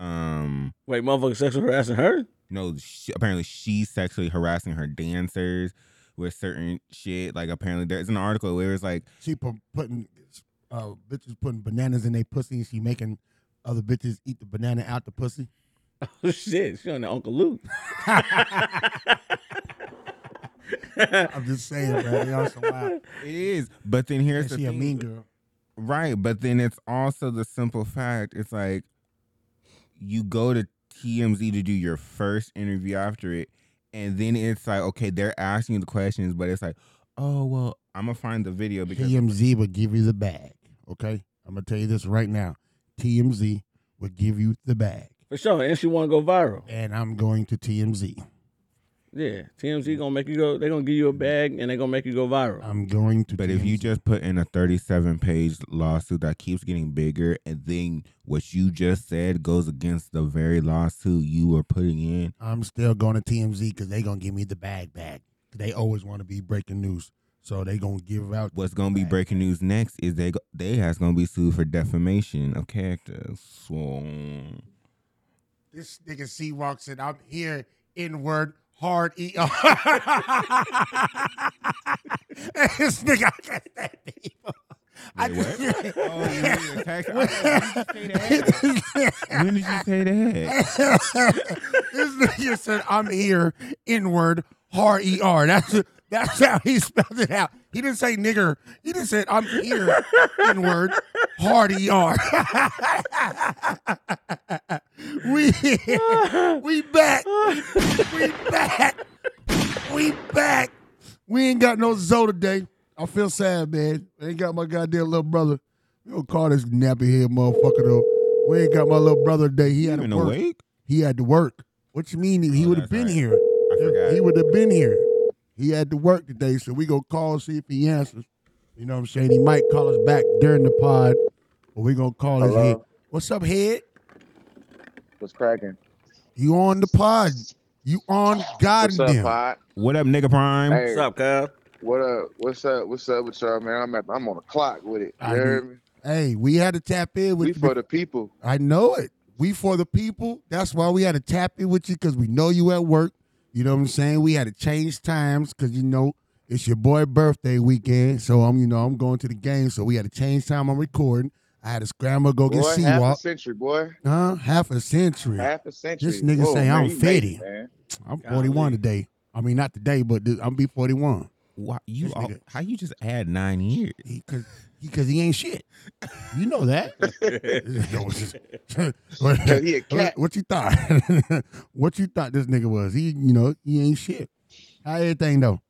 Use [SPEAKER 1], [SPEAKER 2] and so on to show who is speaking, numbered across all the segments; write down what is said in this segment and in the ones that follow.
[SPEAKER 1] um,
[SPEAKER 2] Wait, motherfucker, sexual harassing her?
[SPEAKER 1] No, she, apparently she's sexually harassing her dancers with certain shit. Like apparently there's an article where it's like
[SPEAKER 3] She pu- putting uh, bitches putting bananas in their pussy, and she making other bitches eat the banana out the pussy.
[SPEAKER 2] Oh shit, she on the Uncle Luke.
[SPEAKER 3] I'm just saying, man. Y'all some wild.
[SPEAKER 1] it is, but then here's
[SPEAKER 3] And
[SPEAKER 1] the
[SPEAKER 3] she a
[SPEAKER 1] thing.
[SPEAKER 3] mean girl.
[SPEAKER 1] Right, but then it's also the simple fact it's like you go to TMZ to do your first interview after it, and then it's like, okay, they're asking you the questions, but it's like, oh, well, I'm gonna find the video because
[SPEAKER 3] TMZ would give you the bag. Okay, I'm gonna tell you this right now. TMZ would give you the bag,
[SPEAKER 2] For sure. And she wanna go viral.
[SPEAKER 3] and I'm going to TMZ.
[SPEAKER 2] Yeah. TMZ gonna make you go they gonna give you a bag and they gonna make you go viral.
[SPEAKER 3] I'm going to.
[SPEAKER 1] but if you
[SPEAKER 3] TMZ.
[SPEAKER 1] just put in a 37 page lawsuit that keeps getting bigger, and then what you just said goes against the very lawsuit you were putting in,
[SPEAKER 3] I'm still going to TMZ because they gonna give me the bag back. They always want to be breaking news, so they gonna give out.
[SPEAKER 1] what's gonna be
[SPEAKER 3] Right.
[SPEAKER 1] breaking news next is they go- they has gonna be sued for defamation of character. So.
[SPEAKER 3] This nigga C Walk said, "I'm here in word hard E." this nigga, I can't stand people. I
[SPEAKER 1] Wait, what?
[SPEAKER 3] just-
[SPEAKER 1] Oh, you mean the tax- I was like, when did you say that?
[SPEAKER 3] this nigga said, "I'm here in word hard E R." That's that's how he spelled it out. He didn't say nigger. He just said, "I'm here in word hard E R." we we back. We back. We back. We ain't got no Zoe today. I feel sad, man. I ain't got my goddamn little brother. We don't call this nappy head motherfucker though. We ain't got my little brother today. He had
[SPEAKER 1] Even
[SPEAKER 3] to work.
[SPEAKER 1] awake?
[SPEAKER 3] He had to work. What you mean? He
[SPEAKER 1] Oh,
[SPEAKER 3] would
[SPEAKER 1] that's
[SPEAKER 3] have been
[SPEAKER 1] right.
[SPEAKER 3] here.
[SPEAKER 1] I forgot.
[SPEAKER 3] He would have been here. He had to work today, so we gonna call see if he answers. You know what I'm saying? He might call us back during the pod, or we gonna call his
[SPEAKER 4] Hello?
[SPEAKER 3] head. What's up, head?
[SPEAKER 4] What's cracking?
[SPEAKER 3] You on the pod? You on God
[SPEAKER 4] What's up,
[SPEAKER 3] damn?
[SPEAKER 4] Pod?
[SPEAKER 1] What up, nigga Prime?
[SPEAKER 4] Hey,
[SPEAKER 2] What's up, Kyle?
[SPEAKER 4] what up? What's up? What's up with y'all, man? I'm at, I'm on the clock with it. You
[SPEAKER 3] I
[SPEAKER 4] hear
[SPEAKER 3] do.
[SPEAKER 4] me?
[SPEAKER 3] Hey, we had to tap in with
[SPEAKER 4] We for the people.
[SPEAKER 3] I know it. We for the people. That's why we had to tap in with you because we know you at work. You know what I'm saying? We had to change times because you know it's your boy birthday weekend. So I'm, you know, I'm going to the game. So we had to change time on recording. I had to scramble go get
[SPEAKER 4] Boy, half a
[SPEAKER 3] Seawalk.
[SPEAKER 4] century, boy.
[SPEAKER 3] Huh? Half a century.
[SPEAKER 4] Half a century.
[SPEAKER 3] This nigga
[SPEAKER 4] Whoa,
[SPEAKER 3] say
[SPEAKER 4] man,
[SPEAKER 3] I'm
[SPEAKER 4] you late,
[SPEAKER 3] 50.
[SPEAKER 4] man.
[SPEAKER 3] I'm 41
[SPEAKER 2] Golly.
[SPEAKER 3] today. I mean, not today, but th- I'm be 41
[SPEAKER 1] Why, you
[SPEAKER 3] This
[SPEAKER 1] all,
[SPEAKER 3] nigga-
[SPEAKER 1] how you just add nine years?
[SPEAKER 3] because because he, ain't shit. You know that.
[SPEAKER 4] Cause he a cat.
[SPEAKER 3] What, what you thought? what you thought this nigga was? He, you know, he ain't shit. How everything though?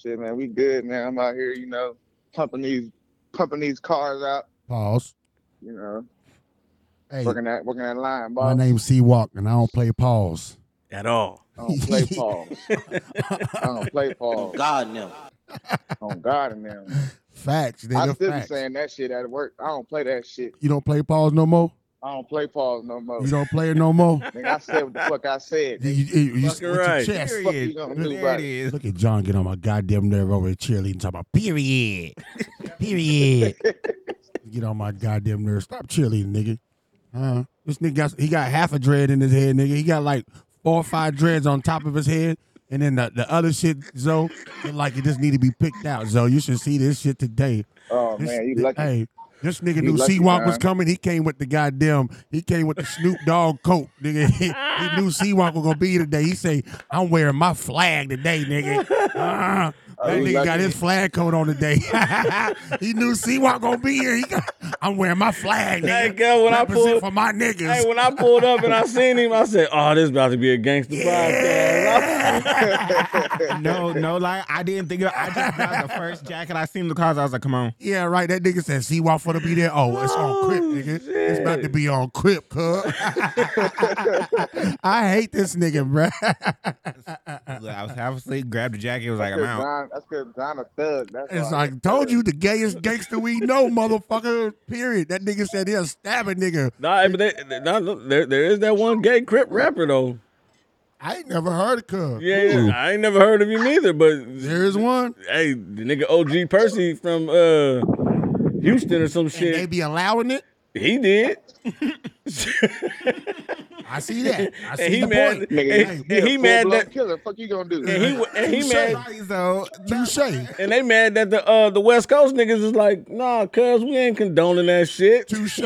[SPEAKER 4] Shit, man, we good, man. I'm out here, you know, pumping these, pumping these cars out.
[SPEAKER 3] Pause.
[SPEAKER 4] You know,
[SPEAKER 3] Hey,
[SPEAKER 4] working that, working that line,
[SPEAKER 3] my
[SPEAKER 4] boss.
[SPEAKER 3] name's C Walk, and I don't play pause.
[SPEAKER 2] At all.
[SPEAKER 4] I don't play Paul. I don't play Paul.
[SPEAKER 5] God no.
[SPEAKER 4] On God and them.
[SPEAKER 3] Facts,
[SPEAKER 4] I
[SPEAKER 3] nigga.
[SPEAKER 4] still be
[SPEAKER 3] facts.
[SPEAKER 4] saying that shit at work. I don't play that shit.
[SPEAKER 3] you don't play pause no more.
[SPEAKER 4] I don't play Paul no more.
[SPEAKER 3] You don't play it no more.
[SPEAKER 4] Nigga, I said what the fuck I said.
[SPEAKER 3] you, you, you, you
[SPEAKER 2] Fucking
[SPEAKER 3] with
[SPEAKER 2] right.
[SPEAKER 3] your chest.
[SPEAKER 4] Fuck you gonna do
[SPEAKER 1] There
[SPEAKER 4] about
[SPEAKER 1] it
[SPEAKER 4] it?
[SPEAKER 1] is.
[SPEAKER 3] Look at John get on my goddamn nerve over at cheerleading talking about period. period. get on my goddamn nerve. Stop cheerleading, nigga. Huh? This nigga got he got half a dread in his head, nigga. He got like four or five dreads on top of his head. And then the, the other shit, Zoe, it like it just need to be picked out, Zoe. You should see this shit today.
[SPEAKER 4] Oh
[SPEAKER 3] This-
[SPEAKER 4] man, you lucky.
[SPEAKER 3] Hey, this nigga
[SPEAKER 4] You
[SPEAKER 3] knew
[SPEAKER 4] lucky,
[SPEAKER 3] Sea Walk was
[SPEAKER 4] man.
[SPEAKER 3] coming. He came with the goddamn. He came with the Snoop Dogg coat, nigga. He, he knew Sea Walk was gonna be here today. He say, "I'm wearing my flag today, nigga." Uh,
[SPEAKER 4] Oh,
[SPEAKER 3] that
[SPEAKER 4] you
[SPEAKER 3] nigga got
[SPEAKER 4] lucky.
[SPEAKER 3] his flag coat on today. he knew Sea Walk gonna be here. He got, I'm wearing my flag, nigga.
[SPEAKER 2] Hey, girl, when I
[SPEAKER 3] Represent
[SPEAKER 2] pulled-
[SPEAKER 3] for my niggas.
[SPEAKER 2] Hey, when I pulled up and I seen him, I said, "Oh, this about to be a gangster podcast."
[SPEAKER 1] No, no, like I didn't think. About, I just got the first jacket I seen in the closet. I was like, come on.
[SPEAKER 3] yeah, right. That nigga said Sea Walk gonna be there. Oh, it's on Crip, nigga. It's about to be on Crip, cuz. I hate this nigga, bruh. Uh,
[SPEAKER 1] I was half asleep, grabbed the jacket, was like,
[SPEAKER 4] That's
[SPEAKER 1] I'm out.
[SPEAKER 4] 'cause Don- That's because Don a thug. That's
[SPEAKER 3] It's
[SPEAKER 4] why.
[SPEAKER 3] like told you the gayest gangster we know, motherfucker. Period. That nigga said he'll stab a nigga.
[SPEAKER 2] nah, but they, nah, look, there, there is that one gay crip rapper though.
[SPEAKER 3] I ain't never heard of Cub.
[SPEAKER 2] Yeah, yeah, I ain't never heard of him either. But
[SPEAKER 3] There is one.
[SPEAKER 2] hey, the nigga OG Percy from uh Houston or some
[SPEAKER 3] And they
[SPEAKER 2] shit,
[SPEAKER 3] be allowing it.
[SPEAKER 2] he did.
[SPEAKER 3] I see that. I
[SPEAKER 2] And
[SPEAKER 3] see
[SPEAKER 2] he
[SPEAKER 3] the
[SPEAKER 2] mad-
[SPEAKER 3] point.
[SPEAKER 2] and-
[SPEAKER 3] Hey,
[SPEAKER 2] and he mad
[SPEAKER 4] full-blown
[SPEAKER 2] that-
[SPEAKER 4] killer. Fuck you gonna do?
[SPEAKER 2] And he wa- and he
[SPEAKER 3] Touche.
[SPEAKER 2] mad
[SPEAKER 1] so
[SPEAKER 3] Touche.
[SPEAKER 2] and they mad that the uh the West Coast niggas is like, nah, cuz we ain't condoning that shit.
[SPEAKER 3] Touche.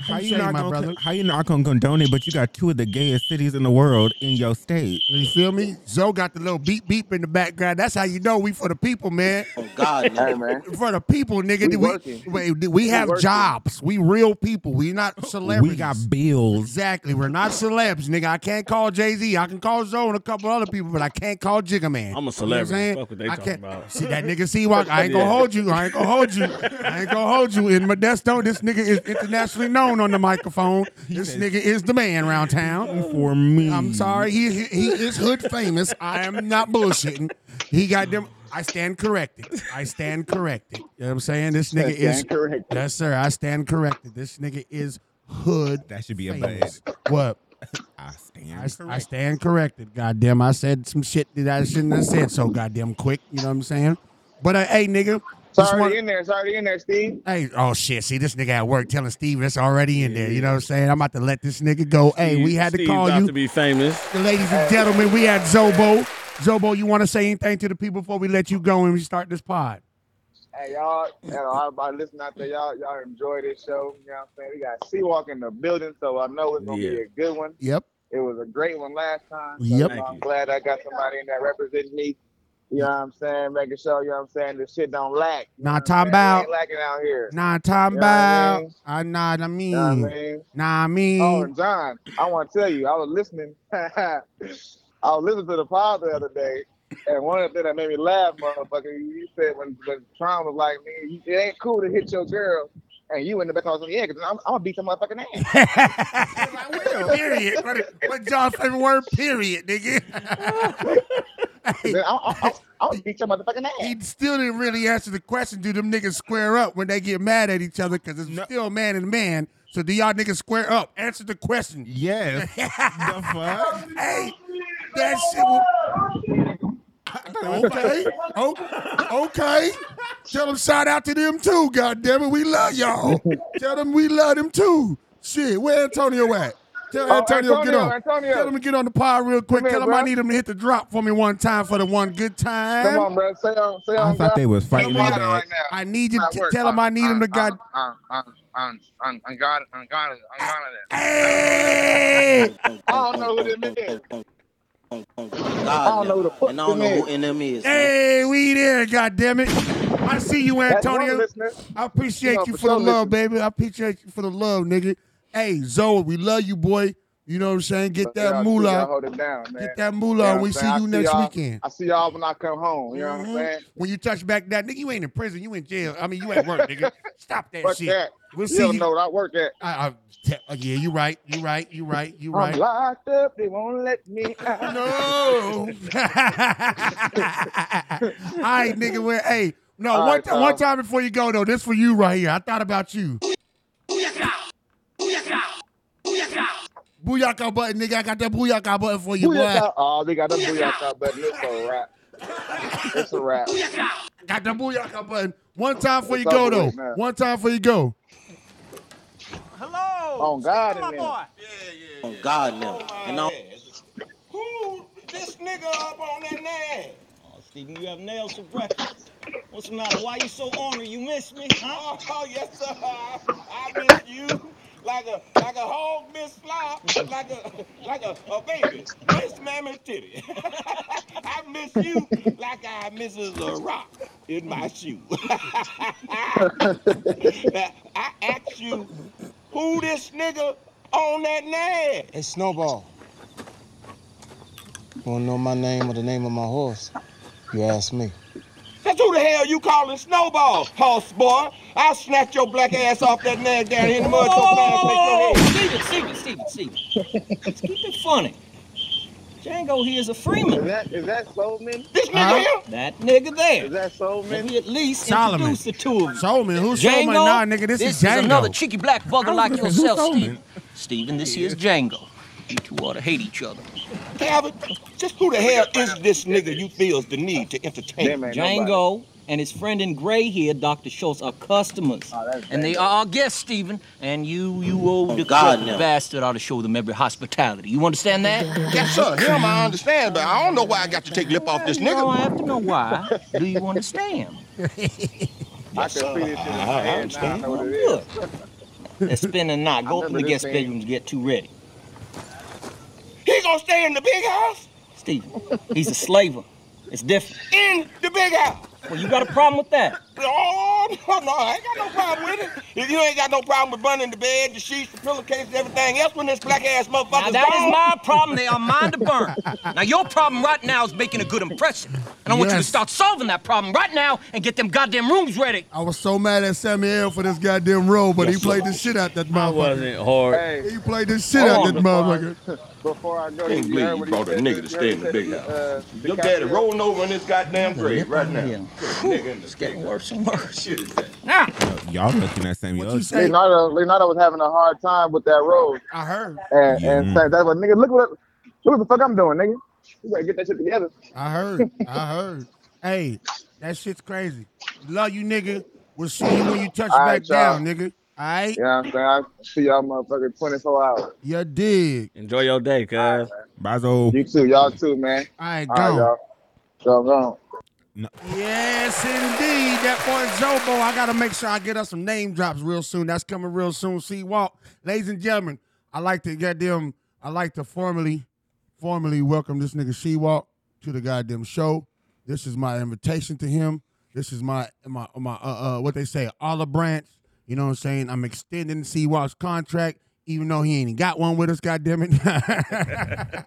[SPEAKER 1] how you
[SPEAKER 3] Touche,
[SPEAKER 1] not
[SPEAKER 3] my
[SPEAKER 1] gonna
[SPEAKER 3] brother.
[SPEAKER 1] how you not gonna condone it? But you got two of the gayest cities in the world in your state.
[SPEAKER 3] You feel me? Zoe got the little beep beep in the background. That's how you know we for the people, man.
[SPEAKER 5] Oh God,
[SPEAKER 4] Hey
[SPEAKER 5] nigga.
[SPEAKER 4] man,
[SPEAKER 3] For the people, nigga. We,
[SPEAKER 4] We working.
[SPEAKER 3] wait, we, have
[SPEAKER 4] working.
[SPEAKER 3] jobs. We real people. We not celebrities.
[SPEAKER 1] We got bills.
[SPEAKER 3] Exactly. We're not celebs, nigga. I can't call Jay Z. I can call Zoe and a couple other people, but I can't call Jigga Man. You know
[SPEAKER 2] I'm a
[SPEAKER 3] what I'm
[SPEAKER 2] celebrity.
[SPEAKER 3] saying?
[SPEAKER 2] Fuck what they
[SPEAKER 3] I
[SPEAKER 2] talking
[SPEAKER 3] can't-
[SPEAKER 2] about.
[SPEAKER 3] See that nigga C Walk. I ain't gonna hold you. I ain't gonna hold you. I ain't gonna hold you. In Modesto, this nigga is internationally known on the microphone. This nigga is the man around town.
[SPEAKER 1] For me,
[SPEAKER 3] I'm sorry, he he, he is hood famous. I am not bullshitting. He got them. I stand corrected. I stand corrected. You know what I'm saying? This nigga
[SPEAKER 4] That's damn
[SPEAKER 3] is
[SPEAKER 4] correct.
[SPEAKER 3] yes, sir. I stand corrected. This nigga is hood.
[SPEAKER 1] That should be a
[SPEAKER 3] famous.
[SPEAKER 1] buzz.
[SPEAKER 3] What?
[SPEAKER 1] I stand.
[SPEAKER 3] I, I stand corrected. Goddamn, I said some shit that I shouldn't have said so goddamn quick. You know what I'm saying? But uh, hey, nigga,
[SPEAKER 4] It's
[SPEAKER 3] just
[SPEAKER 4] already
[SPEAKER 3] want-
[SPEAKER 4] in there. It's already in there, Steve.
[SPEAKER 3] hey, oh shit, see this nigga at work telling Steve it's already in there. You know what I'm saying? I'm about to let this nigga go. hey, we had to
[SPEAKER 2] Steve's
[SPEAKER 3] call
[SPEAKER 2] about
[SPEAKER 3] you,
[SPEAKER 2] to be famous.
[SPEAKER 3] ladies and gentlemen. We had Zobo. Zobo, you want to say anything to the people before we let you go and we start this pod?
[SPEAKER 4] Hey y'all, you know, everybody listening out there, y'all, y'all enjoy this show. You know what I'm saying? We got Seawalk in the building, so I know it's gonna be
[SPEAKER 2] Yeah.
[SPEAKER 4] a good one.
[SPEAKER 3] Yep.
[SPEAKER 4] It was a great one last time. So,
[SPEAKER 3] Yep.
[SPEAKER 4] you know,
[SPEAKER 2] Thank
[SPEAKER 4] I'm
[SPEAKER 2] you.
[SPEAKER 4] glad I got somebody in that representing me. You know what I'm saying? Making sure, you know what I'm saying, this shit don't lack. You know
[SPEAKER 3] Nah,
[SPEAKER 4] what I'm
[SPEAKER 3] time
[SPEAKER 4] saying? We
[SPEAKER 3] out.
[SPEAKER 4] ain't lacking out here.
[SPEAKER 3] Nah, time
[SPEAKER 4] You know what I
[SPEAKER 3] about.
[SPEAKER 4] mean?
[SPEAKER 3] I nah, I mean,
[SPEAKER 4] You know what I
[SPEAKER 3] Mm.
[SPEAKER 4] mean?
[SPEAKER 3] nah, I mean.
[SPEAKER 4] Oh, and John, I want to tell you, I was listening. I was listening to the pod the other day, and one of the things that made me laugh, motherfucker, you said when, when Tron was like, man, you- it ain't cool to hit your girl, and you in the back, I was like, yeah, because I'm, I'm going to beat some motherfucking ass.
[SPEAKER 3] period. What, what John's favorite word? Period, nigga.
[SPEAKER 4] I'm, I'm, I'm, I'm going to beat your motherfucking ass.
[SPEAKER 3] he still didn't really answer the question. Do them niggas square up when they get mad at each other? Because it's
[SPEAKER 1] No.
[SPEAKER 3] still man and man. So do y'all niggas square up? Answer the question.
[SPEAKER 1] Yes. the fuck?
[SPEAKER 3] Hey, that shit. Was... Okay, O- okay. Tell them shout out to them too. God damn it, we love y'all. Tell them we love them too. Shit, where Antonio at? Tell
[SPEAKER 4] Oh,
[SPEAKER 3] Antonio, get on.
[SPEAKER 4] Antonio.
[SPEAKER 3] Tell him to get on the pod real quick.
[SPEAKER 4] Come here,
[SPEAKER 3] Tell him I
[SPEAKER 4] bro.
[SPEAKER 3] need him to hit the drop for me one time for the one good time.
[SPEAKER 4] Come on, bro. Say on, say
[SPEAKER 1] I
[SPEAKER 4] on,
[SPEAKER 1] thought
[SPEAKER 4] bro.
[SPEAKER 1] they was fighting in the
[SPEAKER 4] Come on
[SPEAKER 1] back.
[SPEAKER 4] right now.
[SPEAKER 3] I need you.
[SPEAKER 4] Not
[SPEAKER 3] To
[SPEAKER 4] work.
[SPEAKER 3] tell him I need him to
[SPEAKER 4] I'm-
[SPEAKER 3] god.
[SPEAKER 4] I'm, I'm, I'm, I'm, I'm, got it. I'm got it. I'm got it.
[SPEAKER 3] Hey!
[SPEAKER 4] I don't know who this man is.
[SPEAKER 5] I
[SPEAKER 4] don't know who the fuck
[SPEAKER 5] And I don't
[SPEAKER 4] this
[SPEAKER 5] know who NM is. man.
[SPEAKER 3] Hey, we there, god damn it. I see you,
[SPEAKER 4] That's one
[SPEAKER 3] Antonio.
[SPEAKER 4] listener.
[SPEAKER 3] I appreciate
[SPEAKER 4] You know,
[SPEAKER 3] you
[SPEAKER 4] for
[SPEAKER 3] for the
[SPEAKER 4] sure,
[SPEAKER 3] love,
[SPEAKER 4] listen.
[SPEAKER 3] baby. I appreciate you for the love, nigga. Hey, Zoe, we love you, boy. You know what I'm saying? Get
[SPEAKER 4] Y'all-
[SPEAKER 3] that
[SPEAKER 4] y'all
[SPEAKER 3] moolah.
[SPEAKER 4] Hold it down, man.
[SPEAKER 3] Get that
[SPEAKER 4] You know
[SPEAKER 3] moolah.
[SPEAKER 4] what
[SPEAKER 3] and we
[SPEAKER 4] I'm
[SPEAKER 3] see
[SPEAKER 4] saying? I
[SPEAKER 3] you next
[SPEAKER 4] y'all-
[SPEAKER 3] weekend.
[SPEAKER 4] I see y'all when I come home. You know what I'm
[SPEAKER 3] Mhm.
[SPEAKER 4] saying?
[SPEAKER 3] When you touch back that nigga, you ain't in prison. You in jail. I mean, you at work, nigga. Stop that
[SPEAKER 4] Fuck
[SPEAKER 3] shit.
[SPEAKER 4] that.
[SPEAKER 3] We'll
[SPEAKER 4] You
[SPEAKER 3] see
[SPEAKER 4] don't
[SPEAKER 3] you.
[SPEAKER 4] know what I work at.
[SPEAKER 3] I, I, te- oh, yeah, you right. You right. You right. You
[SPEAKER 4] I'm
[SPEAKER 3] right.
[SPEAKER 4] locked up. They won't let me out.
[SPEAKER 3] No. All right, nigga. Where? Hey, no.
[SPEAKER 4] All
[SPEAKER 3] one,
[SPEAKER 4] right,
[SPEAKER 3] ti- one
[SPEAKER 4] pal.
[SPEAKER 3] time before you go though. This for you right here. I thought about you. Booyaka button, nigga. I got that booyaka button for you, boy.
[SPEAKER 4] Booyaka. Oh, they got a booyaka button. It's a wrap. It's a wrap.
[SPEAKER 3] Got the booyaka button. One time before you
[SPEAKER 4] It's
[SPEAKER 3] go
[SPEAKER 4] over
[SPEAKER 3] though.
[SPEAKER 4] with now.
[SPEAKER 3] One time before you go.
[SPEAKER 6] Hello.
[SPEAKER 4] On God in there.
[SPEAKER 5] Oh God, nigga. And I don't
[SPEAKER 6] Who this nigga up on that nag? Oh, Steven, you have nails for breakfast. What's the matter? Why you so ornery? You miss me, huh? Oh, yes, sir. I, I miss you. Like a like a hog miss fly, like a like a, a baby. Miss mammy titty. I miss you like I misses a rock in my shoe. Now, I asked you who this nigga on that nag?
[SPEAKER 7] Hey, Snowball. You wanna know my name or the name of my horse? You ask me.
[SPEAKER 6] That's who the hell you calling Snowball, horse boy? I'll snatch your black ass off that nag down here in the mud so fast, make your head.
[SPEAKER 8] Steven, Steven, Steven, Steven. Let's keep it funny. Django here is a
[SPEAKER 4] Is
[SPEAKER 8] Freeman.
[SPEAKER 4] that is that Soulman?
[SPEAKER 6] This nigga
[SPEAKER 3] Huh?
[SPEAKER 6] here?
[SPEAKER 8] That nigga
[SPEAKER 4] Is
[SPEAKER 8] there.
[SPEAKER 4] that
[SPEAKER 8] Let
[SPEAKER 4] Soulman?
[SPEAKER 8] me at least
[SPEAKER 3] Solomon.
[SPEAKER 8] introduce the two of you.
[SPEAKER 3] Showman, who's Showman?
[SPEAKER 8] Django,
[SPEAKER 3] Nah, nigga, this, is Django.
[SPEAKER 8] another cheeky black vulgar
[SPEAKER 1] was
[SPEAKER 8] like
[SPEAKER 1] gonna say, who's
[SPEAKER 8] yourself,
[SPEAKER 1] Solomon?
[SPEAKER 8] Steven. Steven, this here's Django. You two ought to hate each other.
[SPEAKER 6] Calvin, just who the hell is this nigga you feels the need to entertain?
[SPEAKER 4] Them ain't nobody.
[SPEAKER 8] Django Oh, and his friend in gray here, Dr. Schultz, are customers.
[SPEAKER 4] that's
[SPEAKER 8] and they are our guests, Stephen. And you, you owe the
[SPEAKER 9] God,
[SPEAKER 8] Oh, God
[SPEAKER 9] no.
[SPEAKER 8] bastard ought to show them every hospitality. You understand that?
[SPEAKER 10] Yes, sir. Him, I understand, but I don't know why I got to take lip off this
[SPEAKER 8] You don't
[SPEAKER 10] nigga.
[SPEAKER 8] have to know why. Do you understand?
[SPEAKER 4] I can see this shit. in my head now. I know what it
[SPEAKER 8] Good.
[SPEAKER 4] is.
[SPEAKER 8] Let's spin a knot. Go
[SPEAKER 4] I
[SPEAKER 8] up in the
[SPEAKER 4] remember
[SPEAKER 8] guest
[SPEAKER 4] this thing.
[SPEAKER 8] bedroom to get too ready.
[SPEAKER 10] He gonna stay in the big house?
[SPEAKER 8] Stephen, he's a slaver. It's different.
[SPEAKER 10] In the big house.
[SPEAKER 8] Well, you got a problem with that?
[SPEAKER 10] Oh, no, no, I ain't got no problem with it. If you ain't got no problem with burning the bed, the sheets, the pillowcases, everything else when this black ass
[SPEAKER 8] Now,
[SPEAKER 10] motherfucker's
[SPEAKER 8] that
[SPEAKER 10] gone.
[SPEAKER 8] is my problem. They are mine to burn. Now, your problem right now is making a good impression. And I want you to
[SPEAKER 3] Yes.
[SPEAKER 8] start solving that problem right now and get them goddamn rooms ready.
[SPEAKER 3] I was so mad at Samuel for this goddamn role, but he played the shit out that
[SPEAKER 2] I
[SPEAKER 3] motherfucker.
[SPEAKER 2] wasn't hard.
[SPEAKER 4] Hey,
[SPEAKER 3] He played the shit out that motherfucker.
[SPEAKER 4] before I go,
[SPEAKER 10] Can't
[SPEAKER 4] you
[SPEAKER 10] believe
[SPEAKER 4] heard
[SPEAKER 10] you
[SPEAKER 4] what he
[SPEAKER 10] brought a
[SPEAKER 4] said,
[SPEAKER 10] nigga to
[SPEAKER 4] you
[SPEAKER 10] stay in the
[SPEAKER 4] heard
[SPEAKER 10] big
[SPEAKER 4] what he said, uh,
[SPEAKER 10] Your
[SPEAKER 4] the
[SPEAKER 10] daddy
[SPEAKER 4] captain-
[SPEAKER 10] rolling over in this goddamn grave right now.
[SPEAKER 8] Yeah.
[SPEAKER 10] Nigga in the grave.
[SPEAKER 8] worse and worse.
[SPEAKER 10] Shit is that?
[SPEAKER 8] Now,
[SPEAKER 1] Y'all looking at Samuel?
[SPEAKER 3] What you say?
[SPEAKER 4] Leonardo, Leonardo was having a hard time with that role,
[SPEAKER 3] I heard.
[SPEAKER 4] and
[SPEAKER 1] Yeah.
[SPEAKER 4] and so that's what nigga. Look what look what the fuck I'm doing, nigga. You better get that shit together.
[SPEAKER 3] I heard. I heard. Hey, that shit's crazy. Love you, nigga. We'll see you when you touch
[SPEAKER 4] All
[SPEAKER 3] back
[SPEAKER 4] right, y'all.
[SPEAKER 3] down, nigga. All right?
[SPEAKER 4] You know what I'm saying? I see y'all motherfucking 24 hours.
[SPEAKER 3] You dig.
[SPEAKER 2] Enjoy your day, cuz.
[SPEAKER 1] Bazo.
[SPEAKER 4] You too, y'all too, man.
[SPEAKER 3] All right,
[SPEAKER 4] All right,
[SPEAKER 3] go.
[SPEAKER 4] y'all. Y'all gone.
[SPEAKER 3] Yes, indeed. That boy Zobo. I gotta make sure I get us some name drops real soon. That's coming real soon. See Walk, ladies and gentlemen. I like to get them. I like to formally, formally welcome this nigga She Walk to the goddamn show. This is my invitation to him. This is my my my uh, uh what they say olive branch. You know what I'm saying? I'm extending She Walk's contract, even though he ain't got one with us. Goddamn it!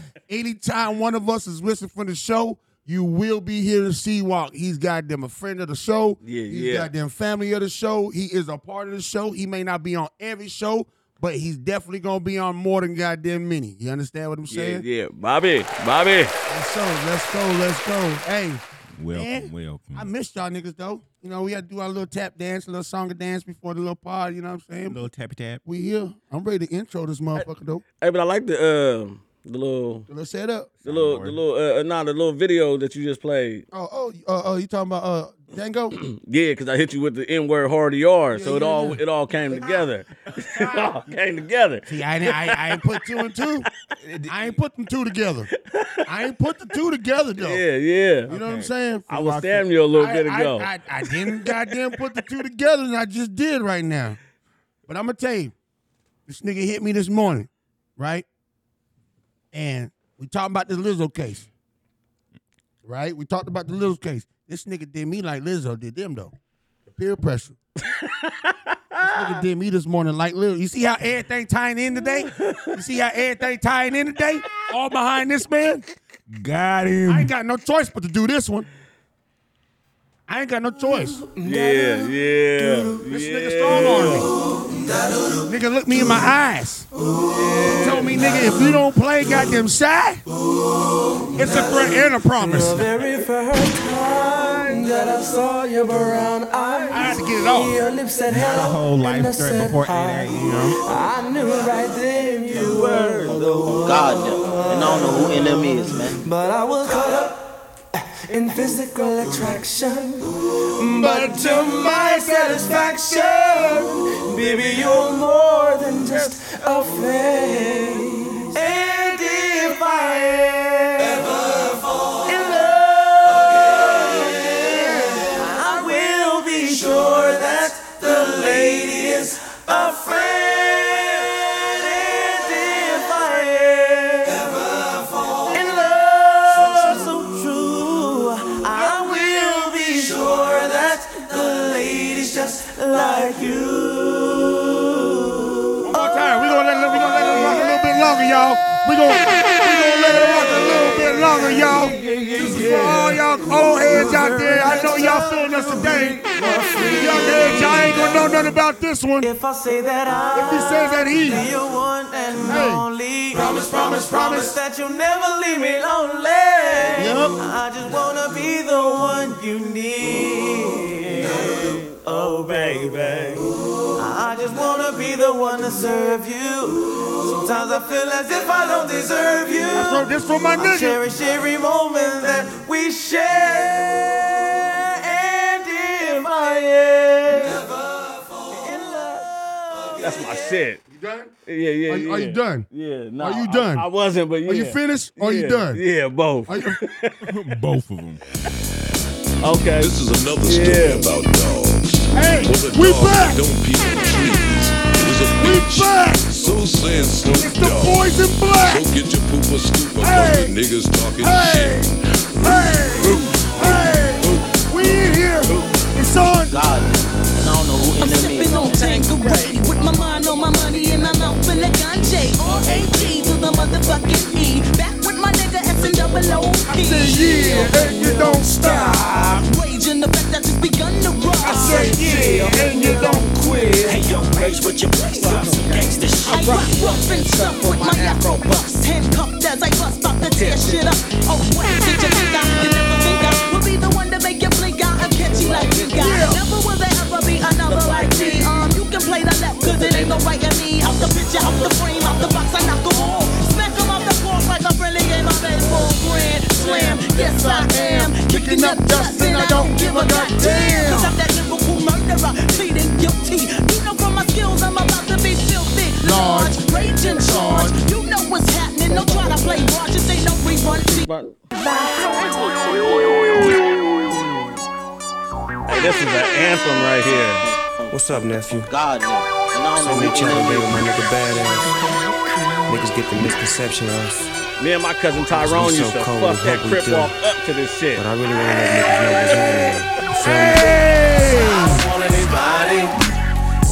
[SPEAKER 3] Anytime one of us is missing from the show, you will be hearing Sea Walk. He's goddamn a friend of the show.
[SPEAKER 2] Yeah,
[SPEAKER 3] He's
[SPEAKER 2] yeah.
[SPEAKER 3] goddamn family of the show. He is a part of the show. He may not be on every show, but he's definitely gonna be on more than goddamn many. You understand what I'm
[SPEAKER 2] Yeah,
[SPEAKER 3] saying?
[SPEAKER 2] yeah. Bobby, Bobby.
[SPEAKER 3] And so let's go, let's go. Hey,
[SPEAKER 1] Welcome,
[SPEAKER 3] Man, I
[SPEAKER 1] welcome.
[SPEAKER 3] missed y'all niggas though. You know, we had to do our little tap dance, a little song and dance before the little pod, you know what I'm saying?
[SPEAKER 1] Little tappy tap.
[SPEAKER 3] We here. I'm ready to intro this motherfucker though.
[SPEAKER 2] Hey, but I like the uh, the little,
[SPEAKER 3] Let's set up.
[SPEAKER 2] the little, the little, uh, nah, the little video that you just played.
[SPEAKER 3] Oh, oh, uh, oh, you talking about uh Dango?
[SPEAKER 2] Yeah, because I hit you with the N word hard ER,
[SPEAKER 3] Yeah,
[SPEAKER 2] so it
[SPEAKER 3] yeah,
[SPEAKER 2] all
[SPEAKER 3] yeah.
[SPEAKER 2] it all came together. it all came together.
[SPEAKER 3] See, I ain't, I, I ain't put two and two. I ain't put them two together. I ain't put the two together though.
[SPEAKER 2] Yeah, yeah.
[SPEAKER 3] You know what I'm saying?
[SPEAKER 2] I was stabbing you a little bit
[SPEAKER 3] I-
[SPEAKER 2] ago.
[SPEAKER 3] I, I, I didn't goddamn put the two together, and I just did right now. But I'm gonna tell you, this nigga hit me this morning, right? And we talking about the Lizzo case, right? We talked about the Lizzo case. This nigga did me like Lizzo did them though, the peer pressure. this nigga did me this morning like Lizzo. You see how everything tying in today? You see how everything tying in today? All behind this man.
[SPEAKER 1] Got
[SPEAKER 3] I
[SPEAKER 1] him.
[SPEAKER 3] ain't got no choice but to do this one. I ain't got no choice.
[SPEAKER 2] yeah, yeah.
[SPEAKER 3] This nigga strong on me. Nigga looked me in my eyes. Told me, nigga, if you don't play goddamn shy, it's a threat and a promise.
[SPEAKER 11] Very first time that I saw your brown
[SPEAKER 3] I
[SPEAKER 11] eyes,
[SPEAKER 3] had to get it off.
[SPEAKER 11] your lips said hello.
[SPEAKER 1] My whole
[SPEAKER 11] and
[SPEAKER 1] life
[SPEAKER 11] I
[SPEAKER 1] threat
[SPEAKER 11] said
[SPEAKER 1] before 8
[SPEAKER 11] hi.
[SPEAKER 1] a.m.
[SPEAKER 11] I knew right then you were the one.
[SPEAKER 9] God, no. And I don't know who NM is, man.
[SPEAKER 11] But I was caught up eh, in physical attraction. But to my satisfaction, baby, you're more than just a face. And if I ever fall in love, I will be sure that the lady is a friend. And if I ever in love so true. I will be sure that the lady's just like you.
[SPEAKER 3] One more time. We gonna let it, we gonna let it rock a little bit longer, y'all. We gonna, we gonna let it rock a little bit longer, y'all. This is for all y'all old heads out there. I know y'all feeling us today. Young heads, y'all ain't gonna know nothing about this one. If
[SPEAKER 11] If I say that I
[SPEAKER 3] he says that he,
[SPEAKER 11] be your one and
[SPEAKER 3] Hey.
[SPEAKER 11] only, promise, promise, promise that you'll never leave me lonely.
[SPEAKER 3] Yup.
[SPEAKER 11] I just wanna be the one you need. Oh, baby. I just wanna be the one to serve you. Sometimes I feel as if I don't deserve you.
[SPEAKER 3] so this for my
[SPEAKER 11] I
[SPEAKER 3] nigga.
[SPEAKER 11] cherish every moment that we share.
[SPEAKER 2] That's my shit.
[SPEAKER 3] You done?
[SPEAKER 2] Yeah, yeah,
[SPEAKER 3] Are you-
[SPEAKER 2] yeah.
[SPEAKER 3] are you done?
[SPEAKER 2] Yeah, no.
[SPEAKER 3] Are you done?
[SPEAKER 2] I, I wasn't, but yeah.
[SPEAKER 3] Are you finished? Are you
[SPEAKER 2] Yeah,
[SPEAKER 3] done?
[SPEAKER 2] Yeah, both.
[SPEAKER 1] both of them.
[SPEAKER 2] Okay.
[SPEAKER 12] This is another story
[SPEAKER 2] Yeah.
[SPEAKER 12] about dogs.
[SPEAKER 3] Hey,
[SPEAKER 12] was a
[SPEAKER 3] we
[SPEAKER 12] dog
[SPEAKER 3] back!
[SPEAKER 12] that don't pee on trees. Was a bitch. So saying Snoop
[SPEAKER 3] It's the
[SPEAKER 12] Dogg.
[SPEAKER 3] boys in black.
[SPEAKER 12] So get your pooper scooper.
[SPEAKER 3] Hey.
[SPEAKER 12] Hey. Niggas talking
[SPEAKER 3] Hey,
[SPEAKER 12] shit.
[SPEAKER 3] hey, hey, we in here. It's on.
[SPEAKER 5] God, and I don't know who
[SPEAKER 13] I'm
[SPEAKER 5] enemy
[SPEAKER 13] sipping
[SPEAKER 5] is.
[SPEAKER 13] on Tanqueray with my mind on my money and I'm out for the ganja. R.A.P. to the motherfucking E. Back with my nigga S and double O. I say yeah, and you don't stop. Rage in the fact I just begun to rock. I say yeah, and you don't quit. Hey yo, rage with your voice up, some gangsta shit. I rock rough and tough with my afro bust. Handcuffed as I bust, about to tear shit up. Oh, what did you think I did? Never think I would be the one to make you blink out and catch you like you got. Never will there ever be another like me. Um, you can play the left, cause it ain't no right in me. Out the picture, out the frame, out the box, I knock 'em all. Smack 'em off the floor like a friendly game of baseball. Grand slam, yes I am. Kicking up dust and I don't give a goddamn. Cause I'm that lyrical murderer, pleading guilty. You know from my skills, I'm about to be filthy. Large, rage in charge. You know what's happening, don't try to play Rogers, just ain't no rerun.
[SPEAKER 2] Hey, this is an anthem right here.
[SPEAKER 14] What's up, nephew?
[SPEAKER 5] God, and I
[SPEAKER 14] So
[SPEAKER 5] don't know
[SPEAKER 14] we
[SPEAKER 5] who
[SPEAKER 14] chilling here
[SPEAKER 5] enemy is.
[SPEAKER 14] with my nigga badass. Niggas get the misconception of us,
[SPEAKER 2] Me and my cousin Tyrone
[SPEAKER 14] It's
[SPEAKER 2] used
[SPEAKER 14] so
[SPEAKER 2] to
[SPEAKER 14] cold,
[SPEAKER 2] fuck that
[SPEAKER 14] what we
[SPEAKER 2] crip
[SPEAKER 14] do.
[SPEAKER 2] walk up to this shit.
[SPEAKER 14] but I really wanna let niggas know what's happening. You feel me?
[SPEAKER 13] Hey!
[SPEAKER 11] anybody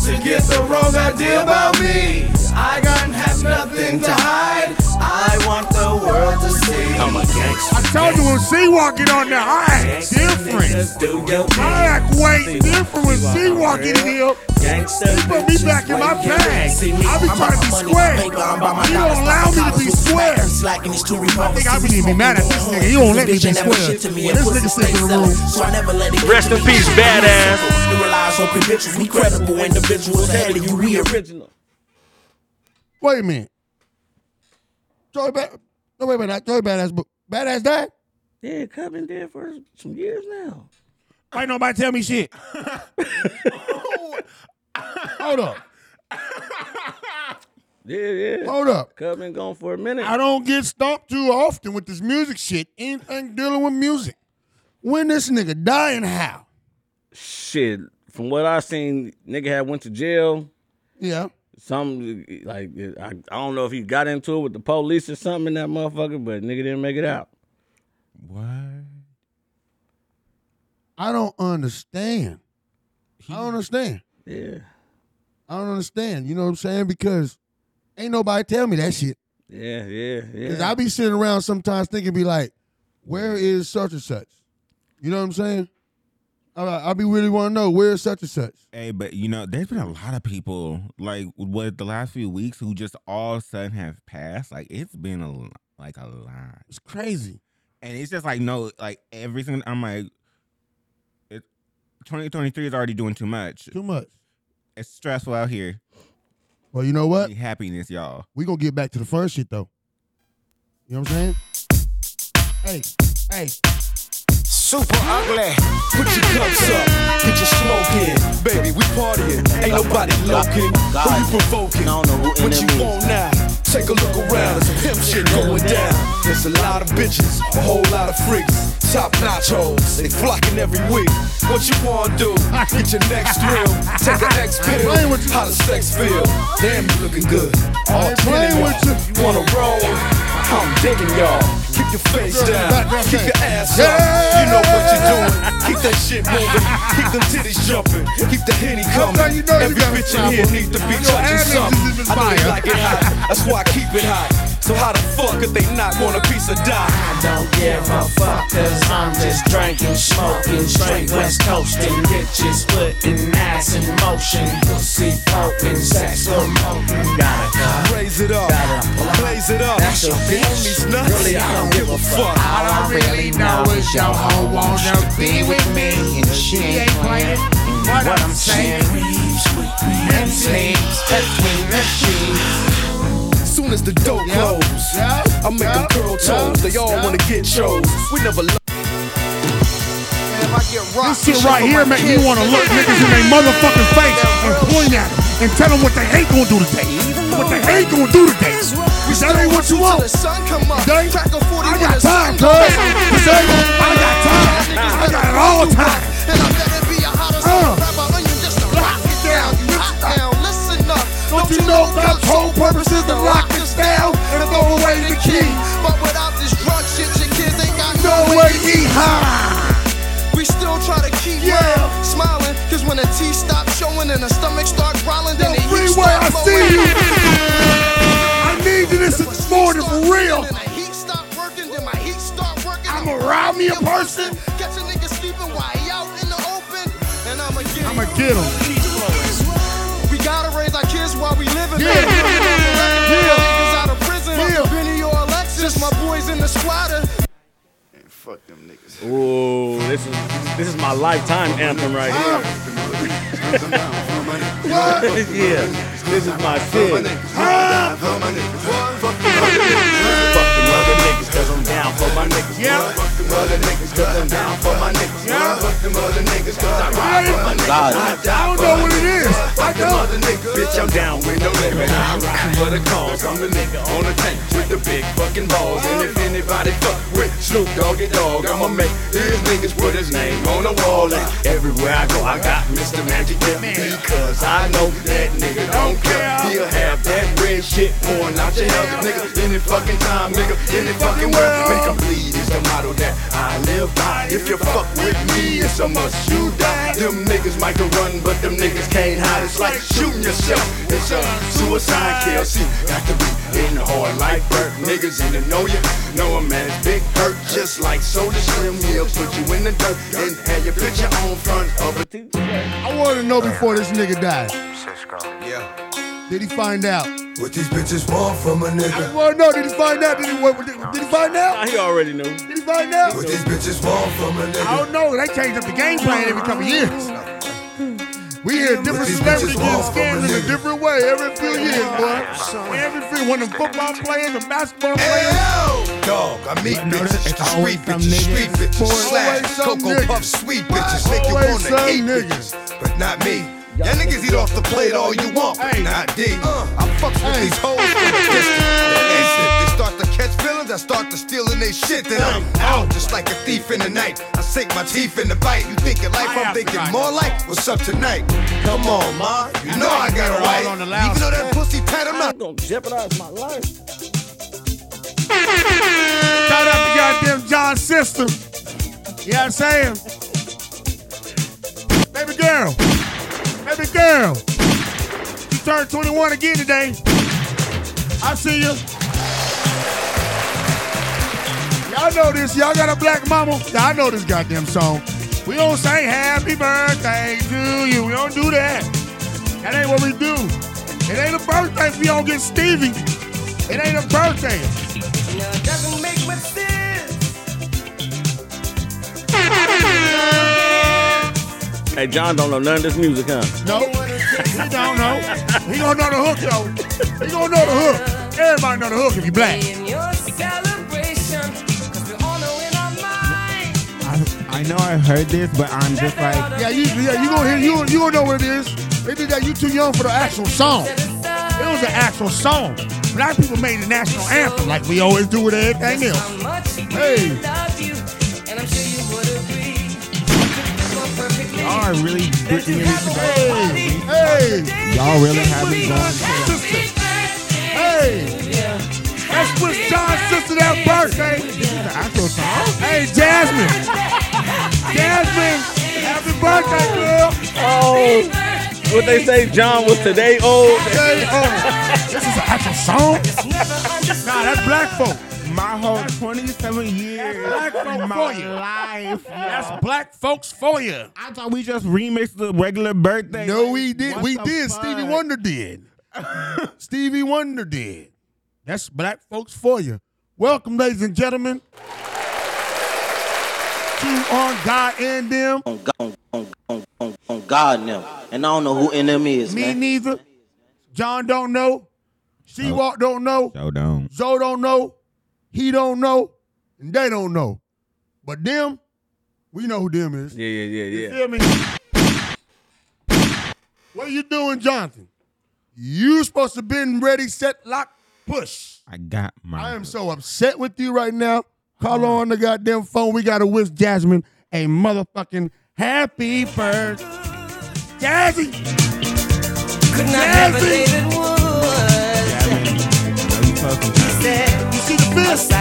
[SPEAKER 11] to get the wrong idea about me. I got have nothing to hide. I want the world to see. I'm a gangster.
[SPEAKER 3] I told you when C walking on there, I act different.
[SPEAKER 11] Do your
[SPEAKER 3] I act way different when C walking in here.
[SPEAKER 11] gangster.
[SPEAKER 3] He put me back in my bag. I be trying to be square. You don't allow me to be square. I think I really be mad at this nigga. You don't let me be square. This nigga sitting in the room.
[SPEAKER 11] So I never let it
[SPEAKER 2] Rest in peace, badass.
[SPEAKER 11] You rely on credentials. We credible individuals. Handle you we original.
[SPEAKER 3] Wait a minute. Joey Bad. No, wait a minute. Joey Badass. But Badass died?
[SPEAKER 2] Yeah, Coven did for some years now.
[SPEAKER 3] Ain't nobody tell me shit. Hold up.
[SPEAKER 2] Yeah, yeah.
[SPEAKER 3] Hold up.
[SPEAKER 2] Coven gone for a minute.
[SPEAKER 3] Oh. I don't get stomped too often with this music shit. Anything dealing with music. When this nigga die and how?
[SPEAKER 2] Shit, from what I seen, nigga had went to jail.
[SPEAKER 3] Yeah.
[SPEAKER 2] Some like I, I don't know if he got into it with the police or something in that motherfucker, but nigga didn't make it out.
[SPEAKER 1] What?
[SPEAKER 3] I don't understand. I don't understand.
[SPEAKER 2] Yeah,
[SPEAKER 3] I don't understand. You know what I'm saying? Because ain't nobody tell me that shit.
[SPEAKER 2] yeah, yeah,
[SPEAKER 3] Because
[SPEAKER 2] yeah.
[SPEAKER 3] I be sitting around sometimes thinking, be like, where is such and such? You know what I'm saying? I, I be really want to know where is such and such.
[SPEAKER 1] Hey, but you know, there's been a lot of people like what the last few weeks who just all of a sudden have passed. Like it's been a l- like a lot,
[SPEAKER 3] It's crazy.
[SPEAKER 1] and it's just like no, like everything. I'm like, it, 2023 is already doing too much.
[SPEAKER 3] Too much.
[SPEAKER 1] It's stressful out here.
[SPEAKER 3] Well, you know what?
[SPEAKER 1] Need happiness, y'all.
[SPEAKER 3] We gonna get back to the fun shit though. You know what I'm saying? Hey, hey.
[SPEAKER 11] Super ugly. Put your cups up, get your smoke in. Baby, we partying. Ain't nobody looking. Who you provoking? What you want now? Take a look around. There's some pimp shit going down. There's a lot of bitches, a whole lot of freaks. Top notch hoes, they flocking every week. What you wanna do? Get your next thrill. Take a next pill. How does sex feel? Damn, you looking good. All ten of y'all. You wanna roll? I'm digging y'all. Keep your face down. Keep your ass up. You know what you're doing. Keep that shit moving. Keep them titties jumping. Keep the henny coming. Every bitch in here needs to be touching something. I know they like it hot. That's why I keep it hot. So how the fuck could they not want a piece of die? I don't
[SPEAKER 5] give a fuck, cause I'm just drinking, smoking, straight west coasting, bitches putting ass in motion, pussy poking, sex promoting. Gotta
[SPEAKER 11] raise it up, blaze it up.
[SPEAKER 5] That's your bitch.
[SPEAKER 11] Homies nuts.
[SPEAKER 5] Really, I don't give a fuck.
[SPEAKER 11] All I really know is your hoe wants to be with me, and she ain't playing what I'm saying. And sleeps between the sheets. Soon as the door closes, I make them curl toes. They all wanna get chose. We never. Lo-
[SPEAKER 13] Never
[SPEAKER 3] This shit right here make me want to look niggas in their motherfucking face and point at them and tell them what they ain't gonna do today. What they ain't gonna do today. That ain't what you want. That ain't, I got time, cuz. This ain't- I got time. I got it all time. Uh. Lock it down, you rip it down. Listen up. Don't you know the whole purpose is to lock this down and throw away the key? But without this drug shit, your kids ain't got no way to eat. Ha!
[SPEAKER 15] We still try to keep
[SPEAKER 3] Yeah.
[SPEAKER 15] round, smiling, cause when the teeth stop showing and the stomach starts growling, then the heat
[SPEAKER 3] Freeway, I
[SPEAKER 15] starts
[SPEAKER 3] see
[SPEAKER 15] flowing.
[SPEAKER 3] you. I need you this this morning for real. I'ma rob me a person.
[SPEAKER 15] Catch a nigga sleeping while he out in the open, and I'ma get him.
[SPEAKER 3] I'ma get him.
[SPEAKER 15] We gotta raise our kids while we living.
[SPEAKER 3] Yeah.
[SPEAKER 15] yeah. Niggas out of prison.
[SPEAKER 3] Yeah.
[SPEAKER 15] Uncle Benny or Alexis, my boys in the squatter.
[SPEAKER 2] Fuck them niggas. Ooh, this is this is my lifetime anthem right here.
[SPEAKER 3] What?
[SPEAKER 2] yeah, this is my shit.
[SPEAKER 3] I don't know what it is. I don't.
[SPEAKER 11] Bitch, I'm down with no limit. I ride for the cause. I'm the nigga on the tank with the big fucking balls. And if anybody fuck with Snoop Doggy Dog, I'ma make these niggas put his name on the wall. And everywhere I go, I got Mr. Magic with me. Cause I know that nigga don't care. He'll have that red shit pouring out your health. Nigga, any fucking time, nigga, any fucking world. Make 'em bleed is the motto that I live by. If you fuck with me, it's a must you die. Them niggas might can run, but them niggas can't hide. It's like shooting yourself. It's a suicide kill. See, got to be in the hard life. Burnt niggas in the know ya. Know a man's big hurt, just like Soda Slim. He'll put you in the dirt and have your picture on front of a.
[SPEAKER 3] I wanted to know before this nigga died.
[SPEAKER 11] Cisco. Yeah.
[SPEAKER 3] Did he find out?
[SPEAKER 11] What these bitches want from a
[SPEAKER 3] I
[SPEAKER 11] nigga?
[SPEAKER 3] want to know. Did he find out? Did he, what, did, did he find out?
[SPEAKER 2] He already knew.
[SPEAKER 3] Did he find out?
[SPEAKER 11] What these bitches want from a
[SPEAKER 3] I don't know. They change up the game plan every couple years. We hear different celebrities getting scammed in a different way every few years, boy. Every few, one of them football players, the basketball players.
[SPEAKER 11] Dog, I meet bitches, it's street bitches, street bitches,
[SPEAKER 3] Always
[SPEAKER 11] slash,
[SPEAKER 3] some
[SPEAKER 11] cocoa
[SPEAKER 3] niggas.
[SPEAKER 11] puff, sweet bitches, make you
[SPEAKER 3] Always
[SPEAKER 11] wanna
[SPEAKER 3] some
[SPEAKER 11] eat bitches, but not me. Y'all niggas eat off the plate all you want, but not D. Uh, I fucks with these hoes from a distance. Instant, they start to catch feelings, I start to stealing they shit, then I'm out, just like a thief in the night. I sink my teeth in the bite, you thinking life, I'm thinking more like, what's up tonight? Come on, ma, you know I got a right, even though that pussy tight, I'm not
[SPEAKER 2] gonna jeopardize my life.
[SPEAKER 3] Shout out to goddamn John System. You know what I'm saying? Baby girl. Baby girl. You turned 21 again today. I see you. Y'all know this. Y'all got a black mama. Y'all know this goddamn song. We don't say happy birthday to you. We don't do that. That ain't what we do. It ain't a birthday if we don't get Stevie. It ain't a birthday.
[SPEAKER 13] doesn't make much sense.
[SPEAKER 2] Hey, John don't know none of this music, huh?
[SPEAKER 3] No, he don't know. He gonna know the hook though. He gonna know the hook. Everybody know the hook if you black.
[SPEAKER 13] In your celebration, 'cause we all know in our mind.
[SPEAKER 1] I, I know I heard this, but I'm just like,
[SPEAKER 3] Yeah, you yeah you gonna hear you you gonna know what it is. They did that. You too young for the actual song. It was an actual song. Black people made the national anthem like we always do with everything
[SPEAKER 13] Just
[SPEAKER 3] else.
[SPEAKER 13] how much we
[SPEAKER 3] Hey.
[SPEAKER 13] love you, and I'm sure you would agree.
[SPEAKER 1] y'all are really getting me
[SPEAKER 3] Hey, hey,
[SPEAKER 1] Y'all really haven't gone.
[SPEAKER 3] hey. That's what John's sister that birthday. This is the actual song. Hey, Jasmine. Jasmine, happy birthday, girl.
[SPEAKER 2] Oh, what they say? John was today old.
[SPEAKER 3] Today old. This is an actual song. Nah, that's black folk.
[SPEAKER 1] My whole 27 years,
[SPEAKER 3] Black folk
[SPEAKER 1] my
[SPEAKER 3] for you.
[SPEAKER 1] life.
[SPEAKER 3] That's black folks for you.
[SPEAKER 1] I thought we just remixed the regular birthday.
[SPEAKER 3] No, we did.
[SPEAKER 1] What
[SPEAKER 3] We
[SPEAKER 1] the
[SPEAKER 3] did. Stevie
[SPEAKER 1] fuck?
[SPEAKER 3] Wonder did. Stevie Wonder did. That's black folks for you. Welcome, ladies and gentlemen, to On God and Them.
[SPEAKER 8] On, God- on, on, on, on, on God now. And I don't know who NM is,
[SPEAKER 3] Me
[SPEAKER 8] man.
[SPEAKER 3] neither. John don't know. She walk don't know.
[SPEAKER 1] Show down.
[SPEAKER 3] Zoe don't know. He don't know. And they don't know. But them,
[SPEAKER 16] We know who them is.
[SPEAKER 2] Yeah, yeah, yeah,
[SPEAKER 16] You
[SPEAKER 2] yeah.
[SPEAKER 16] feel me? What are you doing, Jonathan? You supposed to been ready, set, lock, push.
[SPEAKER 1] I got my.
[SPEAKER 16] I am so upset with you right now. Call on the goddamn phone. We gotta wish Jasmine a motherfucking happy birthday. Jazzy!
[SPEAKER 11] Could not have a day that would. He said, you see the fist. I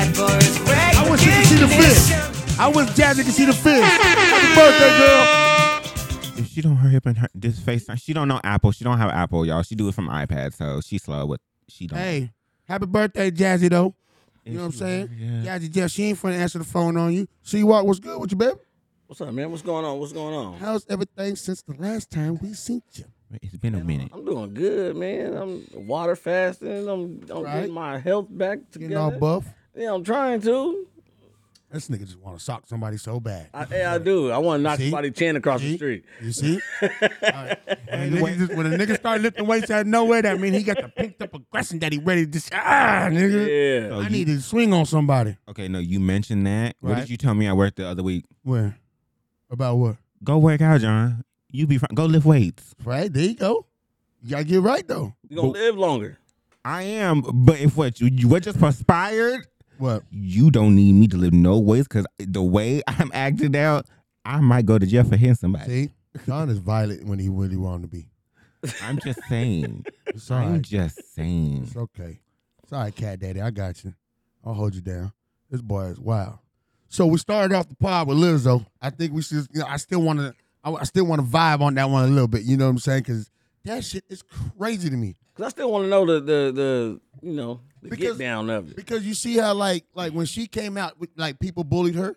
[SPEAKER 16] I wish you could see the fist. I wish Jazzy could see the fist. Happy birthday, girl.
[SPEAKER 1] If she don't hurry up and her, this FaceTime, she don't know Apple. She don't have Apple, y'all. She do it from iPad, so she slow. With she don't.
[SPEAKER 16] Hey, happy birthday, Jazzy, though. You know what I'm saying? Jazzy Jeff, she ain't finna answer the phone on you. See what what's good with you, baby?
[SPEAKER 2] What's up, man? What's going on? What's going on?
[SPEAKER 16] How's everything since the last time we seen you?
[SPEAKER 1] It's been a minute.
[SPEAKER 2] I'm doing good, man. I'm water fasting. I'm, I'm
[SPEAKER 16] Right.
[SPEAKER 2] getting my health back together.
[SPEAKER 16] all buff.
[SPEAKER 2] Yeah, I'm trying to.
[SPEAKER 16] This nigga just wanna sock somebody so bad.
[SPEAKER 2] I, yeah, I do. I want to knock
[SPEAKER 16] See?
[SPEAKER 2] somebody's chin across the street.
[SPEAKER 16] You see? When a, nigga just- when a nigga start lifting weights out of nowhere, that mean he got the picked up aggression that he ready to just ah nigga.
[SPEAKER 1] Yeah. So
[SPEAKER 16] I
[SPEAKER 1] you-
[SPEAKER 16] need to swing on somebody.
[SPEAKER 1] Okay, no, you mentioned that. What
[SPEAKER 16] Right.
[SPEAKER 1] did you tell me I worked the other week?
[SPEAKER 16] Where? About what?
[SPEAKER 1] Go work out, John. You be fine. Go lift weights.
[SPEAKER 16] Right there, you go. You gotta get right though.
[SPEAKER 2] You gonna live longer.
[SPEAKER 1] I am, but if what you, you- what just perspired,
[SPEAKER 16] what
[SPEAKER 1] you don't need me to live no ways because the way I'm acting out, I might go to jail for hitting somebody.
[SPEAKER 16] See, John is violent when he really wanted to be.
[SPEAKER 1] I'm just saying.
[SPEAKER 16] It's all
[SPEAKER 1] I'm
[SPEAKER 16] right.
[SPEAKER 1] just saying.
[SPEAKER 16] It's okay. It's all right, Cat Daddy. I got you. I'll hold you down. This boy is wild. So we started off the pod with Lizzo. I think we should. You know, I still want to. I, I still want to vibe on that one a little bit. You know what I'm saying? Because that shit is crazy to me.
[SPEAKER 2] Cause I still want to know the the the you know the get down of it.
[SPEAKER 16] Because you see how like like when she came out, with- like people bullied her,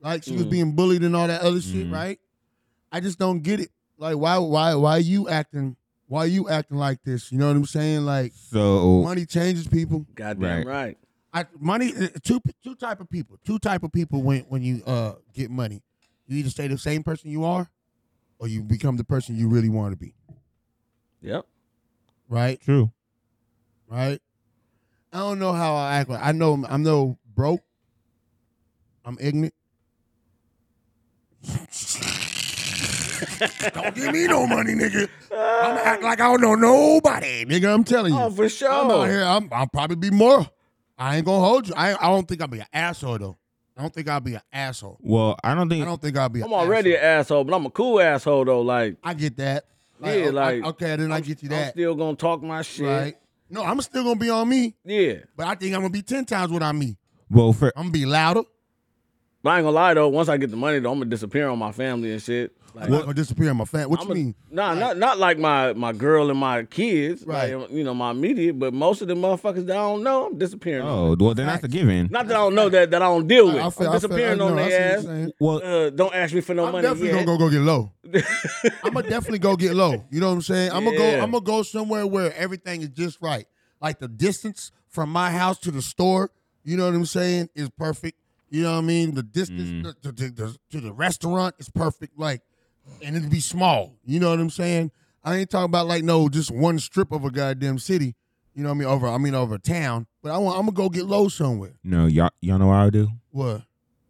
[SPEAKER 16] like she was
[SPEAKER 2] Mhm.
[SPEAKER 16] being bullied and all that other shit,
[SPEAKER 2] Mhm.
[SPEAKER 16] right? I just don't get it. Like why why why you acting why you acting like this? You know what I'm saying? Like
[SPEAKER 1] So-
[SPEAKER 16] money changes people.
[SPEAKER 2] Goddamn right.
[SPEAKER 16] I, money uh, two two type of people. Two type of people when when you uh get money, you either stay the same person you are, or you become the person you really want to be.
[SPEAKER 2] Yep.
[SPEAKER 16] Right.
[SPEAKER 1] True.
[SPEAKER 16] Right. I don't know how I act. Like. I know I'm no broke. I'm ignorant. don't give me no money, nigga. I'm act like I don't know nobody, nigga. I'm telling you.
[SPEAKER 2] Oh, for sure.
[SPEAKER 16] I'm out here. I'm, I'll probably be more. I ain't gonna hold you. I I don't think I'll be an asshole though. I don't think I'll be an asshole.
[SPEAKER 1] Well, I don't think
[SPEAKER 16] I don't think I'll be. an
[SPEAKER 2] I'm already an asshole, but I'm a cool asshole though. Like
[SPEAKER 16] I get that.
[SPEAKER 2] yeah, like
[SPEAKER 16] okay, then i get you
[SPEAKER 2] I'm
[SPEAKER 16] that.
[SPEAKER 2] still gonna talk my shit.
[SPEAKER 16] Right. No, I'm still gonna be on me.
[SPEAKER 2] Yeah.
[SPEAKER 16] But I think I'm gonna be ten times what I'm me.
[SPEAKER 1] Well, for
[SPEAKER 16] I'm gonna be louder.
[SPEAKER 2] But I ain't gonna lie though. Once I get the money though, I'm gonna disappear on my family and shit. Like,
[SPEAKER 16] I'm not gonna disappear in my fan. What you mean?
[SPEAKER 2] Nah, not not like my my girl and my kids,
[SPEAKER 16] Right.
[SPEAKER 2] like, you know, my immediate, but most of the motherfuckers that I don't know, I'm disappearing. on.
[SPEAKER 1] Oh, well, then that's a given.
[SPEAKER 2] Not that I don't know that that I don't deal with.
[SPEAKER 16] I- I
[SPEAKER 2] I,
[SPEAKER 16] feel- I
[SPEAKER 2] am
[SPEAKER 16] feel-
[SPEAKER 2] disappearing
[SPEAKER 16] I know,
[SPEAKER 2] on
[SPEAKER 16] I
[SPEAKER 2] their
[SPEAKER 16] see what
[SPEAKER 2] ass.
[SPEAKER 1] Well,
[SPEAKER 2] uh, don't ask me for no money
[SPEAKER 16] definitely
[SPEAKER 2] yet.
[SPEAKER 16] gonna go, go get low. I'm gonna definitely go get low. You know what I'm saying? I'm gonna go.
[SPEAKER 2] Yeah.
[SPEAKER 16] I'm gonna go somewhere where everything is just right. Like the distance from my house to the store. You know what I'm saying? Is perfect. You know what I mean? The distance
[SPEAKER 2] Mm.
[SPEAKER 16] to, to, to- to the restaurant is perfect. Like, and it'd be small. You know what I'm saying? I ain't talking about like no just one strip of a goddamn city. You know what I mean? Over I mean over a town. But I want. I'm gonna go get low somewhere.
[SPEAKER 1] No, y'all, y'all know what I'll do?
[SPEAKER 16] What?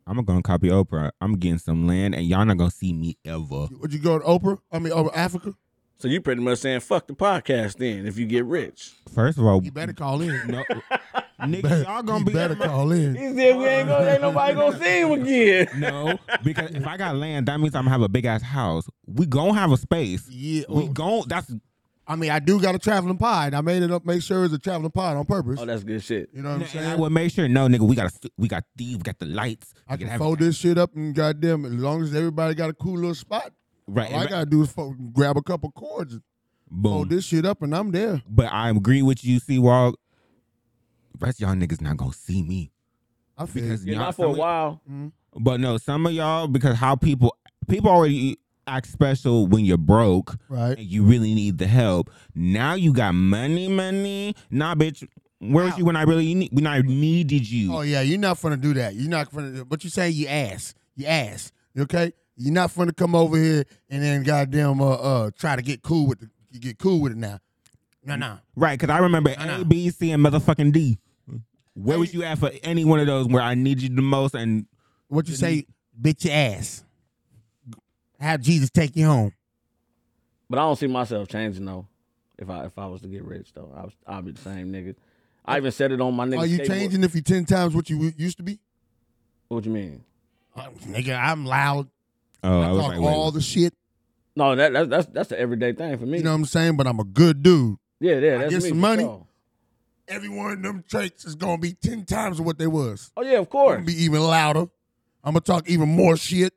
[SPEAKER 1] I'm gonna copy Oprah. I'm getting some land, and y'all not gonna see me ever.
[SPEAKER 16] Would you go to Oprah? I mean over Africa?
[SPEAKER 2] So you pretty much saying fuck the podcast then if you get rich.
[SPEAKER 1] First of all,
[SPEAKER 16] You better call in.
[SPEAKER 1] no,
[SPEAKER 16] You
[SPEAKER 1] nigga,
[SPEAKER 16] better-
[SPEAKER 1] y'all gonna
[SPEAKER 16] you
[SPEAKER 1] be
[SPEAKER 16] better call in.
[SPEAKER 2] He said we ain't gonna ain't nobody gonna see him again.
[SPEAKER 1] No, because if I got land, that means I'm gonna have a big ass house. We gonna have a space.
[SPEAKER 16] Yeah, oh,
[SPEAKER 1] we gon' That's
[SPEAKER 16] I mean, I do got a traveling pod. I made it up, make sure it's a traveling pod on purpose.
[SPEAKER 2] Oh, that's good shit.
[SPEAKER 16] You know what I'm
[SPEAKER 1] and I
[SPEAKER 16] saying?
[SPEAKER 1] would make sure. No, nigga, we got a, we got these, we got the lights.
[SPEAKER 16] I
[SPEAKER 1] we
[SPEAKER 16] can
[SPEAKER 1] have-
[SPEAKER 16] fold this shit up and goddamn, as long as everybody got a cool little spot.
[SPEAKER 1] Right,
[SPEAKER 16] All Oh, I
[SPEAKER 1] right.
[SPEAKER 16] gotta do is fo- grab a couple cords, and
[SPEAKER 1] Boom.
[SPEAKER 16] fold this shit up, and I'm there.
[SPEAKER 1] But I agree with you, Sea Walk. Rest of y'all niggas not gonna see me.
[SPEAKER 16] I feel
[SPEAKER 1] Because
[SPEAKER 2] Yeah,
[SPEAKER 1] y'all-
[SPEAKER 2] not for a
[SPEAKER 1] some of-
[SPEAKER 2] while.
[SPEAKER 1] But no, some of y'all because how people people already act special when you're broke,
[SPEAKER 16] Right.
[SPEAKER 1] And you really need the help. Now you got money, money. Nah, bitch, where was you when I really need, when I needed you?
[SPEAKER 16] Oh yeah, you're not gonna do that. You're not gonna. But you say you ass, you ass. You okay? You're not gonna come over here and then goddamn uh uh try to get cool with the, you get cool with it now. No, no.
[SPEAKER 1] Right? Because I remember A, B, C, and motherfucking D. Where was you at for any one of those where I needed you the most? And
[SPEAKER 16] What you say? bitch your ass. Have Jesus take you home.
[SPEAKER 2] But I don't see myself changing though. If I if I was to get rich though, I was I'd be the same nigga. I even said it on my nigga.
[SPEAKER 16] Are you
[SPEAKER 2] skateboard.
[SPEAKER 16] changing if you ten times what you w- used to be?
[SPEAKER 2] What you mean?
[SPEAKER 16] Oh, nigga, I'm loud.
[SPEAKER 1] Oh,
[SPEAKER 16] I, talk all the shit.
[SPEAKER 2] No, that, that that's that's the everyday thing for me.
[SPEAKER 16] You know what I'm saying? But I'm a good dude.
[SPEAKER 2] yeah, yeah,
[SPEAKER 16] I
[SPEAKER 2] that's
[SPEAKER 16] get
[SPEAKER 2] me
[SPEAKER 16] some
[SPEAKER 2] for
[SPEAKER 16] money.
[SPEAKER 2] sure.
[SPEAKER 16] Every one of them traits is gonna be ten times what they was.
[SPEAKER 2] Oh yeah, of course.
[SPEAKER 16] I'm gonna be even louder. I'm gonna talk even more shit,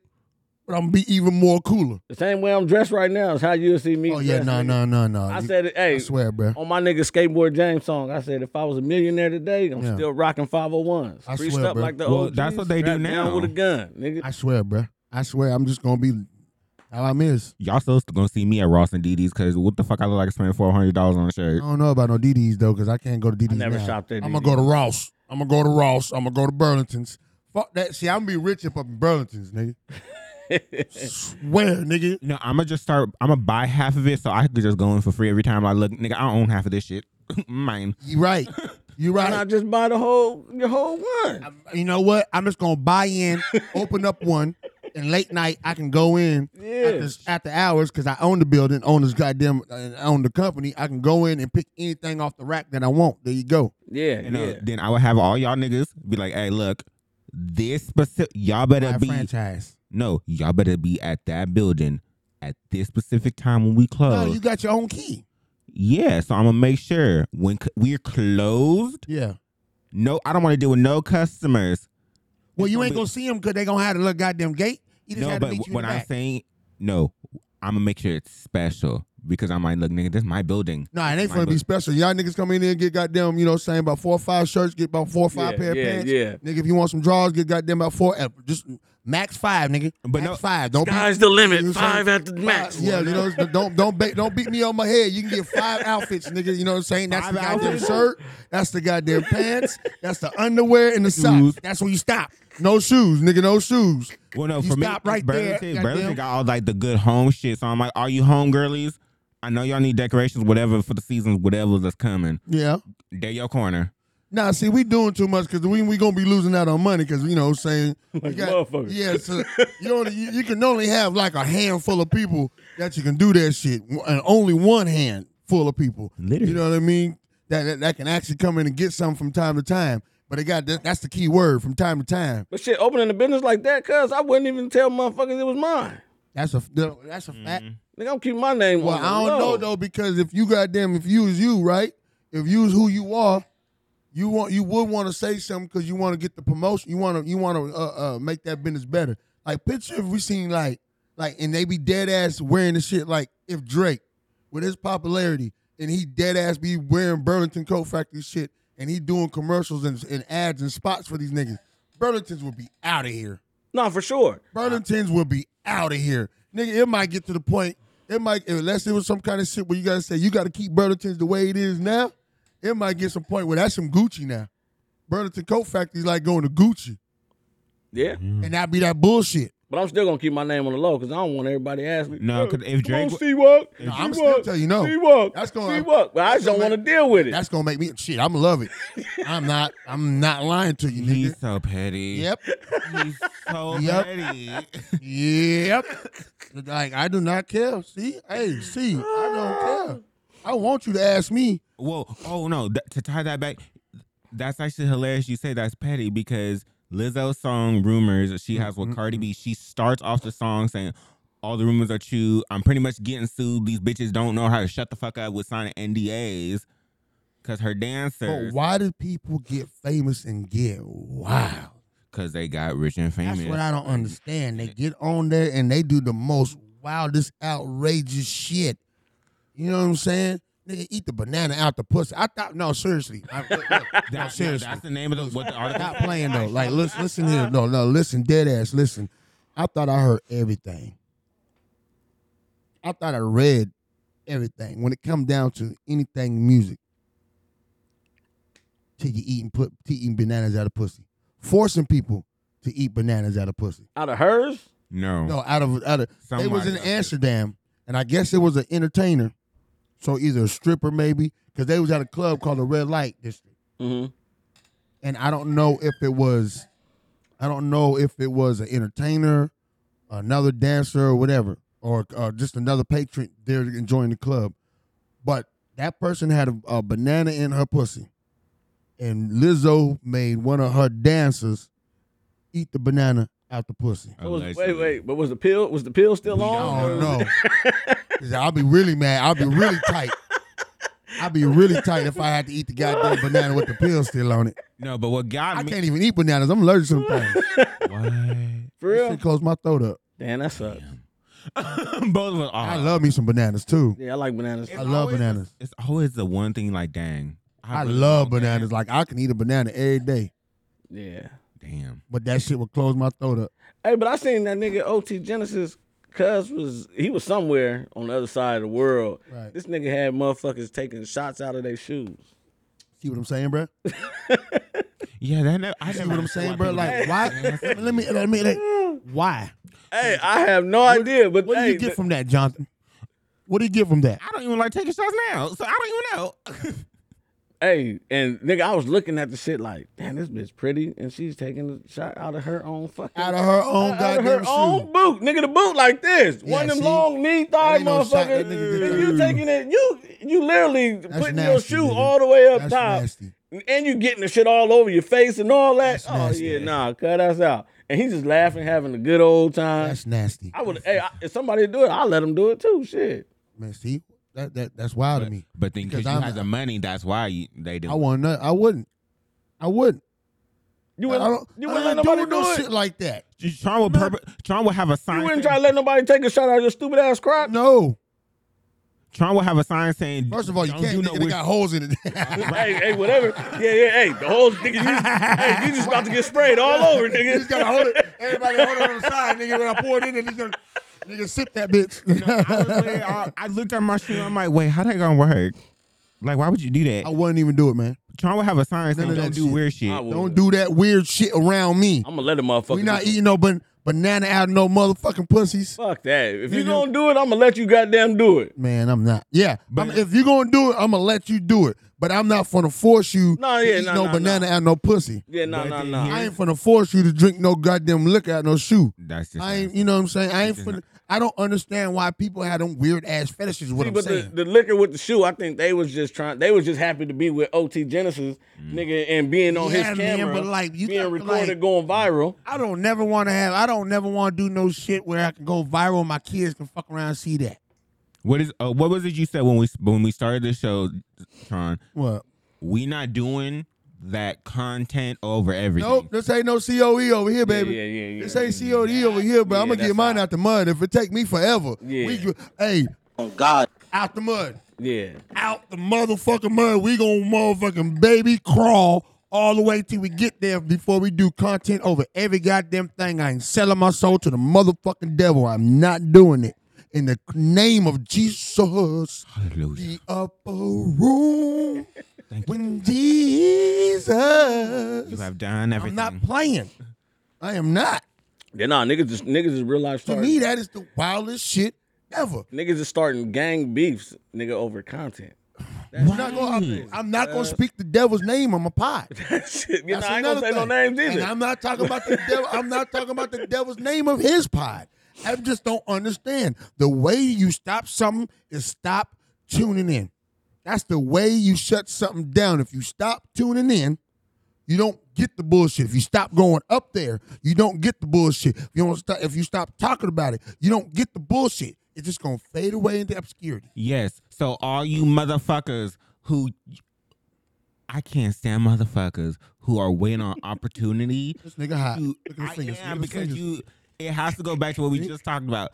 [SPEAKER 16] but I'm gonna be even more cooler.
[SPEAKER 2] The same way I'm dressed right now is how you'll see me.
[SPEAKER 16] Oh yeah,
[SPEAKER 2] dressed,
[SPEAKER 16] no,
[SPEAKER 2] nigga.
[SPEAKER 16] no, no, no.
[SPEAKER 2] I
[SPEAKER 16] You-
[SPEAKER 2] said it. Hey,
[SPEAKER 16] I swear, bro.
[SPEAKER 2] On my nigga skateboard James song, I said if I was a millionaire today, I'm
[SPEAKER 16] Yeah.
[SPEAKER 2] still rocking 501s.
[SPEAKER 16] I
[SPEAKER 2] Greased
[SPEAKER 16] swear,
[SPEAKER 2] up
[SPEAKER 16] bro.
[SPEAKER 2] like the
[SPEAKER 16] Well,
[SPEAKER 2] old.
[SPEAKER 16] that's what they do now.
[SPEAKER 2] with a gun, nigga.
[SPEAKER 16] I swear, bro. I swear, I'm just gonna be how I miss.
[SPEAKER 1] Y'all still gonna see me at Ross and DD's because what the fuck I look like spending four hundred dollars on a
[SPEAKER 16] I
[SPEAKER 1] shirt?
[SPEAKER 16] don't know about no DDs though, cause I can't go to DDs.
[SPEAKER 2] never
[SPEAKER 16] now.
[SPEAKER 2] shopped at
[SPEAKER 16] I'm gonna go
[SPEAKER 2] DDs.
[SPEAKER 16] to Ross. I'm gonna go to Ross. I'm gonna go to Burlington's. Fuck that shit. I'm gonna be rich up in Burlington's, nigga. Swear, nigga.
[SPEAKER 1] No, I'ma just start. I'ma buy half of it so I could just go in for free every time I look. Nigga, I own half of this shit. Mine.
[SPEAKER 16] You right. You right.
[SPEAKER 2] I just buy the whole the whole one.
[SPEAKER 16] You know what? I'm just gonna buy in, open up one, and late night I can go in after, after hours because I own the building, own this goddamn, I own the company. I can go in and pick anything off the rack that I want. There you go.
[SPEAKER 2] Yeah,
[SPEAKER 1] And, uh,
[SPEAKER 2] yeah.
[SPEAKER 1] Then I would have all y'all niggas be like, "Hey, look, this specific y'all better
[SPEAKER 16] Buy a
[SPEAKER 1] be
[SPEAKER 16] franchise.
[SPEAKER 1] No, y'all better be at that building at this specific time when we close.
[SPEAKER 16] No, you got your own key.
[SPEAKER 1] yeah, so I'm gonna make sure when c- we're closed.
[SPEAKER 16] Yeah.
[SPEAKER 1] No, I don't want to deal with no customers.
[SPEAKER 16] Well, you ain't gonna see them because they gonna have the little goddamn gate. You just
[SPEAKER 1] No,
[SPEAKER 16] had to
[SPEAKER 1] but
[SPEAKER 16] meet you in
[SPEAKER 1] what
[SPEAKER 16] the
[SPEAKER 1] I'm
[SPEAKER 16] back.
[SPEAKER 1] saying, no, I'm gonna make sure it's special because I might look, nigga, this is my building.
[SPEAKER 16] Nah, it ain't
[SPEAKER 1] My
[SPEAKER 16] gonna be
[SPEAKER 1] bu-
[SPEAKER 16] special. Y'all niggas come in there and get goddamn, you know, what I'm saying about four or five shirts, get about four or five
[SPEAKER 1] Yeah,
[SPEAKER 16] pair of
[SPEAKER 1] yeah,
[SPEAKER 16] pants.
[SPEAKER 1] yeah.
[SPEAKER 16] Nigga, if you want some drawers, get goddamn about four, uh, just max five, nigga. But max five. Don't
[SPEAKER 2] Sky's
[SPEAKER 16] be,
[SPEAKER 2] the limit.
[SPEAKER 16] you know what I'm
[SPEAKER 2] Five
[SPEAKER 16] saying?
[SPEAKER 2] at the max.
[SPEAKER 16] Yeah, you know, don't don't ba- don't beat me on my head. You can get five outfits, nigga. You know what I'm saying? That's the goddamn shirt. That's the goddamn pants. That's the underwear and the socks. That's where you stop. No shoes, nigga. No shoes.
[SPEAKER 1] Well, no,
[SPEAKER 16] you
[SPEAKER 1] for me,
[SPEAKER 16] stop
[SPEAKER 1] it's
[SPEAKER 16] right
[SPEAKER 1] Burlington,
[SPEAKER 16] there.
[SPEAKER 1] Burlington
[SPEAKER 16] goddamn.
[SPEAKER 1] got all like the good home shit. So I'm like, all you home girlies, I know y'all need decorations, whatever for the seasons, whatever that's coming.
[SPEAKER 16] Yeah.
[SPEAKER 1] They're your corner.
[SPEAKER 16] Nah, see, we doing too much because we we gonna be losing out on money because you know what I'm saying you got-
[SPEAKER 2] motherfuckers.
[SPEAKER 16] Yeah, so you only you, you can only have like a handful of people that you can do that shit, and only one hand full of people.
[SPEAKER 1] Literally,
[SPEAKER 16] you know what I mean? That that, that can actually come in and get something from time to time. But they got that, that's the key word from time to time.
[SPEAKER 2] But shit, opening a business like that, cuz I wouldn't even tell motherfuckers it was mine.
[SPEAKER 16] That's a that's a fact.
[SPEAKER 2] Nigga, I'm keeping my name.
[SPEAKER 16] Well,
[SPEAKER 2] on
[SPEAKER 16] I don't know though because if you goddamn if you is you right, if you is who you are, you want you would want to say something because you want to get the promotion. You want to you want to uh, uh, make that business better. Like picture if we seen like like and they be dead ass wearing the shit like if Drake with his popularity and he dead ass be wearing Burlington Coat Factory shit and he doing commercials and, and ads and spots for these niggas. Burlington's would be out of here.
[SPEAKER 2] No, for sure.
[SPEAKER 16] Burlington's will be out of here. Nigga, it might get to the point, it might, unless it was some kind of shit where you gotta say, you gotta keep Burlington's the way it is now, it might get some point where that's some Gucci now. Burlington Coat Factory's like going to Gucci.
[SPEAKER 2] Yeah.
[SPEAKER 16] And that be that bullshit.
[SPEAKER 2] But I'm still gonna keep my name on the low because I don't want everybody to ask me.
[SPEAKER 1] No, 'cause if
[SPEAKER 2] Come
[SPEAKER 1] Drake
[SPEAKER 2] on,
[SPEAKER 1] w-
[SPEAKER 2] C-Walk,
[SPEAKER 16] No, I'm
[SPEAKER 2] C-Walk,
[SPEAKER 16] still tell you no.
[SPEAKER 2] C-Walk,
[SPEAKER 16] That's gonna-
[SPEAKER 2] C-Walk. But I just don't want to deal with it.
[SPEAKER 16] That's gonna make me shit, I'm gonna love it. I'm not I'm not lying to you, nigga.
[SPEAKER 1] He's so petty.
[SPEAKER 16] Yep.
[SPEAKER 1] He's so
[SPEAKER 16] Yep.
[SPEAKER 1] petty.
[SPEAKER 16] Yep. Like I do not care. See, hey, see, I don't care. I want you to ask me.
[SPEAKER 1] Well, oh no, th- to tie that back, that's actually hilarious. You say that's petty because Lizzo's song "Rumors" that she
[SPEAKER 16] Mm-hmm,
[SPEAKER 1] has with Cardi B. She starts off the song saying, "All the rumors are true. I'm pretty much getting sued. These bitches don't know how to shut the fuck up with signing NDAs." Cause her dancers,
[SPEAKER 16] But why do people get famous and get wild?
[SPEAKER 1] cause they got rich and famous.
[SPEAKER 16] That's what I don't understand. They get on there and they do the most wildest, outrageous shit. You know what I'm saying? Nigga, eat the banana out the pussy. I thought, no, seriously. I, look, look,
[SPEAKER 1] That-
[SPEAKER 16] no,
[SPEAKER 1] no,
[SPEAKER 16] seriously.
[SPEAKER 1] that's the name of the what the article.
[SPEAKER 16] Stop playing though. Like, listen, listen here. No, no, listen, dead ass. Listen, I thought I heard everything. I thought I read everything. When it come down to anything music, till you eating put to eating bananas out of pussy, forcing people to eat bananas out of pussy.
[SPEAKER 2] Out of hers?
[SPEAKER 1] No.
[SPEAKER 16] No, out of out of. they was
[SPEAKER 1] Somebody
[SPEAKER 16] in
[SPEAKER 1] out
[SPEAKER 16] Amsterdam, and I guess it was an entertainer, so either a stripper maybe, because they was at a Oh, club called the Red Light District
[SPEAKER 2] Mm-hmm.
[SPEAKER 16] and I don't know if it was I don't know if it was an entertainer, another dancer, or whatever, or uh, just another patron there enjoying the club. But that person had a, a banana in her pussy, and Lizzo made one of her dancers eat the banana out the pussy.
[SPEAKER 2] It was- wait, wait, but was the pill was the pill still on?
[SPEAKER 16] I don't know. 'Cause I'll be really mad. I'll be really tight. I'd be really tight if I had to eat the goddamn banana with the pill still on it.
[SPEAKER 1] No, but what got
[SPEAKER 16] I can't even eat bananas. I'm allergic to them things.
[SPEAKER 2] For real?
[SPEAKER 16] Shit close my throat up.
[SPEAKER 2] Damn, that sucks.
[SPEAKER 1] Both of us.
[SPEAKER 2] Ah.
[SPEAKER 16] I love me some bananas too.
[SPEAKER 2] Yeah, I like bananas.
[SPEAKER 16] I love bananas.
[SPEAKER 1] It's always the one thing like, dang.
[SPEAKER 16] I, love bananas. Like I can eat a banana every day,
[SPEAKER 2] Yeah.
[SPEAKER 1] Damn.
[SPEAKER 16] but that shit would close my throat up.
[SPEAKER 2] Hey, but I seen that nigga OT Genesis. Cuz was he was somewhere on the other side of the world.
[SPEAKER 16] Right.
[SPEAKER 2] This nigga had motherfuckers taking shots out of their shoes.
[SPEAKER 16] See what I'm saying, bro?
[SPEAKER 1] Yeah, that never, I
[SPEAKER 16] See
[SPEAKER 1] never
[SPEAKER 16] what I'm saying, bro? Like why? let me let me like, why?
[SPEAKER 2] Hey, I have no idea. But
[SPEAKER 16] What do
[SPEAKER 2] hey,
[SPEAKER 16] you get from that, Jonathan? What do you get from that?
[SPEAKER 1] I don't even like taking shots now, so I don't even know.
[SPEAKER 2] hey, and nigga, I was looking at the shit like, damn, this bitch pretty, and she's taking a shot out of her own fucking
[SPEAKER 16] Out of her own
[SPEAKER 2] out of her
[SPEAKER 16] goddamn
[SPEAKER 2] own boot, nigga. The boot like this, one of them
[SPEAKER 16] see?
[SPEAKER 2] long knee thigh
[SPEAKER 16] ain't no shot that
[SPEAKER 2] motherfuckers.
[SPEAKER 16] nigga did
[SPEAKER 2] and
[SPEAKER 16] that.
[SPEAKER 2] you taking it, you you literally putting your
[SPEAKER 16] nasty,
[SPEAKER 2] shoe
[SPEAKER 16] nigga.
[SPEAKER 2] all the way up
[SPEAKER 16] That's
[SPEAKER 2] top,
[SPEAKER 16] nasty.
[SPEAKER 2] and you getting the shit all over your face and all that. oh
[SPEAKER 16] nasty.
[SPEAKER 2] yeah, nah, cut us out. And he just laughing, having a good old time.
[SPEAKER 16] That's nasty.
[SPEAKER 2] I would, hey, I, if somebody do it, I let them do it too. Shit.
[SPEAKER 16] Man, see that, that that's wild to me.
[SPEAKER 1] But then because
[SPEAKER 16] Because
[SPEAKER 1] you
[SPEAKER 16] I'm-
[SPEAKER 1] have the money, that's why you, they do.
[SPEAKER 16] I want not I wouldn't. I wouldn't. I
[SPEAKER 2] You wouldn't,
[SPEAKER 16] don't,
[SPEAKER 2] you
[SPEAKER 16] I
[SPEAKER 2] wouldn't let
[SPEAKER 16] ain't
[SPEAKER 2] nobody
[SPEAKER 16] doing
[SPEAKER 2] do
[SPEAKER 16] no
[SPEAKER 2] it.
[SPEAKER 16] shit like that.
[SPEAKER 1] it. Tron will, purpo- Tron will have a sign.
[SPEAKER 2] you
[SPEAKER 1] saying-
[SPEAKER 2] wouldn't try to let nobody take a shot out of your stupid ass crock.
[SPEAKER 16] No.
[SPEAKER 1] Tron will have a sign saying.
[SPEAKER 16] First of all, you
[SPEAKER 1] don't
[SPEAKER 16] can't.
[SPEAKER 1] do
[SPEAKER 16] nigga,
[SPEAKER 1] no
[SPEAKER 16] they
[SPEAKER 1] weird-
[SPEAKER 16] got holes in it.
[SPEAKER 2] hey, hey, whatever. Yeah, yeah, hey. The whole nigga, you, hey, you just about to get sprayed all over, nigga.
[SPEAKER 16] You just gotta hold it. Everybody hold it on the side, nigga. When I pour it in, and gonna nigga sip that bitch.
[SPEAKER 1] I, was literally- I- uh, I looked at my shoe. I'm like, wait, how that gonna work? Like, why would you do that?
[SPEAKER 16] I wouldn't even do it, man.
[SPEAKER 1] Tron will have a sign
[SPEAKER 16] None
[SPEAKER 1] saying
[SPEAKER 16] of that
[SPEAKER 1] don't do
[SPEAKER 16] shit.
[SPEAKER 1] weird shit.
[SPEAKER 2] I would.
[SPEAKER 16] Don't do that weird shit around me.
[SPEAKER 2] I'm gonna let a motherfucker.
[SPEAKER 16] We not
[SPEAKER 2] do it.
[SPEAKER 16] eating no ban- banana out of no motherfucking pussies.
[SPEAKER 2] Fuck that. If you
[SPEAKER 16] Nigga.
[SPEAKER 2] gonna do it, I'm gonna let you goddamn do it.
[SPEAKER 16] Man, I'm not. Yeah, I'm- if you're gonna do it, I'm gonna let you do it. But I'm not gonna force you
[SPEAKER 2] No,
[SPEAKER 16] to
[SPEAKER 2] yeah,
[SPEAKER 16] eat
[SPEAKER 2] no,
[SPEAKER 16] no
[SPEAKER 2] no,
[SPEAKER 16] banana out of no pussy.
[SPEAKER 2] Yeah, no, no,
[SPEAKER 16] I
[SPEAKER 2] no.
[SPEAKER 16] ain't finna force you to drink no goddamn liquor out of no shoe.
[SPEAKER 1] That's just.
[SPEAKER 16] I ain't, you know what I'm saying? I ain't finna. I don't understand why people have them weird ass fetishes. What
[SPEAKER 2] See,
[SPEAKER 16] I'm
[SPEAKER 2] but the,
[SPEAKER 16] saying.
[SPEAKER 2] the liquor with the shoe, I think they was just trying. They was just happy to be with OT Genesis, nigga, and being on
[SPEAKER 16] Yeah,
[SPEAKER 2] his
[SPEAKER 16] man,
[SPEAKER 2] camera,
[SPEAKER 16] but, like, you
[SPEAKER 2] being
[SPEAKER 16] got to,
[SPEAKER 2] recorded,
[SPEAKER 16] like-
[SPEAKER 2] going viral.
[SPEAKER 16] I don't never want to have. I don't never want to do no shit where I can go viral. and My kids can fuck around and see that.
[SPEAKER 1] What is? Uh, what was it you said when we when we started the show, Tron?
[SPEAKER 16] What?
[SPEAKER 1] We not doing that content over everything.
[SPEAKER 16] Nope. This ain't no coe over here, baby.
[SPEAKER 2] Yeah, yeah, yeah.
[SPEAKER 16] This ain't COD over here, but
[SPEAKER 2] Yeah,
[SPEAKER 16] I'm gonna
[SPEAKER 2] that's
[SPEAKER 16] get mine
[SPEAKER 2] right.
[SPEAKER 16] out the mud if it take me forever.
[SPEAKER 2] Yeah.
[SPEAKER 16] We, go- hey,
[SPEAKER 17] Oh God.
[SPEAKER 16] out the mud,
[SPEAKER 2] yeah.
[SPEAKER 16] out the motherfucking mud. We gonna motherfucking baby crawl all the way till we get there before we do content over every goddamn thing. I ain't selling my soul to the motherfucking devil. I'm not doing it. In the name of Jesus,
[SPEAKER 1] Hallelujah.
[SPEAKER 16] the upper room. When Jesus,
[SPEAKER 1] You have done
[SPEAKER 16] I'm
[SPEAKER 1] everything.
[SPEAKER 16] not playing. I am not.
[SPEAKER 2] Yeah, nah, niggas just niggas is real life
[SPEAKER 16] To
[SPEAKER 2] stars.
[SPEAKER 16] me, that is the wildest shit ever.
[SPEAKER 2] Niggas is starting gang beefs, nigga, over content.
[SPEAKER 16] I'm not gonna, I'm, I'm not gonna speak the devil's name on my pod.
[SPEAKER 2] Shit, you know,
[SPEAKER 16] That's
[SPEAKER 2] I ain't
[SPEAKER 16] another
[SPEAKER 2] gonna say no
[SPEAKER 16] thing.
[SPEAKER 2] names either.
[SPEAKER 16] And I'm not talking about the devil. I'm not talking about the devil's name of his pod. I just don't understand the way you stop something is stop tuning in. That's the way you shut something down. If you stop tuning in, you don't get the bullshit. If you stop going up there, you don't get the bullshit. If you don't stop, if you stop talking about it, you don't get the bullshit. It's just gonna fade away into obscurity.
[SPEAKER 1] Yes. So all you motherfuckers who I can't stand motherfuckers who are waiting on opportunity.
[SPEAKER 16] This nigga hot.
[SPEAKER 1] to-
[SPEAKER 16] Look at his
[SPEAKER 1] I
[SPEAKER 16] fingers.
[SPEAKER 1] am
[SPEAKER 16] Look at his
[SPEAKER 1] because
[SPEAKER 16] fingers.
[SPEAKER 1] you. It has to go back to what we just talked about.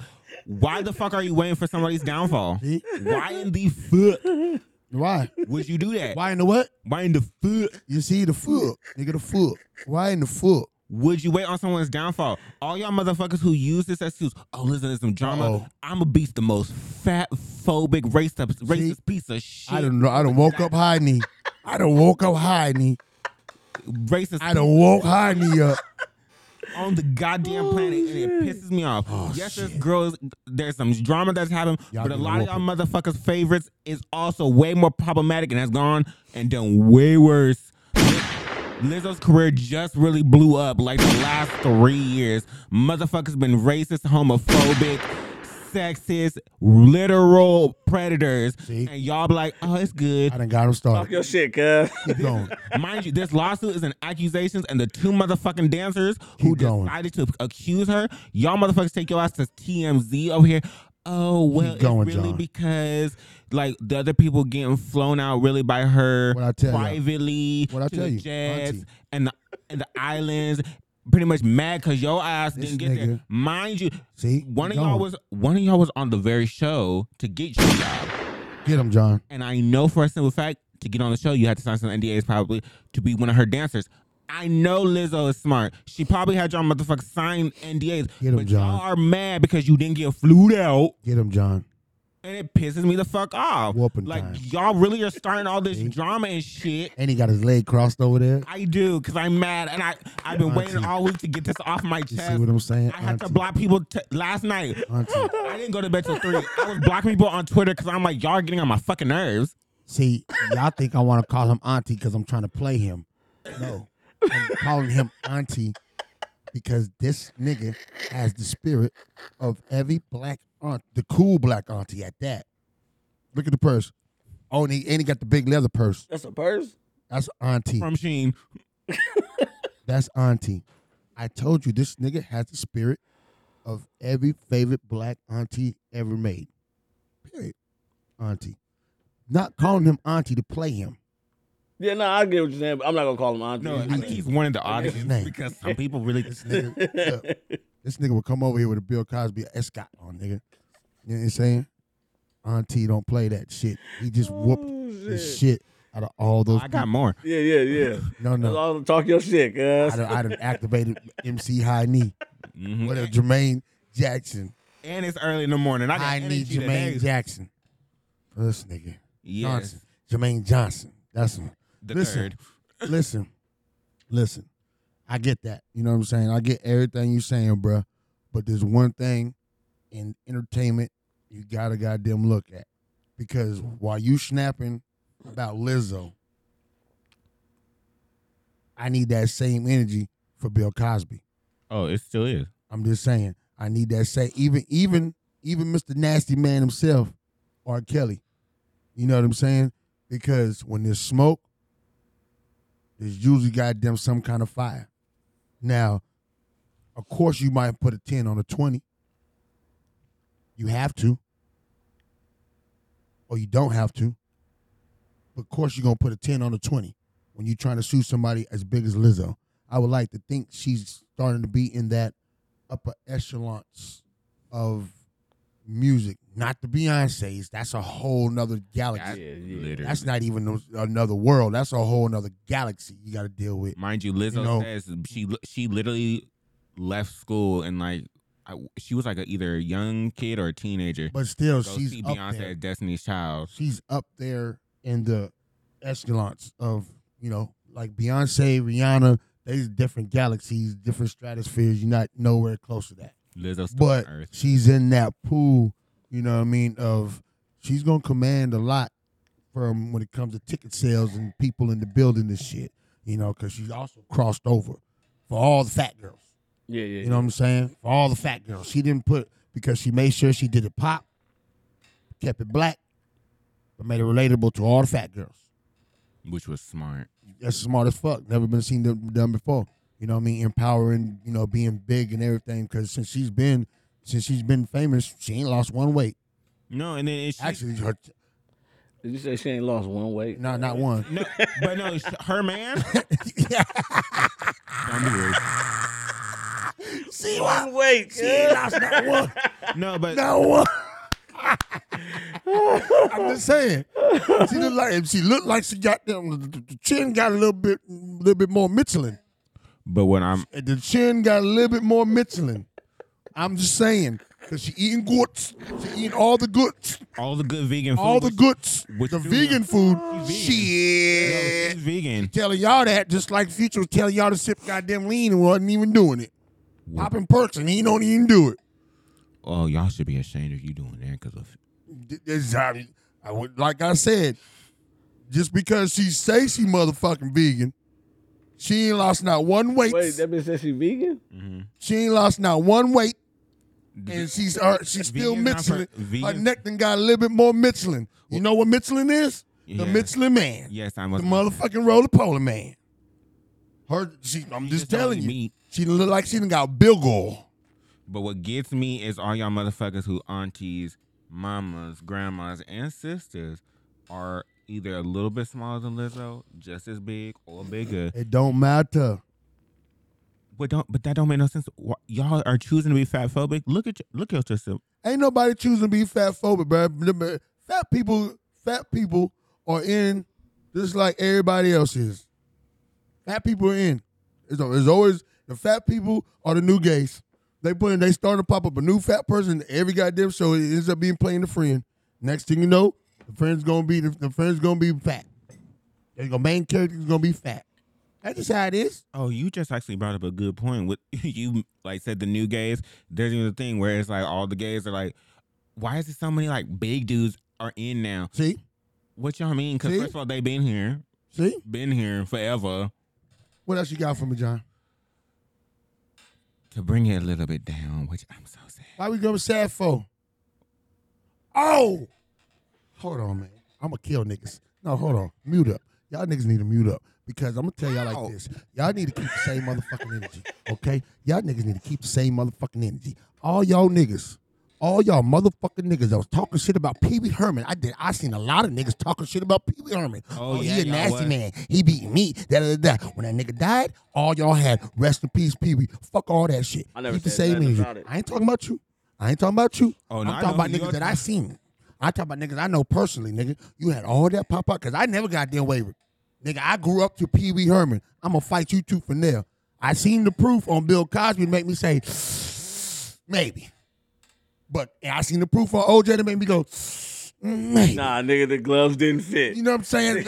[SPEAKER 1] Why the fuck are you waiting for somebody's downfall?
[SPEAKER 16] See?
[SPEAKER 1] Why in the fuck
[SPEAKER 16] Why?
[SPEAKER 1] would you do that?
[SPEAKER 16] Why in the what?
[SPEAKER 1] Why in the fuck
[SPEAKER 16] You see the foot, nigga. The foot. Why in the foot?
[SPEAKER 1] would you wait on someone's downfall? All y'all motherfuckers who use this excuse, oh listen to some drama.
[SPEAKER 16] Uh-oh.
[SPEAKER 1] I'm a beast, the most fat phobic racist, racist piece of shit.
[SPEAKER 16] I don't know. I don't woke up high knee. I don't woke up high knee.
[SPEAKER 1] racist.
[SPEAKER 16] I don't woke high knee up.
[SPEAKER 1] on the goddamn planet, and it pisses me off. yes, there's girls, there's some drama that's happened,
[SPEAKER 16] Y'all
[SPEAKER 1] but a
[SPEAKER 16] getting
[SPEAKER 1] lot of y'all
[SPEAKER 16] whooping.
[SPEAKER 1] motherfuckers' favorites is also way more problematic and has gone and done way worse Lizzo's career just really blew up like the last three years. Motherfuckers been racist, homophobic, sexist, literal predators. And y'all be like, oh, it's good. I
[SPEAKER 16] done got him started.
[SPEAKER 2] Fuck your shit, cuz.
[SPEAKER 1] Mind you, this lawsuit is an accusations, and the two motherfucking dancers who decided to accuse her, y'all motherfuckers take your ass to TMZ over here. Oh well,
[SPEAKER 16] going,
[SPEAKER 1] it's really
[SPEAKER 16] John.
[SPEAKER 1] because like the other people getting flown out really by her
[SPEAKER 16] ya.
[SPEAKER 1] privately
[SPEAKER 16] What I
[SPEAKER 1] to
[SPEAKER 16] tell
[SPEAKER 1] the
[SPEAKER 16] you,
[SPEAKER 1] jets
[SPEAKER 16] auntie.
[SPEAKER 1] and the, and the islands. Pretty much mad because your ass didn't get there.
[SPEAKER 16] nigga.
[SPEAKER 1] Mind you,
[SPEAKER 16] see
[SPEAKER 1] one of
[SPEAKER 16] going.
[SPEAKER 1] y'all was one of y'all was on the very show to get your job.
[SPEAKER 16] Get him, John.
[SPEAKER 1] And I know for a simple fact, to get on the show, you had to sign some NDAs probably to be one of her dancers. I know Lizzo is smart. She probably had y'all motherfuckers sign NDAs.
[SPEAKER 16] Get him,
[SPEAKER 1] but
[SPEAKER 16] John.
[SPEAKER 1] y'all are mad because you didn't get flued out.
[SPEAKER 16] Get him, John.
[SPEAKER 1] And it pisses me the fuck off. like y'all really are starting all this drama and shit.
[SPEAKER 16] And he got his leg crossed over there.
[SPEAKER 1] I do, cause I'm mad, and I I've been waiting all week to get this off my
[SPEAKER 16] You
[SPEAKER 1] chest.
[SPEAKER 16] see what I'm saying?
[SPEAKER 1] I had to block people t- last night.
[SPEAKER 16] Auntie.
[SPEAKER 1] I didn't go to bed till three. I was blocking people on Twitter because I'm like, y'all are getting on my fucking nerves.
[SPEAKER 16] See, y'all think I want to call him auntie because I'm trying to play him. No, I'm calling him auntie because this nigga has the spirit of every black aunt, the cool black auntie at that. Look at the purse. Oh, and he, and he got the big leather purse.
[SPEAKER 2] That's a purse.
[SPEAKER 16] That's auntie.
[SPEAKER 1] From Sheen.
[SPEAKER 16] That's auntie. I told you this nigga has the spirit of every favorite black auntie ever made. Period. Auntie. Not calling him auntie to play him.
[SPEAKER 2] Yeah, no, I get what you're saying, but I'm not gonna call him auntie.
[SPEAKER 1] No, I think he's one in the audience
[SPEAKER 16] name.
[SPEAKER 1] because some people really.
[SPEAKER 16] nigga, look, this nigga would come over here with a Bill Cosby Escott on, nigga. You know what I'm saying? Auntie don't play that shit. He just
[SPEAKER 2] Oh,
[SPEAKER 16] whooped the shit out of all those.
[SPEAKER 1] "Oh, I got
[SPEAKER 16] people.
[SPEAKER 1] more.
[SPEAKER 2] Yeah, yeah, yeah.
[SPEAKER 16] No, no.
[SPEAKER 2] That's all the talk your shit, cuz.
[SPEAKER 16] I done, I done activated MC High Knee.
[SPEAKER 1] Mhm.
[SPEAKER 16] What a Jermaine Jackson.
[SPEAKER 1] And it's early in the morning. I, got
[SPEAKER 16] I need
[SPEAKER 1] energy
[SPEAKER 16] Jermaine
[SPEAKER 1] today.
[SPEAKER 16] Jackson. This nigga.
[SPEAKER 1] Yes.
[SPEAKER 16] Johnson. Jermaine Johnson. That's him.
[SPEAKER 1] The
[SPEAKER 16] listen, listen, listen. I get that. You know what I'm saying? I get everything you're saying, bruh. But there's one thing in entertainment you gotta goddamn look at. Because while you snapping about Lizzo, I need that same energy for Bill Cosby.
[SPEAKER 1] Oh, it still is.
[SPEAKER 16] I'm just saying. I need that say even even even Mr. Nasty Man himself, R. Kelly. You know what I'm saying? Because when there's smoke, there's usually goddamn some kind of fire. Now, of course you might put a 10 on a 20. You have to. Or you don't have to. But of course you're gonna put a 10 on a 20 when you're trying to sue somebody as big as Lizzo. I would like to think she's starting to be in that upper echelons of music. Not the Beyonce's. That's a whole nother galaxy. That's not even those-
[SPEAKER 1] Mm-hmm.
[SPEAKER 16] another world. That's a whole nother galaxy you got to deal with.
[SPEAKER 1] Mind you, Lizzo
[SPEAKER 16] You know-
[SPEAKER 1] says she li- she literally left school and like I, she was like a, either a young kid or a teenager.
[SPEAKER 16] But still,
[SPEAKER 1] Go
[SPEAKER 16] she's
[SPEAKER 1] see
[SPEAKER 16] up
[SPEAKER 1] Beyonce
[SPEAKER 16] there.
[SPEAKER 1] at Destiny's Child.
[SPEAKER 16] She's up there in the escalons of you know, like Beyonce, Rihanna. They's different galaxies, different stratospheres. You're not nowhere close to that.
[SPEAKER 1] Lizzo's still
[SPEAKER 16] but
[SPEAKER 1] on Earth.
[SPEAKER 16] she's in that pool. You know what I mean? Of she's gonna command a lot from when it comes to ticket sales and people in the building and shit. You know, because she's also crossed over for all the fat girls.
[SPEAKER 2] Yeah, yeah.
[SPEAKER 16] You know what I'm saying? For all the fat girls, she didn't put because she made sure she did it pop, kept it black, but made it relatable to all the fat girls.
[SPEAKER 1] which was smart.
[SPEAKER 16] That's smart as fuck. Never been seen done done before. You know what I mean? Empowering, you know, being big and everything. Because since she's been, since she's been famous, she ain't lost one weight.
[SPEAKER 1] No, and then it's
[SPEAKER 16] actually her.
[SPEAKER 2] Did you say she ain't lost one weight?
[SPEAKER 16] No, not one.
[SPEAKER 1] No, but no, sh- her man. Don't be rude.
[SPEAKER 16] See
[SPEAKER 2] one weight.
[SPEAKER 16] She ain't lost not one.
[SPEAKER 1] No, but
[SPEAKER 16] no one. I'm just saying. She looked like she looked like she got them. The chin got a little bit, little bit more Michelin.
[SPEAKER 1] But when I'm
[SPEAKER 16] And the chin got a little bit more Michelin. I'm just saying, cause she eating goods, she eating all the goods,
[SPEAKER 1] all the good vegan,
[SPEAKER 16] all
[SPEAKER 1] food, which-
[SPEAKER 16] the goods,
[SPEAKER 1] which
[SPEAKER 16] the
[SPEAKER 1] do
[SPEAKER 16] vegan food.
[SPEAKER 1] No,
[SPEAKER 16] Shit,
[SPEAKER 1] she's vegan.
[SPEAKER 16] telling y'all that just like Future was telling y'all to sip goddamn lean and wasn't even doing it. Popping perks and he don't even do it.
[SPEAKER 1] Oh, y'all should be ashamed of you doing that because of
[SPEAKER 16] This- I, I would- like I said, just because she say she motherfucking vegan, She ain't lost not one weight.
[SPEAKER 2] Wait, that bitch said she vegan?
[SPEAKER 16] She ain't lost not one weight. And she's uh, she's still
[SPEAKER 2] Vegan not for-
[SPEAKER 16] Michelin. Her
[SPEAKER 1] vegan-
[SPEAKER 16] neck done got a little bit more Michelin. You know what Michelin is? The
[SPEAKER 1] Yeah.
[SPEAKER 16] Michelin man.
[SPEAKER 1] Yes, I
[SPEAKER 16] The
[SPEAKER 1] must.
[SPEAKER 16] motherfucking roller polar man. Her, she, I'm just, telling you,
[SPEAKER 1] meat.
[SPEAKER 16] she look like she done got bilgo.
[SPEAKER 1] But what gets me is all y'all motherfuckers who aunties, mamas, grandmas, and sisters are either a little bit smaller than Lizzo, just as big or bigger.
[SPEAKER 16] It don't matter.
[SPEAKER 1] But don't. But that don't make no sense. Wh- Y'all are choosing to be fat phobic. Look at y- look at yourself.
[SPEAKER 16] Ain't nobody choosing to be fat phobic, bro. Fat people, fat people are in just like everybody else is. Fat people are in. It's, al- it's always the fat people are the new gays. They put in, they start to pop up a new fat person every goddamn show. It ends up being playing the friend. Next thing you know, the friend's gonna be the, the friend's gonna be fat. The main character's gonna be fat. That's just how it is.
[SPEAKER 1] Oh, you just actually brought up a good point. With you, like said the new gays. There's even a thing where it's like all the gays are like, why is it so many like big dudes are in now?
[SPEAKER 16] See,
[SPEAKER 1] what y'all mean? Because
[SPEAKER 16] See?
[SPEAKER 1] first of all, they been here.
[SPEAKER 16] See,
[SPEAKER 1] been here forever.
[SPEAKER 16] What else you got for me, John?
[SPEAKER 1] To bring it a little bit down, which I'm so sad.
[SPEAKER 16] Why we going sad for? Oh, hold on, man. I'm gonna kill niggas. No, hold on. Mute up. Y'all niggas need to mute up because I'm gonna tell y'all like this. Y'all need to keep the same motherfucking energy, okay? Y'all niggas need to keep the same motherfucking energy. All y'all niggas, all y'all motherfucking niggas that was talking shit about Pee Wee Herman. I did. I seen a lot of niggas talking shit about Pee Wee Herman.
[SPEAKER 1] Oh, yeah,
[SPEAKER 16] he a
[SPEAKER 1] y'all
[SPEAKER 16] nasty
[SPEAKER 1] was.
[SPEAKER 16] man. He beat me. Da da da. da. When that nigga died, all y'all had rest in peace, Pee Wee. Fuck all that shit.
[SPEAKER 2] I never
[SPEAKER 16] keep the
[SPEAKER 2] said
[SPEAKER 16] same
[SPEAKER 2] nothing
[SPEAKER 16] energy.
[SPEAKER 2] about it.
[SPEAKER 16] I ain't talking about you. I ain't talking about you.
[SPEAKER 1] Oh,
[SPEAKER 16] I'm
[SPEAKER 1] no, I
[SPEAKER 16] talking
[SPEAKER 1] know
[SPEAKER 16] about
[SPEAKER 1] who you
[SPEAKER 16] niggas
[SPEAKER 1] are
[SPEAKER 16] that I
[SPEAKER 1] talking-
[SPEAKER 16] seen. I talk about niggas I know personally, nigga. You had all that pop up because I never got damn wavered. Nigga, I grew up to Pee Wee Herman. I'm gonna fight you two for now. I seen the proof on Bill Cosby to make me say, maybe. But I seen the proof on OJ to make me go, maybe.
[SPEAKER 2] Nah, nigga, the gloves didn't fit.
[SPEAKER 16] You know what I'm saying?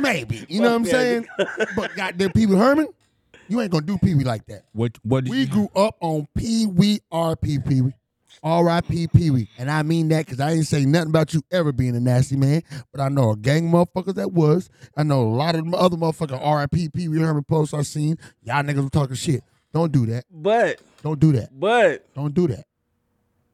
[SPEAKER 16] maybe. You know what I'm saying? but goddamn Pee Wee Herman, you ain't gonna do Pee Wee like that.
[SPEAKER 1] What? What?
[SPEAKER 16] We grew up on Pee Wee R.P. Pee Wee. R.I.P. Pee Wee. And I mean that because I ain't say nothing about you ever being a nasty man, but I know a gang of motherfuckers that was. I know a lot of other motherfucking R.I.P. Pee Wee Herman posts I've seen. Y'all niggas were talking shit. Don't do that.
[SPEAKER 2] But
[SPEAKER 16] Don't do that.
[SPEAKER 2] but
[SPEAKER 16] Don't do that.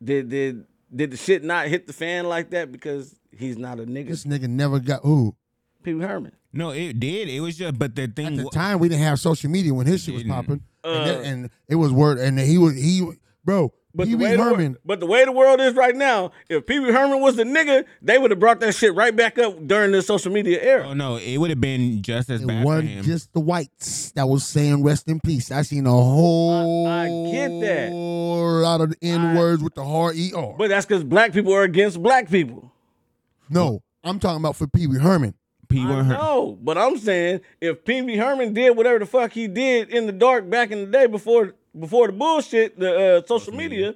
[SPEAKER 2] did did did the shit not hit the fan like that because he's not a nigga?
[SPEAKER 16] This nigga never got who.
[SPEAKER 2] Pee Wee Herman.
[SPEAKER 1] No, it did. It was just, but the thing.
[SPEAKER 16] At the time we didn't have social media when his shit was popping.
[SPEAKER 2] Uh.
[SPEAKER 16] and, that- and it was word and he was he bro,
[SPEAKER 2] But
[SPEAKER 16] Pee
[SPEAKER 2] the,
[SPEAKER 16] Wee
[SPEAKER 2] way the,
[SPEAKER 16] Herman.
[SPEAKER 2] wor- but the way the world is right now, if Pee Wee Herman was the nigga, they would have brought that shit right back up during the social media era.
[SPEAKER 1] oh no, it would have been just as bad for
[SPEAKER 16] One
[SPEAKER 1] him.
[SPEAKER 16] just the whites that was saying rest in peace. I seen a whole
[SPEAKER 2] Get that.
[SPEAKER 16] lot of N words with the hard ER.
[SPEAKER 2] But that's because black people are against black people.
[SPEAKER 16] No, I'm talking about for Pee Wee Herman.
[SPEAKER 1] Pee Wee Herman.
[SPEAKER 2] No, but I'm saying if Pee Wee Herman did whatever the fuck he did in the dark back in the day before before the bullshit, the uh, social media,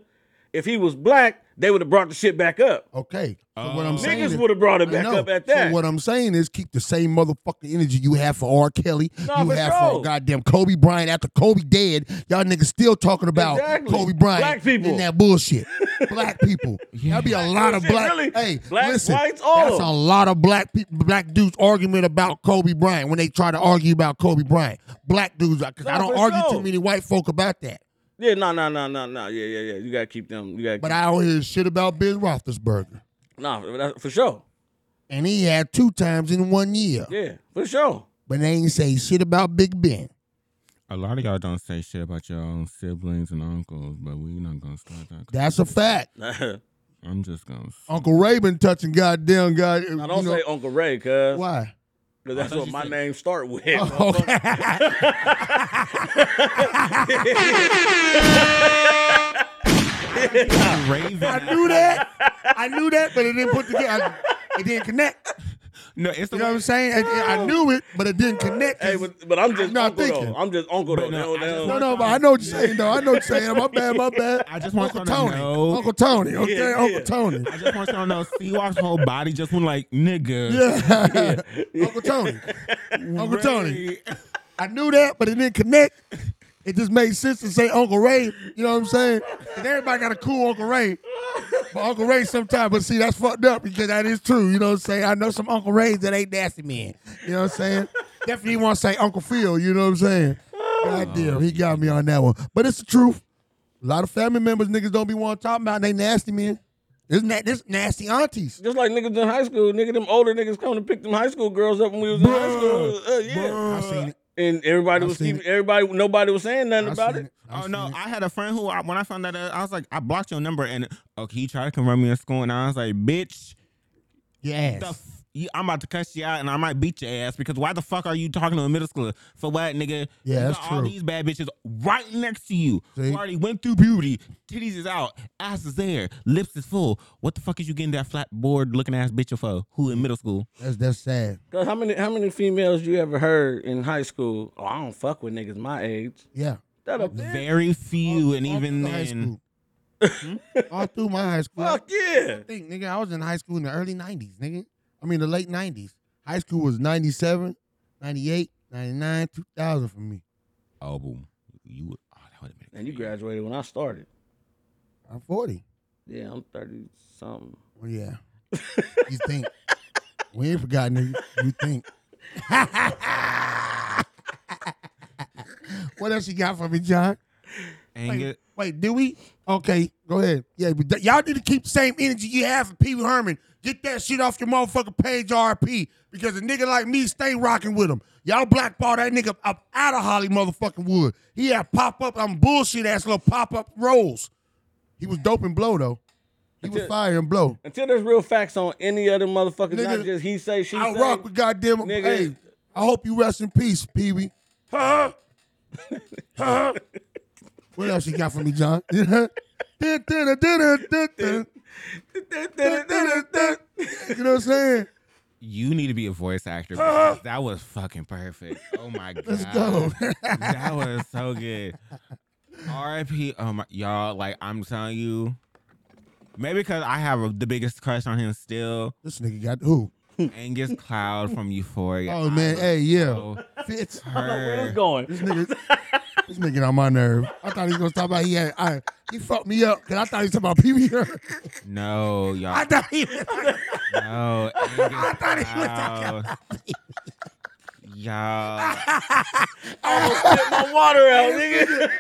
[SPEAKER 2] if he was black, they would have brought the shit back up.
[SPEAKER 16] Okay. So what I'm
[SPEAKER 2] Oh. Niggas
[SPEAKER 16] saying is-
[SPEAKER 2] would've brought it
[SPEAKER 16] I
[SPEAKER 2] back
[SPEAKER 16] know.
[SPEAKER 2] up at
[SPEAKER 16] So
[SPEAKER 2] that.
[SPEAKER 16] what I'm saying is keep the same motherfucking energy you have for R. Kelly,
[SPEAKER 2] Nah,
[SPEAKER 16] you
[SPEAKER 2] for
[SPEAKER 16] have
[SPEAKER 2] sure.
[SPEAKER 16] for goddamn Kobe Bryant after Kobe dead. Y'all niggas still talking about
[SPEAKER 2] Exactly.
[SPEAKER 16] Kobe Bryant
[SPEAKER 2] Black people.
[SPEAKER 16] and that bullshit. black people. That'd be a lot of
[SPEAKER 2] Shit,
[SPEAKER 16] black.
[SPEAKER 2] really?
[SPEAKER 16] Hey,
[SPEAKER 2] Black,
[SPEAKER 16] listen,
[SPEAKER 2] whites, all
[SPEAKER 16] that's
[SPEAKER 2] of
[SPEAKER 16] a
[SPEAKER 2] 'em.
[SPEAKER 16] lot of black people, black dudes argument about Kobe Bryant when they try to argue about Kobe Bryant. Black dudes, because
[SPEAKER 2] Nah,
[SPEAKER 16] I don't
[SPEAKER 2] for
[SPEAKER 16] argue
[SPEAKER 2] sure.
[SPEAKER 16] too many white folk about that.
[SPEAKER 2] Yeah, no, no, no, no, no. Yeah, yeah, yeah. You gotta keep them. You gotta.
[SPEAKER 16] But
[SPEAKER 2] keep,
[SPEAKER 16] I don't hear shit about Ben Roethlisberger,
[SPEAKER 2] nah, for- that- for sure.
[SPEAKER 16] and he had two times in one year.
[SPEAKER 2] Yeah, for sure.
[SPEAKER 16] But they ain't say shit about Big Ben.
[SPEAKER 1] A lot of y'all don't say shit about your own siblings and uncles, but we not gonna start that.
[SPEAKER 16] That's a fact.
[SPEAKER 1] I'm just gonna.
[SPEAKER 16] Uncle Ray been touching goddamn god.
[SPEAKER 2] I don't
[SPEAKER 16] you know,
[SPEAKER 2] say Uncle Ray, cuz.
[SPEAKER 16] why.
[SPEAKER 2] 'Cause that's
[SPEAKER 1] I thought
[SPEAKER 2] what
[SPEAKER 1] you
[SPEAKER 2] my
[SPEAKER 1] said-
[SPEAKER 2] name start with.
[SPEAKER 16] okay.
[SPEAKER 1] Raven.
[SPEAKER 16] I knew that. I knew that, but it didn't put together. I- It didn't connect.
[SPEAKER 1] No, it's the
[SPEAKER 16] You know what I'm saying? It- it- I knew it, but it didn't connect.
[SPEAKER 2] Hey, but, but I'm just
[SPEAKER 16] not
[SPEAKER 2] Uncle
[SPEAKER 16] thinking.
[SPEAKER 2] though. I'm just Uncle though. No, no,
[SPEAKER 16] no, no, but I know what you're saying, though. I know what you're saying. My bad, my bad.
[SPEAKER 1] I just want
[SPEAKER 16] Uncle
[SPEAKER 1] y'all to
[SPEAKER 16] Tony.
[SPEAKER 1] know-
[SPEAKER 16] Uncle Tony, okay?
[SPEAKER 2] Yeah,
[SPEAKER 16] Uncle
[SPEAKER 2] yeah.
[SPEAKER 16] Tony.
[SPEAKER 1] I just want y'all to know. Seawalk's whole body just went like nigga.
[SPEAKER 16] Yeah. Uncle Tony. Uncle Tony. I knew that, but it didn't connect. It just made sense to say Uncle Ray. You know what I'm saying? And everybody got a cool Uncle Ray. But Uncle Ray sometimes, but see, that's fucked up because that is true. You know what I'm saying? I know some Uncle Rays that ain't nasty men. You know what I'm saying?
[SPEAKER 3] Definitely want to say Uncle Phil, you know what I'm saying? God damn, he got me on that one. But it's the truth. A lot of family members niggas don't be want to talk about. and They nasty men. Isn't that this nasty aunties?
[SPEAKER 2] Just like niggas in high school, nigga, them older niggas come to pick them high school girls up when we was in high school. Uh, yeah, I seen it. And everybody was keeping, everybody, nobody was saying nothing about it.
[SPEAKER 1] Oh no, I had a friend who I, when I found that out, I was like, I blocked your number and okay, he tried to come run me in school and I was like, bitch,
[SPEAKER 3] yes,
[SPEAKER 1] I'm about to cuss you out and I might beat your ass because why the fuck are you talking to a middle schooler for what, nigga?
[SPEAKER 3] Yeah,
[SPEAKER 1] You
[SPEAKER 3] that's
[SPEAKER 1] got all
[SPEAKER 3] true.
[SPEAKER 1] these bad bitches right next to you. who Already went through beauty, titties is out, ass is there, lips is full. What the fuck is you getting that flat board looking ass bitch for? Who in middle school?
[SPEAKER 3] That's that's sad.
[SPEAKER 2] Cause how many how many females you ever heard in high school? Oh, I don't fuck with niggas my age.
[SPEAKER 3] Yeah.
[SPEAKER 2] That a
[SPEAKER 1] very few, and even then, Hmm?
[SPEAKER 3] All through my high school.
[SPEAKER 2] Fuck yeah.
[SPEAKER 3] I think, nigga, I was in high school in the early 90s, nigga. I mean, the late 90s. High school was 97, 98, 99, 2000 for me.
[SPEAKER 1] oh boom, you would. Oh, that would have
[SPEAKER 2] And you graduated when I started.
[SPEAKER 3] I'm 40.
[SPEAKER 2] Yeah, I'm thirty something.
[SPEAKER 3] Well, yeah. You think. we ain't forgotten, nigga. You think. what else you got for me, John? Wait,
[SPEAKER 1] Anger.
[SPEAKER 3] wait, do we? Okay, go ahead. Yeah, but th- y'all need to keep the same energy you have for Pee Wee Herman. Get that shit off your motherfucking page, RP, because a nigga like me stay rocking with him. Y'all blackball that nigga up out of Holly motherfucking wood. He had pop up, I'm bullshit ass little pop up rolls. He was dope and blow though. He was fire and blow.
[SPEAKER 2] Until there's real facts on any other motherfuckers, not
[SPEAKER 3] Nigga,
[SPEAKER 2] just he say she
[SPEAKER 3] I
[SPEAKER 2] say.
[SPEAKER 3] rock with goddamn.
[SPEAKER 2] Nigga.
[SPEAKER 3] Hey, I hope you rest in peace, Pee Wee. Huh? huh? What else you got for me, John? Dun, dun, dun, dun, dun, dun. Dun, dun, dun, dun. You know what I'm saying?
[SPEAKER 1] You need to be a voice actor. because that was fucking perfect. Oh my god.
[SPEAKER 3] Uh-huh. Let's go.
[SPEAKER 1] that was so good. R.I.P. Oh my y'all, like I'm telling you, maybe because I have a, the biggest crush on him still.
[SPEAKER 3] This nigga got who?
[SPEAKER 1] Angus Cloud from Euphoria.
[SPEAKER 3] Oh man, hey, yeah. Fitz.
[SPEAKER 1] Her.
[SPEAKER 2] going?
[SPEAKER 3] This nigga, this nigga on my nerve. I thought he was gonna talk about he had, I, he fucked me up because I thought he was talking about Pee Wee. Herman.
[SPEAKER 1] No, y'all.
[SPEAKER 3] I thought he was
[SPEAKER 1] no,
[SPEAKER 3] I
[SPEAKER 1] Angus
[SPEAKER 3] thought he was
[SPEAKER 1] Cloud. Y'all.
[SPEAKER 2] my water out,
[SPEAKER 3] nigga.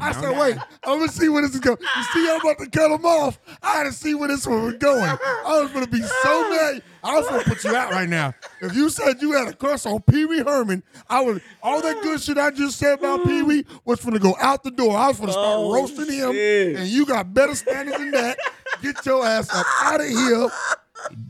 [SPEAKER 3] I said, wait, I'm gonna see where this is going. You see, I'm about to cut him off. I had to see where this one was going. I was gonna be so mad. I was gonna put you out right now. If you said you had a crush on Pee Wee Herman, I would. All that good shit I just said about Pee Wee was gonna go out the door. I was gonna start
[SPEAKER 13] Oh,
[SPEAKER 3] roasting him,
[SPEAKER 13] shit.
[SPEAKER 3] and you got better standards than that. Get your ass up out of here.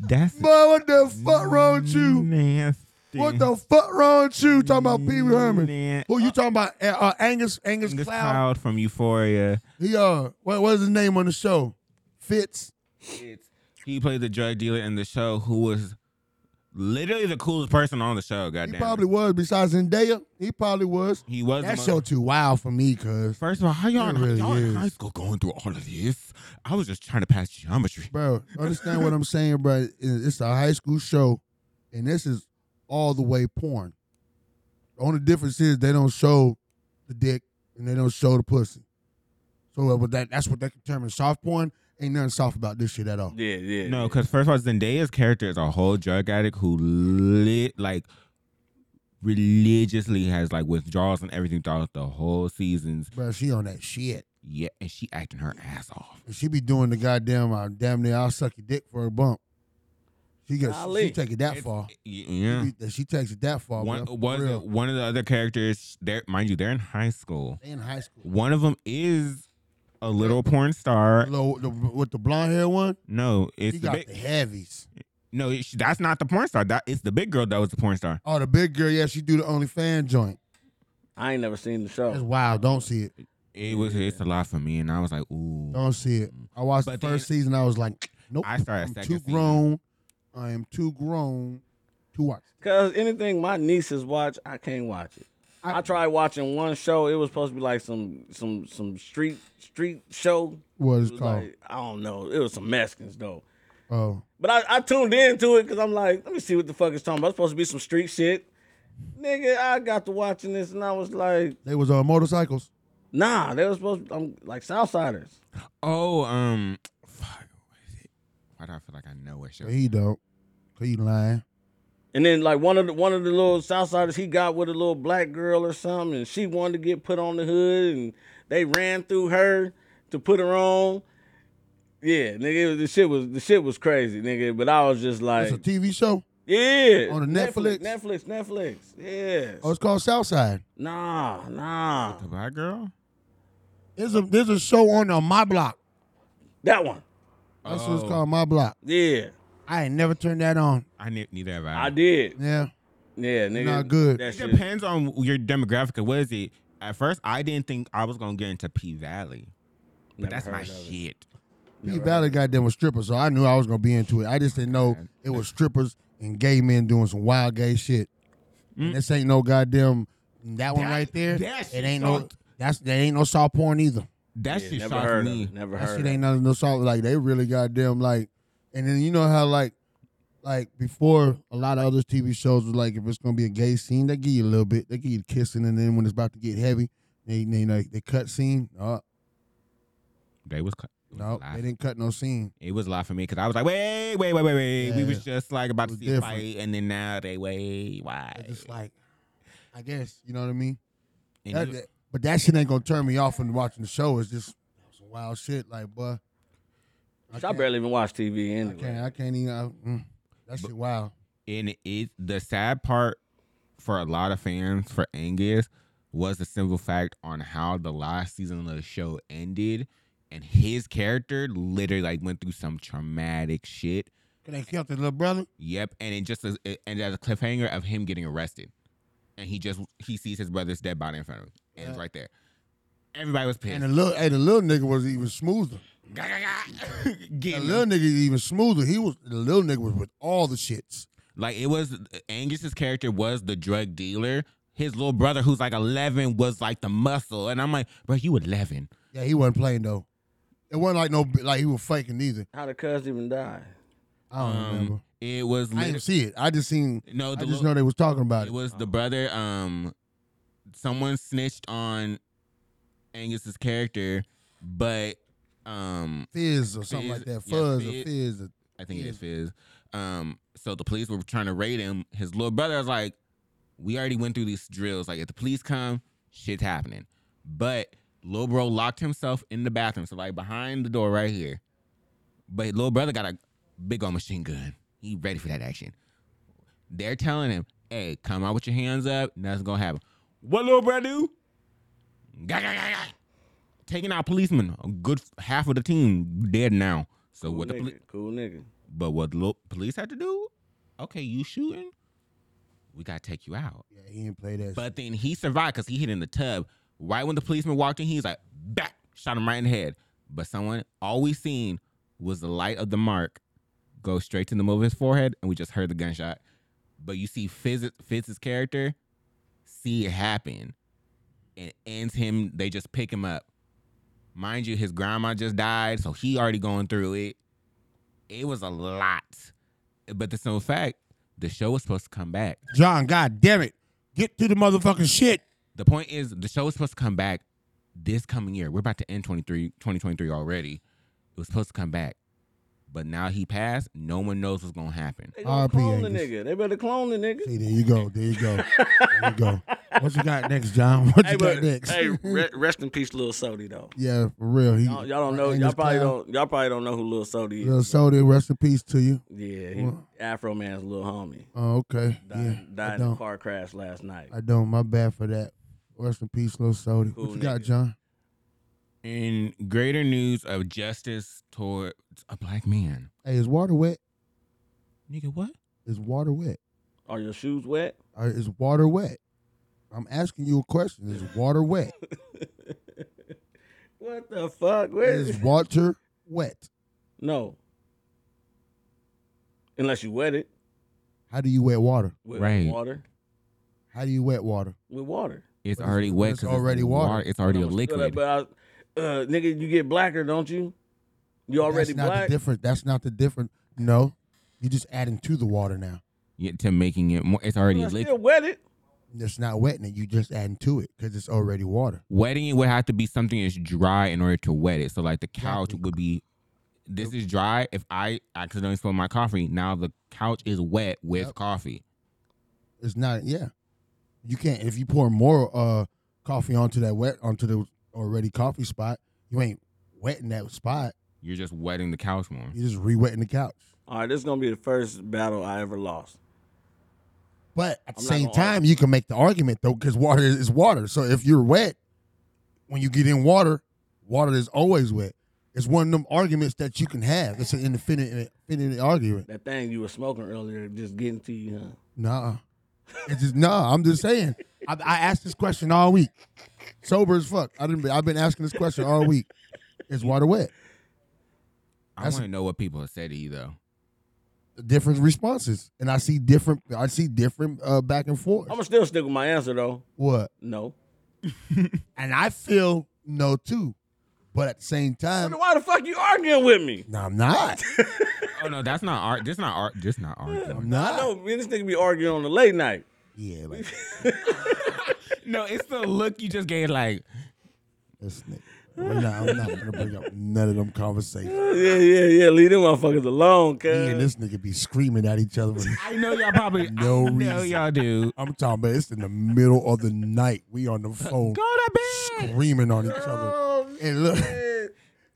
[SPEAKER 1] That's
[SPEAKER 3] Boy, what the fuck wrong with you? What the fuck wrong with you? Talking about Pee Wee Herman? Who you talking about? Uh, uh, Angus Angus, Cloud.
[SPEAKER 1] Cloud from Euphoria.
[SPEAKER 3] He uh, what was his name on the show? Fitz.
[SPEAKER 1] He played the drug dealer in the show who was literally the coolest person on the show, goddamn.
[SPEAKER 3] He
[SPEAKER 1] it.
[SPEAKER 3] probably was. Besides Zendaya, he probably was.
[SPEAKER 1] He was the
[SPEAKER 3] That
[SPEAKER 1] most-
[SPEAKER 3] show too wild for me, cause
[SPEAKER 1] First of all, how y'all,
[SPEAKER 3] It really
[SPEAKER 1] y'all in
[SPEAKER 3] is.
[SPEAKER 1] high school going through all of this? I was just trying to pass geometry.
[SPEAKER 3] bro, understand what I'm saying, bro? It- It's a high school show, and this is all the way porn. The only difference is they don't show the dick and they don't show the pussy. So uh, but that that's what they determine. Soft porn ain't nothing soft about this shit at all.
[SPEAKER 2] Yeah, yeah.
[SPEAKER 1] No, because first of all, Zendaya's character is a whole drug addict who lit like religiously has like withdrawals and everything throughout the whole seasons.
[SPEAKER 3] Bro, she on that shit.
[SPEAKER 1] Yeah, and she acting her ass off.
[SPEAKER 3] And she be doing the goddamn uh, damn near I'll suck your dick for a bump. She gets
[SPEAKER 1] Golly.
[SPEAKER 3] she take it that far.
[SPEAKER 1] Y- Yeah.
[SPEAKER 3] She, be- she takes it that far.
[SPEAKER 1] One,
[SPEAKER 3] bro, for
[SPEAKER 1] one, of the-
[SPEAKER 3] real.
[SPEAKER 1] one of the other characters, they're mind you, they're in high school.
[SPEAKER 3] They in high school.
[SPEAKER 1] One of them is a little porn star.
[SPEAKER 3] Low, the, with the blonde hair one?
[SPEAKER 1] No, it's
[SPEAKER 3] She
[SPEAKER 1] the
[SPEAKER 3] got
[SPEAKER 1] big,
[SPEAKER 3] the heavies.
[SPEAKER 1] no. it's- That's not the porn star. That it's the big girl that was the porn star.
[SPEAKER 3] Oh, the big girl, yeah, she do the OnlyFans joint.
[SPEAKER 2] I ain't never seen the
[SPEAKER 1] Oh.
[SPEAKER 3] That's
[SPEAKER 2] show.
[SPEAKER 3] wild. Don't see it.
[SPEAKER 1] It was it's a lot for me, and I was like, ooh.
[SPEAKER 3] Don't see it. I watched the first season. I was like, nope.
[SPEAKER 1] I started
[SPEAKER 3] Um, I'm
[SPEAKER 1] second
[SPEAKER 3] too
[SPEAKER 1] season.
[SPEAKER 3] grown. I am too grown to watch.
[SPEAKER 2] Cause anything my nieces watch, I can't watch it. I, tried watching one show. It was supposed to be like some some some street street show.
[SPEAKER 3] What
[SPEAKER 2] It
[SPEAKER 3] it's
[SPEAKER 2] was
[SPEAKER 3] called?
[SPEAKER 2] like- I don't know. It was some Mexicans though.
[SPEAKER 3] oh,
[SPEAKER 2] But I, I tuned into it because I'm like, let me see what the fuck it's talking about. It's supposed to be some street shit. Nigga, I got to watching this and I was like,
[SPEAKER 3] they was on motorcycles.
[SPEAKER 2] nah, they were supposed to, I'm like Southsiders.
[SPEAKER 1] Oh, um, fuck. What is it? Why do I feel like I know what show?
[SPEAKER 3] He don't. Cause you lying.
[SPEAKER 2] And then like one of the one of the little Southsiders, he got with a little black girl or something, and she wanted to get put on the hood, and they ran through her to put her on. Yeah, nigga, it was, the shit was the shit was crazy, nigga. But I was just like,
[SPEAKER 16] It's a TV show.
[SPEAKER 2] yeah,
[SPEAKER 16] On the Netflix?
[SPEAKER 2] Netflix, Netflix, yeah.
[SPEAKER 16] Oh, it's called Southside.
[SPEAKER 2] Nah, nah.
[SPEAKER 1] The black girl.
[SPEAKER 16] There's a there's a show on on my block.
[SPEAKER 2] That one.
[SPEAKER 16] That's what it's called, my block.
[SPEAKER 2] Yeah,
[SPEAKER 16] I ain't never turned that on.
[SPEAKER 1] I ne- neither have I.
[SPEAKER 2] I did.
[SPEAKER 16] Yeah.
[SPEAKER 2] Yeah, nigga.
[SPEAKER 16] Not good.
[SPEAKER 2] That
[SPEAKER 1] it
[SPEAKER 2] shit.
[SPEAKER 1] depends on your demographic. What is it? At first, I didn't think I was gonna get into P Valley, but
[SPEAKER 2] Never
[SPEAKER 1] that's my
[SPEAKER 2] heard of it.
[SPEAKER 1] shit.
[SPEAKER 16] P Valley goddamn was strippers, so I knew I was gonna be into it. I just didn't know it was strippers and gay men doing some wild gay shit. And this ain't no goddamn Mm. that one
[SPEAKER 1] That-
[SPEAKER 16] right there.
[SPEAKER 1] that
[SPEAKER 16] It
[SPEAKER 1] shit
[SPEAKER 16] ain't no
[SPEAKER 1] sucked.
[SPEAKER 16] that's that ain't no soft porn either.
[SPEAKER 1] That
[SPEAKER 2] Yeah,
[SPEAKER 1] shit
[SPEAKER 2] never
[SPEAKER 1] shocked
[SPEAKER 2] heard of
[SPEAKER 1] me.
[SPEAKER 2] it. Never
[SPEAKER 16] That
[SPEAKER 2] heard.
[SPEAKER 16] shit
[SPEAKER 2] of it.
[SPEAKER 16] ain't nothing no soft. Like they really goddamn like, and then you know how like, like before a lot of other TV shows was like if it's gonna be a gay scene they give you a little bit, they give you the kissing, and then when it's about to get heavy, they they like they cut scene. Uh,
[SPEAKER 1] They was cut. it was
[SPEAKER 16] no,
[SPEAKER 1] live.
[SPEAKER 16] they didn't cut no scene.
[SPEAKER 1] It was a lot for me because I was like, wait, wait, wait, wait, wait. We
[SPEAKER 16] Yeah.
[SPEAKER 1] was just like about to
[SPEAKER 16] was
[SPEAKER 1] see a
[SPEAKER 16] different.
[SPEAKER 1] fight, and then now they wait, why?
[SPEAKER 16] Just like, I guess you know what I mean.
[SPEAKER 1] And
[SPEAKER 16] That-
[SPEAKER 1] you-
[SPEAKER 16] that- but that shit ain't gonna turn me off from watching the show. It's just some wild shit. Like, boy, I
[SPEAKER 2] I
[SPEAKER 16] can't,
[SPEAKER 2] barely even watch TV
[SPEAKER 16] I
[SPEAKER 2] anyway.
[SPEAKER 16] can't, I can't even. I, mm, that shit wild.
[SPEAKER 1] And it the sad part for a lot of fans for Angus was the simple fact on how the last season of the show ended, and his character literally like went through some traumatic shit.
[SPEAKER 16] Can they kill the little brother?
[SPEAKER 1] Yep, and it just is- it ended as a cliffhanger of him getting arrested, and he just he sees his brother's dead body in front of him, and it's
[SPEAKER 16] Yeah.
[SPEAKER 1] right there. Everybody was
[SPEAKER 16] And
[SPEAKER 1] pissed.
[SPEAKER 16] the little, hey, the little nigga was even smoother. The
[SPEAKER 1] Getting
[SPEAKER 16] little nigga even smoother. He was the little nigga was with all the shits.
[SPEAKER 1] Like it was Angus's character was the drug dealer. His little brother, who's like eleven, was like the muscle, and I'm like, bro, you eleven.
[SPEAKER 16] Yeah, he wasn't playing though. It wasn't like no like he was faking either.
[SPEAKER 2] How the cuz even die?
[SPEAKER 16] I don't
[SPEAKER 2] Um,
[SPEAKER 16] remember.
[SPEAKER 1] It was
[SPEAKER 16] I
[SPEAKER 1] lit-
[SPEAKER 16] didn't see it. I just seen.
[SPEAKER 1] no,
[SPEAKER 16] I
[SPEAKER 1] the
[SPEAKER 16] just
[SPEAKER 1] lo-
[SPEAKER 16] know they was talking about
[SPEAKER 1] it
[SPEAKER 16] it.
[SPEAKER 1] was the brother. Um, someone snitched on Angus's character, but um,
[SPEAKER 16] Fizz or something
[SPEAKER 1] Fizz-
[SPEAKER 16] like that.
[SPEAKER 1] yeah,
[SPEAKER 16] Fuzz or
[SPEAKER 1] Fizz-
[SPEAKER 16] fizz. Or,
[SPEAKER 1] I think it is Fizz. Um, so the police were trying to raid him. His little brother was like, "We already went through these drills. Like, if the police come, shit's happening." But little bro locked himself in the bathroom, so like behind the door right here. But little brother got a big old machine gun. He ready for that action. They're telling him, "Hey, come out with your hands up. Nothing's gonna happen." What little brother do? Gah, gah, gah, gah. Taking out policemen. A good half of the team dead now. So
[SPEAKER 2] Cool
[SPEAKER 1] what the
[SPEAKER 2] nigga.
[SPEAKER 1] police?
[SPEAKER 2] cool nigga.
[SPEAKER 1] But what the lo- police had to do? Okay, you shooting? We gotta take you out.
[SPEAKER 16] yeah, he didn't play that.
[SPEAKER 1] But then he survived because he hit in the tub. Right when the policeman walked in, he's like, back, shot him right in the head. But someone, all we seen was the light of the mark go straight to the middle of his forehead, and we just heard the gunshot. But you see Fizz, Fizz's character see it happen, and it ends him. They just pick him up. Mind you, his grandma just died, so he already going through it. It was a lot, but the simple fact, the show was supposed to come back.
[SPEAKER 16] John, god damn it, get to the motherfucking shit.
[SPEAKER 1] The point is, the show is supposed to come back this coming year. We're about to end 23, 2023 already. It was supposed to come back. But now he passed. No one knows what's going to happen.
[SPEAKER 2] They gonna
[SPEAKER 16] R.I.P.
[SPEAKER 2] clone the
[SPEAKER 16] Angus.
[SPEAKER 2] nigga. They better clone the nigga.
[SPEAKER 16] See, there you go. There you go. there you go. What you got next, John? What you
[SPEAKER 2] Hey,
[SPEAKER 16] got
[SPEAKER 2] but,
[SPEAKER 16] next?
[SPEAKER 2] hey, re- rest in peace, Lil Sody though.
[SPEAKER 16] yeah, for real. He,
[SPEAKER 2] Y'all, y'all don't know. Y'all
[SPEAKER 16] Angus
[SPEAKER 2] probably
[SPEAKER 16] Cloud.
[SPEAKER 2] don't. Y'all probably don't know who Lil Sody is.
[SPEAKER 16] Little soda, rest in peace to you.
[SPEAKER 2] Yeah, he,
[SPEAKER 16] Well-
[SPEAKER 2] Afro Man's little homie.
[SPEAKER 16] Oh, okay. yeah,
[SPEAKER 2] Died,
[SPEAKER 16] I
[SPEAKER 2] died in a
[SPEAKER 16] don't.
[SPEAKER 2] car crash last night.
[SPEAKER 16] I don't. My bad for that. Rest in peace, little soda.
[SPEAKER 2] Cool
[SPEAKER 16] what you got,
[SPEAKER 2] nigga.
[SPEAKER 16] John?
[SPEAKER 1] In greater news of justice towards a black man.
[SPEAKER 16] Hey, is water wet?
[SPEAKER 1] Nigga, what?
[SPEAKER 16] Is water wet?
[SPEAKER 2] Are your shoes wet?
[SPEAKER 16] Or is water wet? I'm asking you a question. Is water wet?
[SPEAKER 2] What the fuck? Where
[SPEAKER 16] is water wet?
[SPEAKER 2] No. Unless you wet it
[SPEAKER 16] How do you wet water?
[SPEAKER 2] with
[SPEAKER 1] Right.
[SPEAKER 2] water.
[SPEAKER 16] How do you wet water?
[SPEAKER 2] With water.
[SPEAKER 1] It's
[SPEAKER 16] But it's-
[SPEAKER 1] already wet.
[SPEAKER 16] it's
[SPEAKER 1] 'cause
[SPEAKER 16] already
[SPEAKER 1] wa-
[SPEAKER 16] water.
[SPEAKER 1] It's already a
[SPEAKER 2] But,
[SPEAKER 1] liquid.
[SPEAKER 2] but I, uh, nigga, you get blacker, don't you? You already
[SPEAKER 16] That's not
[SPEAKER 2] black.
[SPEAKER 16] the difference. That's not the difference. No, you're just adding to the water now.
[SPEAKER 1] Yet to making it more. It's already
[SPEAKER 2] I
[SPEAKER 1] liquid.
[SPEAKER 2] still wet it.
[SPEAKER 16] It's not wetting it. You're just adding to it because it's already water.
[SPEAKER 1] Wetting it would have to be something that's dry in order to wet it. So like the couch would be. This is dry. If I accidentally spill my coffee, now the couch is wet with
[SPEAKER 16] Yep.
[SPEAKER 1] coffee.
[SPEAKER 16] It's not. Yeah, you can't. If you pour more uh coffee onto that wet onto the already coffee spot, you ain't wetting that spot.
[SPEAKER 1] You're just wetting the couch more.
[SPEAKER 16] You're just re-wetting the couch.
[SPEAKER 2] All right, this is gonna be the first battle I ever lost.
[SPEAKER 16] But at the
[SPEAKER 2] I'm not
[SPEAKER 16] same
[SPEAKER 2] gonna argue.
[SPEAKER 16] time, you can make the argument though, because water is water. So if you're wet, when you get in water, water is always wet. It's one of them arguments that you can have. It's an infinite, infinite argument.
[SPEAKER 2] That thing you were smoking earlier just getting to you, huh?
[SPEAKER 16] Nah, it's just nah. I'm just saying. I, I asked this question all week, sober as fuck. I didn't. I've been asking this question all week. Is water wet?
[SPEAKER 1] I want to know what people have said to you though.
[SPEAKER 16] Different responses, and I see different. I see different uh, back and forth.
[SPEAKER 2] I'm gonna still stick with my answer though.
[SPEAKER 16] What?
[SPEAKER 2] No.
[SPEAKER 16] And I feel no too, but at the same time,
[SPEAKER 2] Then why the fuck you arguing with me?
[SPEAKER 16] No, I'm not.
[SPEAKER 1] oh no, that's not art. This not art. This not art.
[SPEAKER 16] I'm
[SPEAKER 2] I know man, this nigga be arguing on the late night.
[SPEAKER 16] Yeah, like
[SPEAKER 1] no, it's the look you just gave. Like
[SPEAKER 16] this nigga. We're not- I'm not gonna bring up none of them conversations.
[SPEAKER 2] yeah, yeah, yeah. Leave them motherfuckers alone,
[SPEAKER 16] Me
[SPEAKER 2] cuz.
[SPEAKER 16] and this nigga be screaming at each other. for
[SPEAKER 1] I know y'all probably.
[SPEAKER 16] No reason.
[SPEAKER 1] know y'all do.
[SPEAKER 16] I'm talking about it's in the middle of the night. We on the phone. Screaming on each other. And look.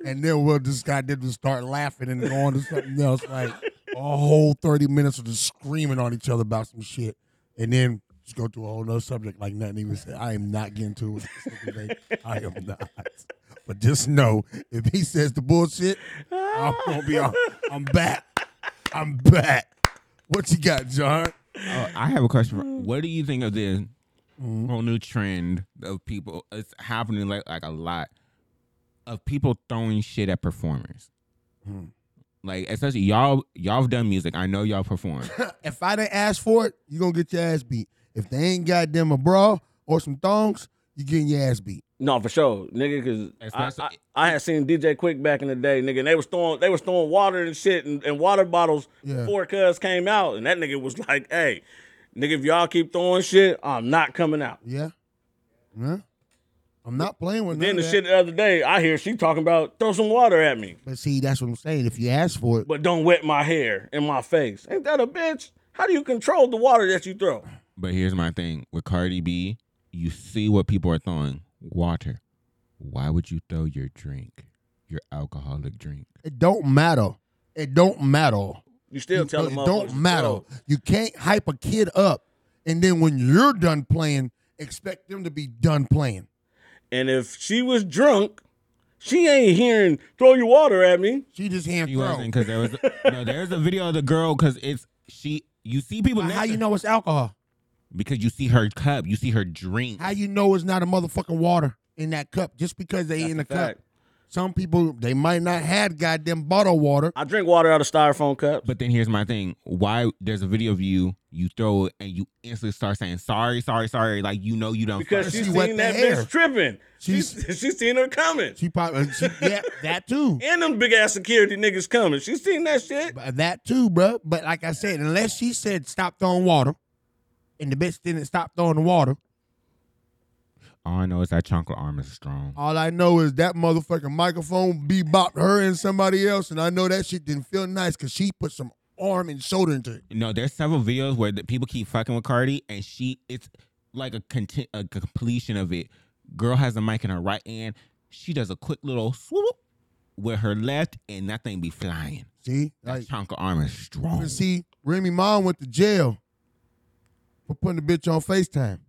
[SPEAKER 16] And then we'll just goddamn just start laughing and go on to something else. Like a whole 30 minutes of just screaming on each other about some shit. And then just go to a whole nother subject like nothing even said. I am not getting to it. this nigga today. I am not. But just know if he says the bullshit, I'm gonna be on. I'm back. I'm back. What you got, John?
[SPEAKER 1] Oh, I have a question. for- What do you think of this
[SPEAKER 16] Mm-hmm.
[SPEAKER 1] whole new trend of people? It's happening like like a lot of people throwing shit at performers. Like especially y'all y'all have done music. I know y'all perform.
[SPEAKER 16] if I didn't ask for it, you gonna get your ass beat. If they ain't got them a bra or some thongs, you getting your ass beat.
[SPEAKER 2] No, for sure, nigga. Cause
[SPEAKER 16] Especially-
[SPEAKER 2] I, I, I had seen DJ Quick back in the day, nigga, and they was throwing they was throwing water and shit and, and water bottles
[SPEAKER 16] Yeah.
[SPEAKER 2] before Cuz came out, and that nigga was like, "Hey, nigga, if y'all keep throwing shit, I'm not coming out."
[SPEAKER 16] Yeah. Huh? I'm not playing with none
[SPEAKER 2] Then the
[SPEAKER 16] of that.
[SPEAKER 2] shit the other day, I hear she talking about throw some water at me,
[SPEAKER 16] But see, that's what I'm saying. If you ask for it,
[SPEAKER 2] but don't wet my hair and my face. Ain't that a bitch? How do you control the water that you throw?
[SPEAKER 1] But here's my thing with Cardi B, you see what people are throwing water. Why would you throw your drink, your alcoholic drink?
[SPEAKER 16] it don't matter. It don't matter.
[SPEAKER 2] You still
[SPEAKER 16] tell
[SPEAKER 2] telling
[SPEAKER 16] It
[SPEAKER 2] motherfuckers
[SPEAKER 16] don't
[SPEAKER 2] to
[SPEAKER 16] matter.
[SPEAKER 2] throw.
[SPEAKER 16] You can't hype a kid up, and then when you're done playing, expect them to be done playing.
[SPEAKER 2] And if she was drunk, she ain't hearing throw your water at me.
[SPEAKER 16] She just hearing
[SPEAKER 1] She wasn't because there was no, there's a video of the girl because it's she. You see people.
[SPEAKER 16] How you know it's alcohol?
[SPEAKER 1] Because you see her cup, you see her drink.
[SPEAKER 16] How you know it's not a motherfucking water in that cup just because they in the cup? Some people they might not had goddamn bottled water.
[SPEAKER 2] I drink water out of styrofoam cups.
[SPEAKER 1] But then here's my thing: why there's a video of you, you throw it, and you instantly start saying sorry, sorry, sorry, like you know you don't.
[SPEAKER 2] Because she seen that bitch tripping. She's she seen her coming.
[SPEAKER 16] She probably she, yeah that too.
[SPEAKER 2] And them big ass security niggas coming. She seen that shit.
[SPEAKER 16] But that too, bro. But like I said, unless she said stop throwing water, and the bitch didn't stop throwing the water,
[SPEAKER 1] All I know is that chocolate arm is strong.
[SPEAKER 16] all I know is that motherfucking microphone bebopped her and somebody else, and I know that shit didn't feel nice because she put some arm and shoulder into it.
[SPEAKER 1] No, there's several videos where the people keep fucking with Cardi, and she it's like a content, a completion of it. Girl has a mic in her right hand. She does a quick little swoop with her left, and that thing be flying.
[SPEAKER 16] See,
[SPEAKER 1] that chunk of arm is
[SPEAKER 2] Oh.
[SPEAKER 1] strong.
[SPEAKER 16] And see, Remy Ma went to jail for putting the bitch on FaceTime.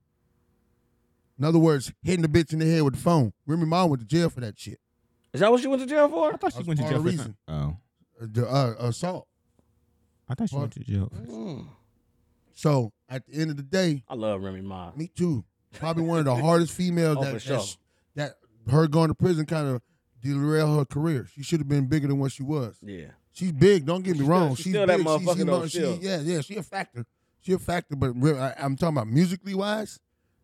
[SPEAKER 16] In other words, hitting the bitch in the head with the phone. Remy Ma went to jail for that shit.
[SPEAKER 2] Is that what she went to jail for? I
[SPEAKER 1] thought
[SPEAKER 16] she went to jail for reason.
[SPEAKER 1] Oh,
[SPEAKER 16] The uh, assault.
[SPEAKER 1] I thought she went to jail.
[SPEAKER 16] So at the end of the day,
[SPEAKER 2] I love Remy Ma.
[SPEAKER 16] me too. Probably one of the hardest females
[SPEAKER 2] Oh,
[SPEAKER 16] that,
[SPEAKER 2] for sure.
[SPEAKER 16] that's- that her going to prison kind of derailed her career. She should have been bigger than what she was.
[SPEAKER 2] Yeah.
[SPEAKER 16] She's big. Don't get me wrong.
[SPEAKER 2] she's
[SPEAKER 16] she's
[SPEAKER 2] still that
[SPEAKER 16] big. she's-
[SPEAKER 2] motherfucker
[SPEAKER 16] she,
[SPEAKER 2] though,
[SPEAKER 16] mo- she-
[SPEAKER 2] still.
[SPEAKER 16] yeah, yeah. She a factor. She a factor. But real, I, I'm talking about musically wise.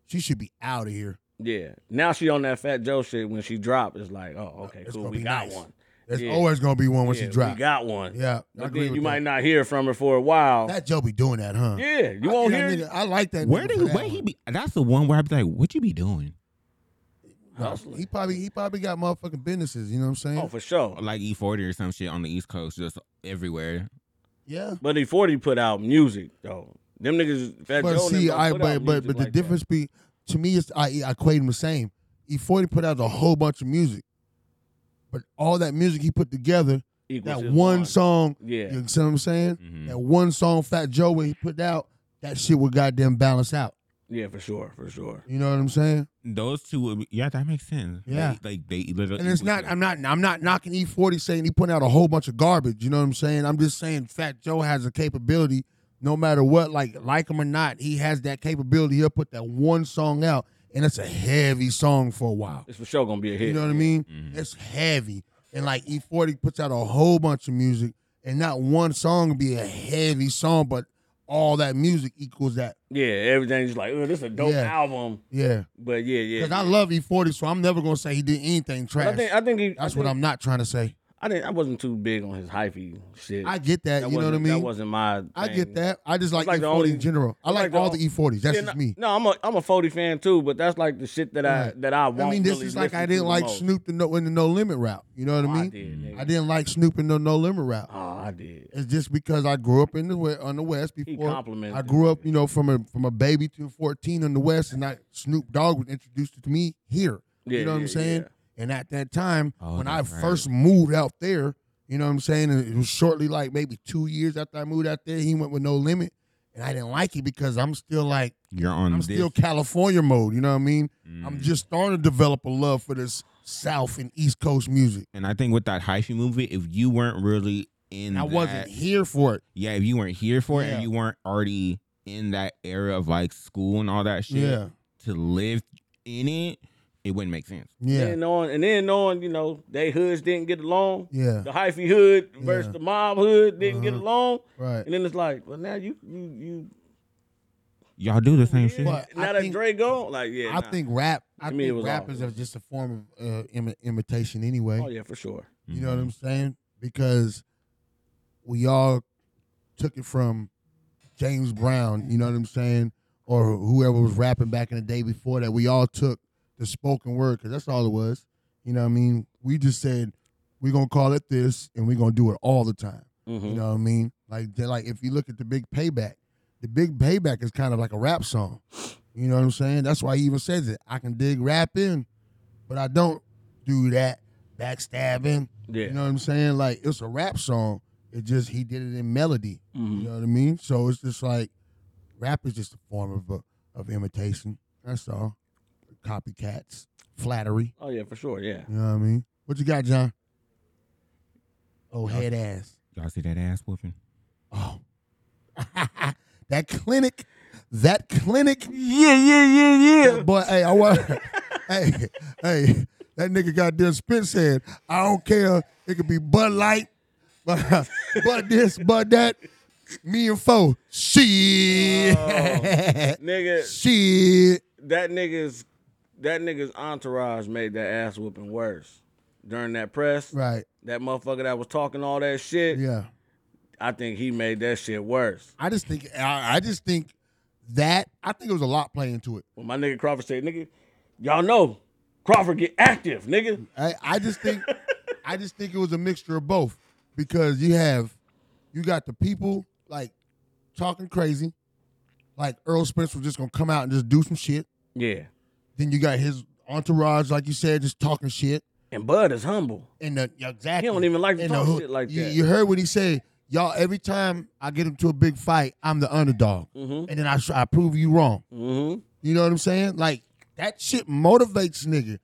[SPEAKER 16] She should be out of here.
[SPEAKER 2] Yeah. Now she on that Fat Joe shit. When she dropped, it's like, oh, okay, cool. We got one.
[SPEAKER 16] There's
[SPEAKER 2] Yeah.
[SPEAKER 16] always gonna be one when
[SPEAKER 2] Yeah,
[SPEAKER 16] she drops.
[SPEAKER 2] We got one.
[SPEAKER 16] Yeah, I
[SPEAKER 2] But
[SPEAKER 16] agree
[SPEAKER 2] then
[SPEAKER 16] with
[SPEAKER 2] you
[SPEAKER 16] that.
[SPEAKER 2] might not hear from her for a while.
[SPEAKER 16] That Joe be doing that, huh?
[SPEAKER 2] yeah. You
[SPEAKER 16] I-
[SPEAKER 2] won't
[SPEAKER 16] that
[SPEAKER 2] hear.
[SPEAKER 16] nigga- I like that.
[SPEAKER 1] Where
[SPEAKER 16] nigga
[SPEAKER 1] did
[SPEAKER 16] for that
[SPEAKER 1] where he be? That's the one where I'd be like, "What you be doing?"
[SPEAKER 16] one. He probably he probably got motherfucking businesses. You know what I'm saying?
[SPEAKER 2] Oh, for sure.
[SPEAKER 1] Like E40 or some shit on the East Coast, just everywhere.
[SPEAKER 16] Yeah.
[SPEAKER 2] But E40 put out music though. Them niggas, Fat
[SPEAKER 16] But
[SPEAKER 2] Joe. and
[SPEAKER 16] see,
[SPEAKER 2] them
[SPEAKER 16] I
[SPEAKER 2] don't put
[SPEAKER 16] but but,
[SPEAKER 2] out
[SPEAKER 16] but
[SPEAKER 2] music
[SPEAKER 16] the
[SPEAKER 2] like that.
[SPEAKER 16] difference be to me is I I equate them the same. E forty put out a whole bunch of music, but all that music he put together,
[SPEAKER 2] Equals
[SPEAKER 16] that
[SPEAKER 2] his
[SPEAKER 16] one
[SPEAKER 2] one.
[SPEAKER 16] song,
[SPEAKER 2] Yeah. Mm-hmm.
[SPEAKER 16] you see what I'm saying?
[SPEAKER 1] Mm-hmm.
[SPEAKER 16] That one song Fat Joe when he put out, that shit would goddamn balance out.
[SPEAKER 2] Yeah, for sure, for sure.
[SPEAKER 16] You know what I'm saying?
[SPEAKER 1] Those two would be, yeah, that makes sense.
[SPEAKER 16] Yeah.
[SPEAKER 1] They- like they literally
[SPEAKER 16] And it's not I'm not I'm not knocking E forty saying he putting out a whole bunch of garbage. You know what I'm saying? I'm just saying Fat Joe has a capability, no matter what, like like him or not, he has that capability. He'll put that one song out, and it's a heavy song for a while.
[SPEAKER 2] It's for sure gonna be a hit.
[SPEAKER 16] You know what I mean?
[SPEAKER 2] Mm-hmm.
[SPEAKER 16] It's heavy. And like E40 puts out a whole bunch of music, and not one song be a heavy song, but all that music equals that.
[SPEAKER 2] Yeah, everything's just like, oh, this is a dope
[SPEAKER 16] Yeah.
[SPEAKER 2] album.
[SPEAKER 16] Yeah.
[SPEAKER 2] But yeah, yeah.
[SPEAKER 16] Because I love E40, so I'm never gonna say he did anything trash.
[SPEAKER 2] think- I think he-
[SPEAKER 16] that's
[SPEAKER 2] I
[SPEAKER 16] what
[SPEAKER 2] think-
[SPEAKER 16] I'm not trying to say.
[SPEAKER 2] I didn't. I wasn't too big on his hyphy shit.
[SPEAKER 16] I get that, you know what I
[SPEAKER 2] wasn't- That
[SPEAKER 16] mean?
[SPEAKER 2] wasn't my.
[SPEAKER 16] I
[SPEAKER 2] thing.
[SPEAKER 16] get that. I just like,
[SPEAKER 2] like
[SPEAKER 16] E40
[SPEAKER 2] the only-
[SPEAKER 16] in general. I like,
[SPEAKER 2] it's like the
[SPEAKER 16] all the E40s. That's
[SPEAKER 2] Yeah,
[SPEAKER 16] just
[SPEAKER 2] no-
[SPEAKER 16] me.
[SPEAKER 2] No, I'm a I'm a Fody fan too, but that's like the shit that I
[SPEAKER 16] Right.
[SPEAKER 2] that I want.
[SPEAKER 16] I mean, this is like I didn't like
[SPEAKER 2] most.
[SPEAKER 16] Snoop the no, in the No Limit route. You know what
[SPEAKER 2] Oh, I
[SPEAKER 16] I mean?
[SPEAKER 2] did, nigga.
[SPEAKER 16] I didn't like Snoop in the No Limit route.
[SPEAKER 2] Oh, I did.
[SPEAKER 16] It's just because I grew up in the we- on the West before.
[SPEAKER 2] complimented
[SPEAKER 16] I
[SPEAKER 2] the
[SPEAKER 16] grew up, you know, from a from a baby to 14 in the West, and I Snoop Dogg was introduced to me here.
[SPEAKER 2] Yeah,
[SPEAKER 16] you know what
[SPEAKER 2] yeah,
[SPEAKER 16] I'm saying? And at that time,
[SPEAKER 1] Oh,
[SPEAKER 16] when I
[SPEAKER 1] that's right.
[SPEAKER 16] first moved out there, you know what I'm saying? And it was shortly like maybe two years after I moved out there, he went with No Limit, and I didn't like it because I'm still like
[SPEAKER 1] You're on
[SPEAKER 16] I'm
[SPEAKER 1] this.
[SPEAKER 16] still California mode. You know what I mean?
[SPEAKER 1] Mm-hmm.
[SPEAKER 16] I'm just starting to develop a love for this South and East Coast music.
[SPEAKER 1] and I think with that hyphy movement, if you weren't really in,
[SPEAKER 16] I wasn't
[SPEAKER 1] that-
[SPEAKER 16] here for it.
[SPEAKER 1] Yeah, if you weren't here for it,
[SPEAKER 16] Yeah.
[SPEAKER 1] and you weren't already in that era of like school and all that shit,
[SPEAKER 16] Yeah.
[SPEAKER 1] to live in it, it wouldn't make sense.
[SPEAKER 16] Yeah.
[SPEAKER 2] And knowing and then knowing, you know, they hoods didn't get along.
[SPEAKER 16] Yeah. Uh-huh.
[SPEAKER 2] The hyphy hood versus the mob hood didn't get along.
[SPEAKER 16] Right.
[SPEAKER 2] And then it's like, well, now you you you
[SPEAKER 1] Y'all do the same shit.
[SPEAKER 16] But
[SPEAKER 2] now
[SPEAKER 16] I
[SPEAKER 2] that
[SPEAKER 16] think-
[SPEAKER 2] Dre gone, like yeah.
[SPEAKER 16] I
[SPEAKER 2] nah.
[SPEAKER 16] think rap. I
[SPEAKER 2] To me, it
[SPEAKER 16] think
[SPEAKER 2] was
[SPEAKER 16] rap is a- just a form of uh, imi- imitation anyway.
[SPEAKER 2] Oh yeah, for sure.
[SPEAKER 16] You
[SPEAKER 1] Mm-hmm.
[SPEAKER 16] know what I'm saying? Because we all took it from James Brown, you know what I'm saying? Or whoever was rapping back in the day before that. We all took the spoken word because that's all it was. You know what I mean? We just said, we're going to call it this and we're going to do it all the time. You
[SPEAKER 2] Mm-hmm.
[SPEAKER 16] know what I mean? Like, they're like if you look at the big payback, the big payback is kind of like a rap song. You know what I'm saying? That's why he even says it. I can dig rapping, but I don't do that backstabbing.
[SPEAKER 2] Yeah.
[SPEAKER 16] You know what I'm saying? Like it's a rap song. It just he did it in melody.
[SPEAKER 2] Mm-hmm.
[SPEAKER 16] You know what I mean? So it's just like rap is just a form of a, of imitation. That's all. Copycats, flattery.
[SPEAKER 2] Oh yeah, for sure, yeah.
[SPEAKER 16] You know what I mean? What you got, John? Oh, head ass.
[SPEAKER 1] Y'all see that ass whooping?
[SPEAKER 16] That clinic, that clinic.
[SPEAKER 2] Yeah, yeah, yeah, yeah.
[SPEAKER 16] Boy, hey, I want. hey, hey, that nigga got this spit said. I don't care. It could be Bud Light, but but this, but that. Me and foe. Shit.
[SPEAKER 2] Oh. Nigga,
[SPEAKER 16] Shit.
[SPEAKER 2] that nigga's that nigga's entourage made that ass whooping worse during that press.
[SPEAKER 16] Right.
[SPEAKER 2] That motherfucker that was talking all that shit.
[SPEAKER 16] Yeah.
[SPEAKER 2] I think he made that shit worse.
[SPEAKER 16] I just think I, I just think that I think it was a lot playing into it.
[SPEAKER 2] When my nigga Crawford said, nigga, y'all know Crawford get active, nigga.
[SPEAKER 16] I, I just think I just think it was a mixture of both because you have you got the people like talking crazy, like Earl Spence was just gonna come out and just do some shit.
[SPEAKER 2] Yeah.
[SPEAKER 16] Then you got his entourage, like you said, just talking shit.
[SPEAKER 2] And Bud is humble.
[SPEAKER 16] And the, yeah, exactly.
[SPEAKER 2] He don't even like to
[SPEAKER 16] And the
[SPEAKER 2] talk
[SPEAKER 16] hook-
[SPEAKER 2] shit like
[SPEAKER 16] you,
[SPEAKER 2] that.
[SPEAKER 16] You heard what he said. Y'all, every time I get into a big fight, I'm the underdog,
[SPEAKER 2] Mhm.
[SPEAKER 16] and then I, sh- I prove you wrong.
[SPEAKER 2] Mm-hmm.
[SPEAKER 16] You know what I'm saying? Like that shit motivates nigga.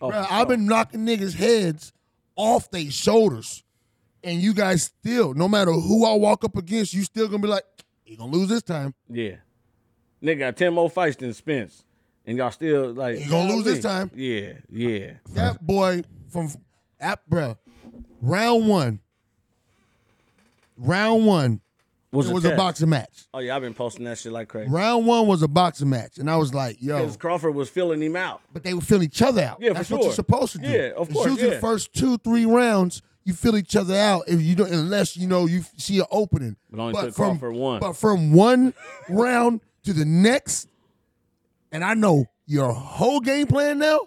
[SPEAKER 2] Oh,
[SPEAKER 16] Bruh, I've been knocking niggas' heads off their shoulders, and you guys still, no matter who I walk up against, you still gonna be like, "You gonna lose this time.
[SPEAKER 2] Yeah. Nigga got 10 more fights than Spence. And y'all still like
[SPEAKER 16] He gonna lose this time.
[SPEAKER 2] Yeah, yeah.
[SPEAKER 16] That boy from app, bro. Round one. Round one
[SPEAKER 2] Was
[SPEAKER 16] it
[SPEAKER 2] a
[SPEAKER 16] was a
[SPEAKER 2] test.
[SPEAKER 16] boxing match.
[SPEAKER 2] Oh yeah, I've been posting that shit like crazy.
[SPEAKER 16] Round one was a boxing match, and I was like, "Yo."
[SPEAKER 2] Because Crawford was filling him out.
[SPEAKER 16] But they would fill each other out.
[SPEAKER 2] Yeah, for
[SPEAKER 16] That's what
[SPEAKER 2] sure.
[SPEAKER 16] you're supposed to do.
[SPEAKER 2] Yeah, of
[SPEAKER 16] It's
[SPEAKER 2] course,
[SPEAKER 16] Usually
[SPEAKER 2] yeah.
[SPEAKER 16] the first two, three rounds, you fill each other out if you don't, unless you know you f- see an opening.
[SPEAKER 2] But only took
[SPEAKER 16] from
[SPEAKER 2] Crawford one.
[SPEAKER 16] But from one round to the next, and I know your whole game plan now.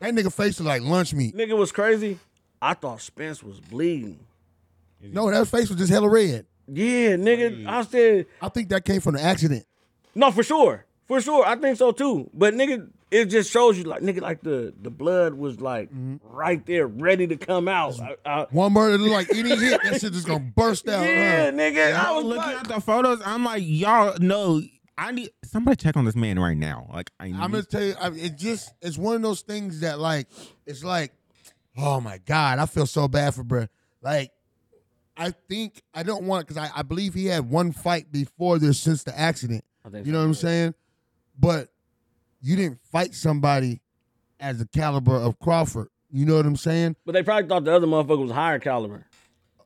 [SPEAKER 16] That nigga face is like lunch meat.
[SPEAKER 2] Nigga was crazy. I thought Spence was bleeding.
[SPEAKER 16] No, that face was just hella red.
[SPEAKER 2] Yeah, nigga. I said.
[SPEAKER 16] I think that came from an accident.
[SPEAKER 2] No, for sure, for sure. I think so too. But nigga, it just shows you, like nigga, like the the blood was like
[SPEAKER 16] Mm-hmm.
[SPEAKER 2] right there, ready to come out. I, I,
[SPEAKER 16] One murder, like any hit, that shit just gonna burst out.
[SPEAKER 2] Yeah,
[SPEAKER 16] huh?
[SPEAKER 2] nigga.
[SPEAKER 1] I
[SPEAKER 2] I
[SPEAKER 1] was
[SPEAKER 2] was
[SPEAKER 1] looking at the photos. I'm like, y'all know. I need somebody check on this man right now. Like, I need,
[SPEAKER 16] I'm gonna
[SPEAKER 2] Mm-hmm.
[SPEAKER 16] tell you, I, it just it's one of those things that like it's like, oh my god, I feel so bad for bruh. Like, I think I don't want because I, I believe he had one fight before this since the accident.
[SPEAKER 2] I
[SPEAKER 16] You know
[SPEAKER 2] think
[SPEAKER 16] what I'm saying? But you didn't fight somebody as the caliber of Crawford. You know what I'm saying?
[SPEAKER 2] But they probably thought the other motherfucker was higher caliber.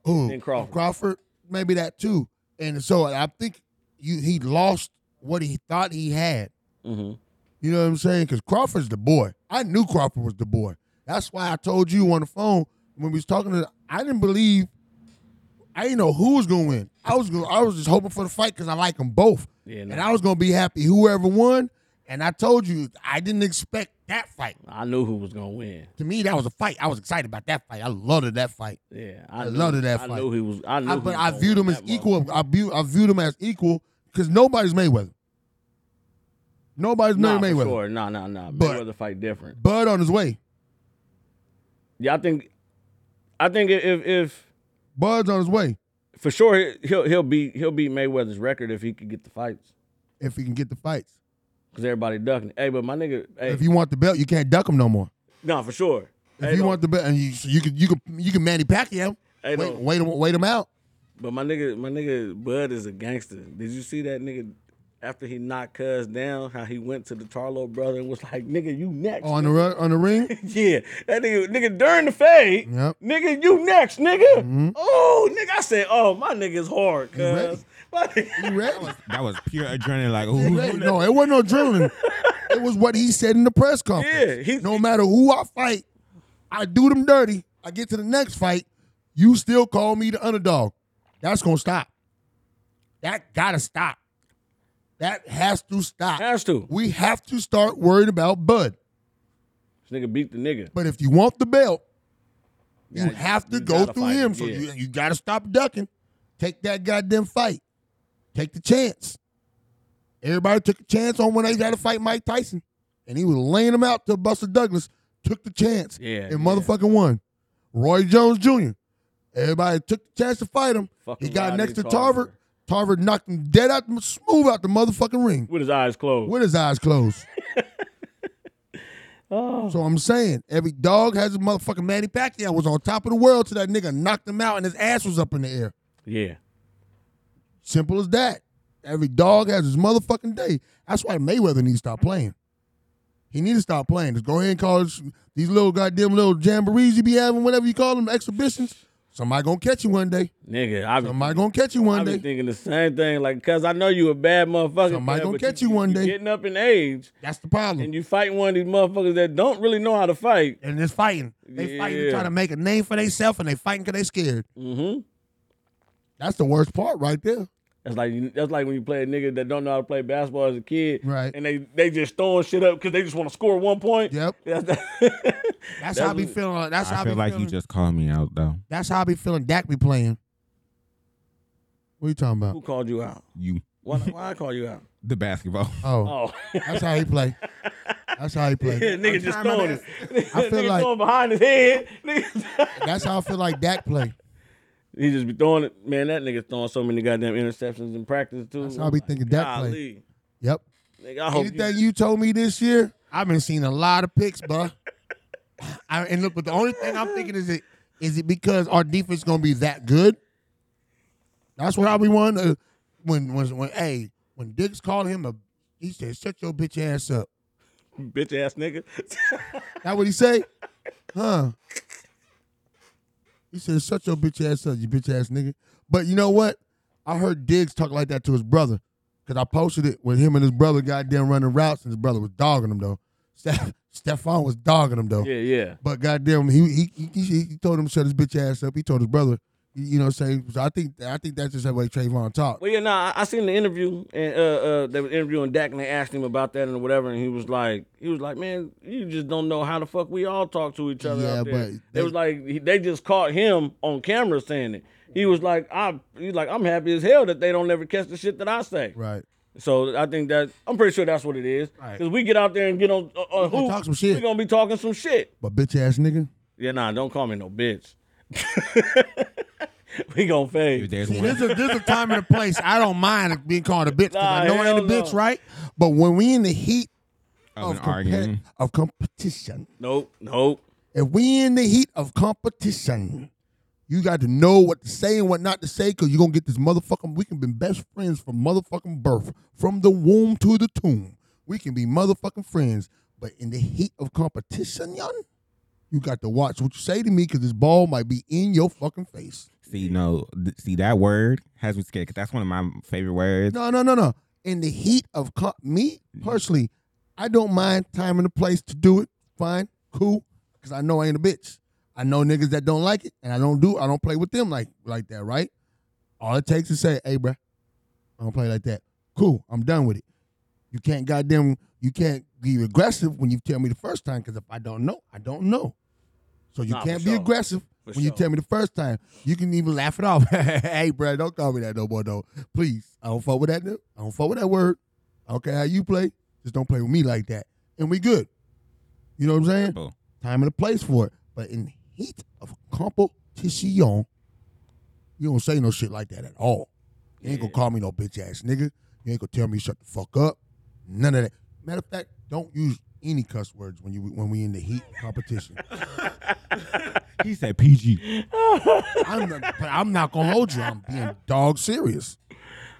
[SPEAKER 16] Who?
[SPEAKER 2] Than Crawford.
[SPEAKER 16] maybe that too. And so I think you he lost what he thought he had. Mm-hmm. You know what I'm saying? Because Crawford's the boy. I knew Crawford was the boy. That's why I told you on the phone when we was talking to. I didn't believe. I didn't know who was gonna win. I was gonna, I was just hoping for the fight because I like them both,
[SPEAKER 2] Yeah, nah.
[SPEAKER 16] and I was gonna be happy whoever won. And I told you I didn't expect that fight.
[SPEAKER 2] I knew who was gonna win.
[SPEAKER 16] To me, that was a fight. I was excited about that fight. I loved that fight.
[SPEAKER 2] Yeah,
[SPEAKER 16] I,
[SPEAKER 2] knew-
[SPEAKER 16] loved that fight.
[SPEAKER 2] I knew he was. I knew.
[SPEAKER 16] I-
[SPEAKER 2] he
[SPEAKER 16] but
[SPEAKER 2] was
[SPEAKER 16] I
[SPEAKER 2] gonna
[SPEAKER 16] viewed
[SPEAKER 2] win
[SPEAKER 16] him as
[SPEAKER 2] that
[SPEAKER 16] equal. I view I viewed him as equal because nobody's Mayweather. Nobody's
[SPEAKER 2] Nah,
[SPEAKER 16] Mayweather.
[SPEAKER 2] for sure. Nah, nah, nah.
[SPEAKER 16] But-
[SPEAKER 2] Mayweather fight different.
[SPEAKER 16] Bud on his way.
[SPEAKER 2] Yeah, I think, I think if if
[SPEAKER 16] Bud's on his way
[SPEAKER 2] for sure he'll he'll beat he'll beat Mayweather's record if he could get the fights
[SPEAKER 16] if he can get the fights.
[SPEAKER 2] because everybody ducking. Hey, but my nigga, hey,
[SPEAKER 16] If you want the belt, you can't duck him no more.
[SPEAKER 2] nah, for sure.
[SPEAKER 16] If
[SPEAKER 2] Hey,
[SPEAKER 16] you
[SPEAKER 2] no,
[SPEAKER 16] want the belt, and you so you can you can you can Manny Pacquiao.
[SPEAKER 2] Hey,
[SPEAKER 16] wait,
[SPEAKER 2] no.
[SPEAKER 16] wait, him, wait him out.
[SPEAKER 2] but my nigga, my nigga Bud is a gangster. Did you see that nigga after he knocked Cuz down? How he went to the Charlo brother and was like, "Nigga, you next."
[SPEAKER 16] Oh, on the
[SPEAKER 2] nigga.
[SPEAKER 16] ru- on the ring.
[SPEAKER 2] Yeah, that nigga, nigga during the fade,
[SPEAKER 16] Yep.
[SPEAKER 2] nigga, you next, nigga.
[SPEAKER 16] Mm-hmm.
[SPEAKER 2] Oh, nigga, I said, oh, my nigga's hard, cuz. My nigga-
[SPEAKER 1] that was pure adrenaline. Like, ooh,
[SPEAKER 16] Hey, no, it wasn't no drilling. it was what he said in the press conference.
[SPEAKER 2] Yeah,
[SPEAKER 16] no matter who I fight, I do them dirty. I get to the next fight, you still call me the underdog. That's gonna stop. That gotta stop. That has to stop.
[SPEAKER 2] Has to.
[SPEAKER 16] We have to start worrying about Bud.
[SPEAKER 2] This nigga beat the nigga.
[SPEAKER 16] But if you want the belt, you
[SPEAKER 2] Yeah,
[SPEAKER 16] have to
[SPEAKER 2] you
[SPEAKER 16] go
[SPEAKER 2] gotta
[SPEAKER 16] through
[SPEAKER 2] fight
[SPEAKER 16] him.
[SPEAKER 2] him,
[SPEAKER 16] So
[SPEAKER 2] yeah.
[SPEAKER 16] you, you got to stop ducking. Take that goddamn fight. Take the chance. Everybody took a chance on when they had to fight Mike Tyson, and he was laying him out till Buster Douglas took the chance.
[SPEAKER 2] Yeah,
[SPEAKER 16] and motherfucking won. Roy Jones Jr. Everybody took the chance to fight him.
[SPEAKER 2] Fucking
[SPEAKER 16] he got
[SPEAKER 2] Rodney
[SPEAKER 16] next to Tarver.
[SPEAKER 2] Tarver.
[SPEAKER 16] Tarver knocked him dead out, smooth out the motherfucking ring
[SPEAKER 2] With his eyes closed.
[SPEAKER 16] with his eyes closed.
[SPEAKER 2] Oh.
[SPEAKER 16] So I'm saying every dog has a motherfucking Manny Pacquiao was on top of the world till that nigga knocked him out and his ass was up in the air.
[SPEAKER 2] Yeah.
[SPEAKER 16] Simple as that. Every dog has his motherfucking day. That's why Mayweather needs to stop playing. He needs to stop playing. Just go ahead and call this- these little goddamn little jamborees you be having, whatever you call them, exhibitions. Somebody gonna catch you one day.
[SPEAKER 2] Nigga, I been,
[SPEAKER 16] Somebody gonna catch you one
[SPEAKER 2] I been
[SPEAKER 16] day.
[SPEAKER 2] thinking the same thing. Like, cuz I know you a bad motherfucker.
[SPEAKER 16] Somebody
[SPEAKER 2] cuz,
[SPEAKER 16] gonna
[SPEAKER 2] but
[SPEAKER 16] catch you one day. Mm.
[SPEAKER 2] Getting up in age.
[SPEAKER 16] That's the problem.
[SPEAKER 2] And you fighting one of these motherfuckers that don't really know how to fight.
[SPEAKER 16] And it's fighting. They fighting
[SPEAKER 2] Yeah.
[SPEAKER 16] trying to make a name for themselves and they fighting because they scared.
[SPEAKER 2] Mm-hmm.
[SPEAKER 16] That's the worst part right there.
[SPEAKER 2] That's like you- that's like when you play a nigga that don't know how to play basketball as a kid,
[SPEAKER 16] Right.
[SPEAKER 2] And they they just throwing shit up because they just want to score one point.
[SPEAKER 16] Yep.
[SPEAKER 2] That's,
[SPEAKER 16] That's, how I be
[SPEAKER 2] what-
[SPEAKER 16] feeling. That's how
[SPEAKER 1] I
[SPEAKER 16] I be
[SPEAKER 1] feel like
[SPEAKER 16] feeling.
[SPEAKER 1] you just called me out though.
[SPEAKER 16] That's how I be feeling. Dak be playing. What are you talking
[SPEAKER 2] Who
[SPEAKER 16] about?
[SPEAKER 2] called you out?
[SPEAKER 1] You,
[SPEAKER 2] Why, why I call you out?
[SPEAKER 1] the basketball.
[SPEAKER 16] Oh,
[SPEAKER 2] Oh,
[SPEAKER 16] that's how he play. That's how he play.
[SPEAKER 2] nigga just throwing it.
[SPEAKER 16] I
[SPEAKER 2] nigga
[SPEAKER 16] feel like-
[SPEAKER 2] throwing behind his head. Nigga.
[SPEAKER 16] That's how I feel like Dak play.
[SPEAKER 2] he just be throwing it. Man, that nigga throwing so many goddamn interceptions in practice too.
[SPEAKER 16] That's how I be thinking Dak play.
[SPEAKER 2] Golly.
[SPEAKER 16] Yep.
[SPEAKER 2] Nigga, I hope you-
[SPEAKER 16] Anything you told me this year, I've been seeing a lot of picks, bruh. I, and look, but the only thing I'm thinking is it is it because our defense gonna be that good? That's what I be wanting. to- When when when hey when Diggs called him a, he said, "Shut your bitch ass up."
[SPEAKER 2] bitch ass nigga.
[SPEAKER 16] That what he say? Huh? He said, "Shut your bitch ass up, you bitch ass nigga." But you know what? I heard Diggs talk like that to his brother, cause I posted it with him and his brother goddamn running routes, and his brother was dogging him though. Steph- Stephon was dogging him though.
[SPEAKER 2] yeah, yeah.
[SPEAKER 16] But goddamn, he he, he he told him to shut his bitch ass up. He told his brother, You know what I'm saying? So I think I think that's just the way Trayvon talked.
[SPEAKER 2] Well, yeah, no, I, I seen the interview, and uh, uh, they were interviewing Dak, and they asked him about that and whatever, and he was like, he was like, man, you just don't know how the fuck we all talk to each other.
[SPEAKER 16] Yeah,
[SPEAKER 2] out there.
[SPEAKER 16] but
[SPEAKER 2] it was like he- they just caught him on camera saying it. He was like, I, he's like, I'm happy as hell that they don't ever catch the shit that I say.
[SPEAKER 16] Right.
[SPEAKER 2] So I think that I'm pretty sure that's what it is.
[SPEAKER 16] Right.
[SPEAKER 2] Because we get out there and get on uh, uh, who
[SPEAKER 16] talk some shit.
[SPEAKER 2] we gonna be talking some shit.
[SPEAKER 16] But bitch ass nigga.
[SPEAKER 2] Yeah, nah, don't call me no bitch. we gonna fade.
[SPEAKER 1] There's
[SPEAKER 16] See, there's a, there's a time and a place. I don't mind being called a bitch 'cause I know
[SPEAKER 2] Nah,
[SPEAKER 16] I ain't a
[SPEAKER 2] hell no.
[SPEAKER 16] bitch, right? But when we in the heat
[SPEAKER 1] Of
[SPEAKER 16] of,
[SPEAKER 1] an
[SPEAKER 16] compe-
[SPEAKER 1] argument.
[SPEAKER 16] of competition,
[SPEAKER 2] Nope, nope.
[SPEAKER 16] if we in the heat of competition, you got to know what to say and what not to say because you're going to get this motherfucking, we can be best friends from motherfucking birth, from the womb to the tomb. We can be motherfucking friends. But in the heat of competition, young, you got to watch what you say to me because this ball might be in your fucking face.
[SPEAKER 1] See, no, th- see that word has me scared 'cause that's one of my favorite words.
[SPEAKER 16] No, no, no, no. In the heat of co- me personally, I don't mind time and the place to do it. Fine, cool, because I know I ain't a bitch. I know niggas that don't like it, and I don't do. I don't play with them like like that, right? All it takes is say, "Hey, bruh, I don't play like that." Cool, I'm done with it. You can't goddamn. You can't be aggressive when you tell me the first time, because if I don't know, I don't know. So you
[SPEAKER 11] Nah, for
[SPEAKER 16] can't be
[SPEAKER 11] sure.
[SPEAKER 16] aggressive
[SPEAKER 11] For
[SPEAKER 16] when you
[SPEAKER 11] sure.
[SPEAKER 16] tell me the first time. You can even laugh it off. hey, bro, don't call me that no more, though. Please, I don't fuck with that. no- I don't fuck with that word. I don't care how you play. Just don't play with me like that, and we good. You know what I'm saying? Time and a place for it. But in the heat of competition, you don't say no shit like that at all. You ain't gonna call me no bitch ass nigga. You ain't gonna tell me shut the fuck up. None of that. Matter of fact, don't use any cuss words when you when we in the heat of competition.
[SPEAKER 1] he said PG.
[SPEAKER 16] I'm not, but I'm not gonna hold you. I'm being dog serious.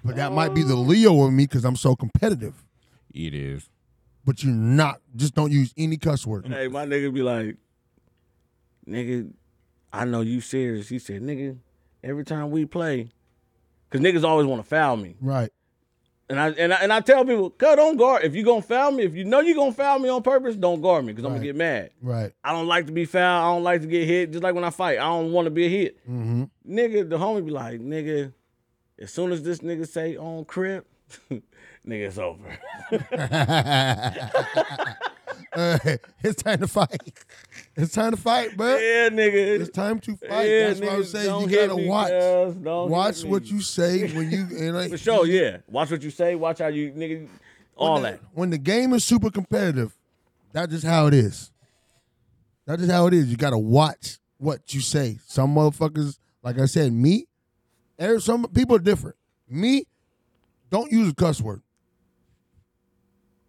[SPEAKER 16] But that might be the
[SPEAKER 2] Oh.
[SPEAKER 16] Leo in me because I'm so competitive.
[SPEAKER 1] It is.
[SPEAKER 16] But you're not. Just don't use any cuss word.
[SPEAKER 2] Hey, my nigga be like, nigga, I know you serious. He said, nigga, every time we play, cause niggas always want to foul me.
[SPEAKER 16] Right.
[SPEAKER 2] And I, and I and I tell people, cut don't guard. If you gonna foul me, if you know you gonna foul me on purpose, don't guard me, cause I'm gonna get mad.
[SPEAKER 16] Right.
[SPEAKER 2] I don't like to be fouled. I don't like to get hit. Just like when I fight, I don't want to be hit.
[SPEAKER 16] Mm-hmm.
[SPEAKER 2] Nigga, the homie be like, nigga, as soon as this nigga say on crib, nigga, it's over.
[SPEAKER 16] Uh, it's time to fight. It's time to fight, bro.
[SPEAKER 2] Yeah, nigga.
[SPEAKER 16] It's time to fight.
[SPEAKER 2] Yeah,
[SPEAKER 16] That's what I'm
[SPEAKER 2] niggas,
[SPEAKER 16] saying.
[SPEAKER 2] don't
[SPEAKER 16] You
[SPEAKER 2] hit
[SPEAKER 16] gotta
[SPEAKER 2] me,
[SPEAKER 16] watch.
[SPEAKER 2] cuz. Don't hit
[SPEAKER 16] watch
[SPEAKER 2] me.
[SPEAKER 16] what you say when you and like,
[SPEAKER 2] For sure, yeah. Watch what you say. Watch how you, nigga, all that.
[SPEAKER 16] when the game is super competitive, that's just how it is. That's just how it is. You gotta watch what you say. Some motherfuckers, like I said, me, there- some people are different. Me, don't use a cuss word.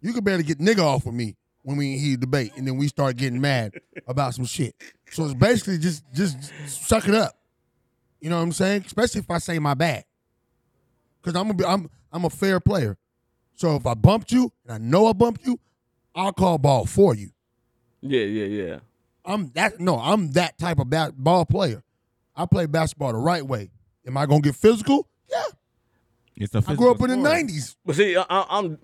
[SPEAKER 16] You can barely get nigga off of me when we hear debate, and then we start getting mad about some shit. So it's basically just just suck it up. You know what I'm saying? Especially if I say my bad, because I'm gonna be I'm I'm a fair player. So if I bumped you and I know I bumped you, I'll call ball for you.
[SPEAKER 2] Yeah, yeah, yeah.
[SPEAKER 16] I'm that no, I'm that type of ba- ball player. I play basketball the right way. Am I gonna get physical?
[SPEAKER 1] It's a
[SPEAKER 16] I grew up in the
[SPEAKER 2] sport.
[SPEAKER 16] '90s.
[SPEAKER 2] But see, I, I, I'm,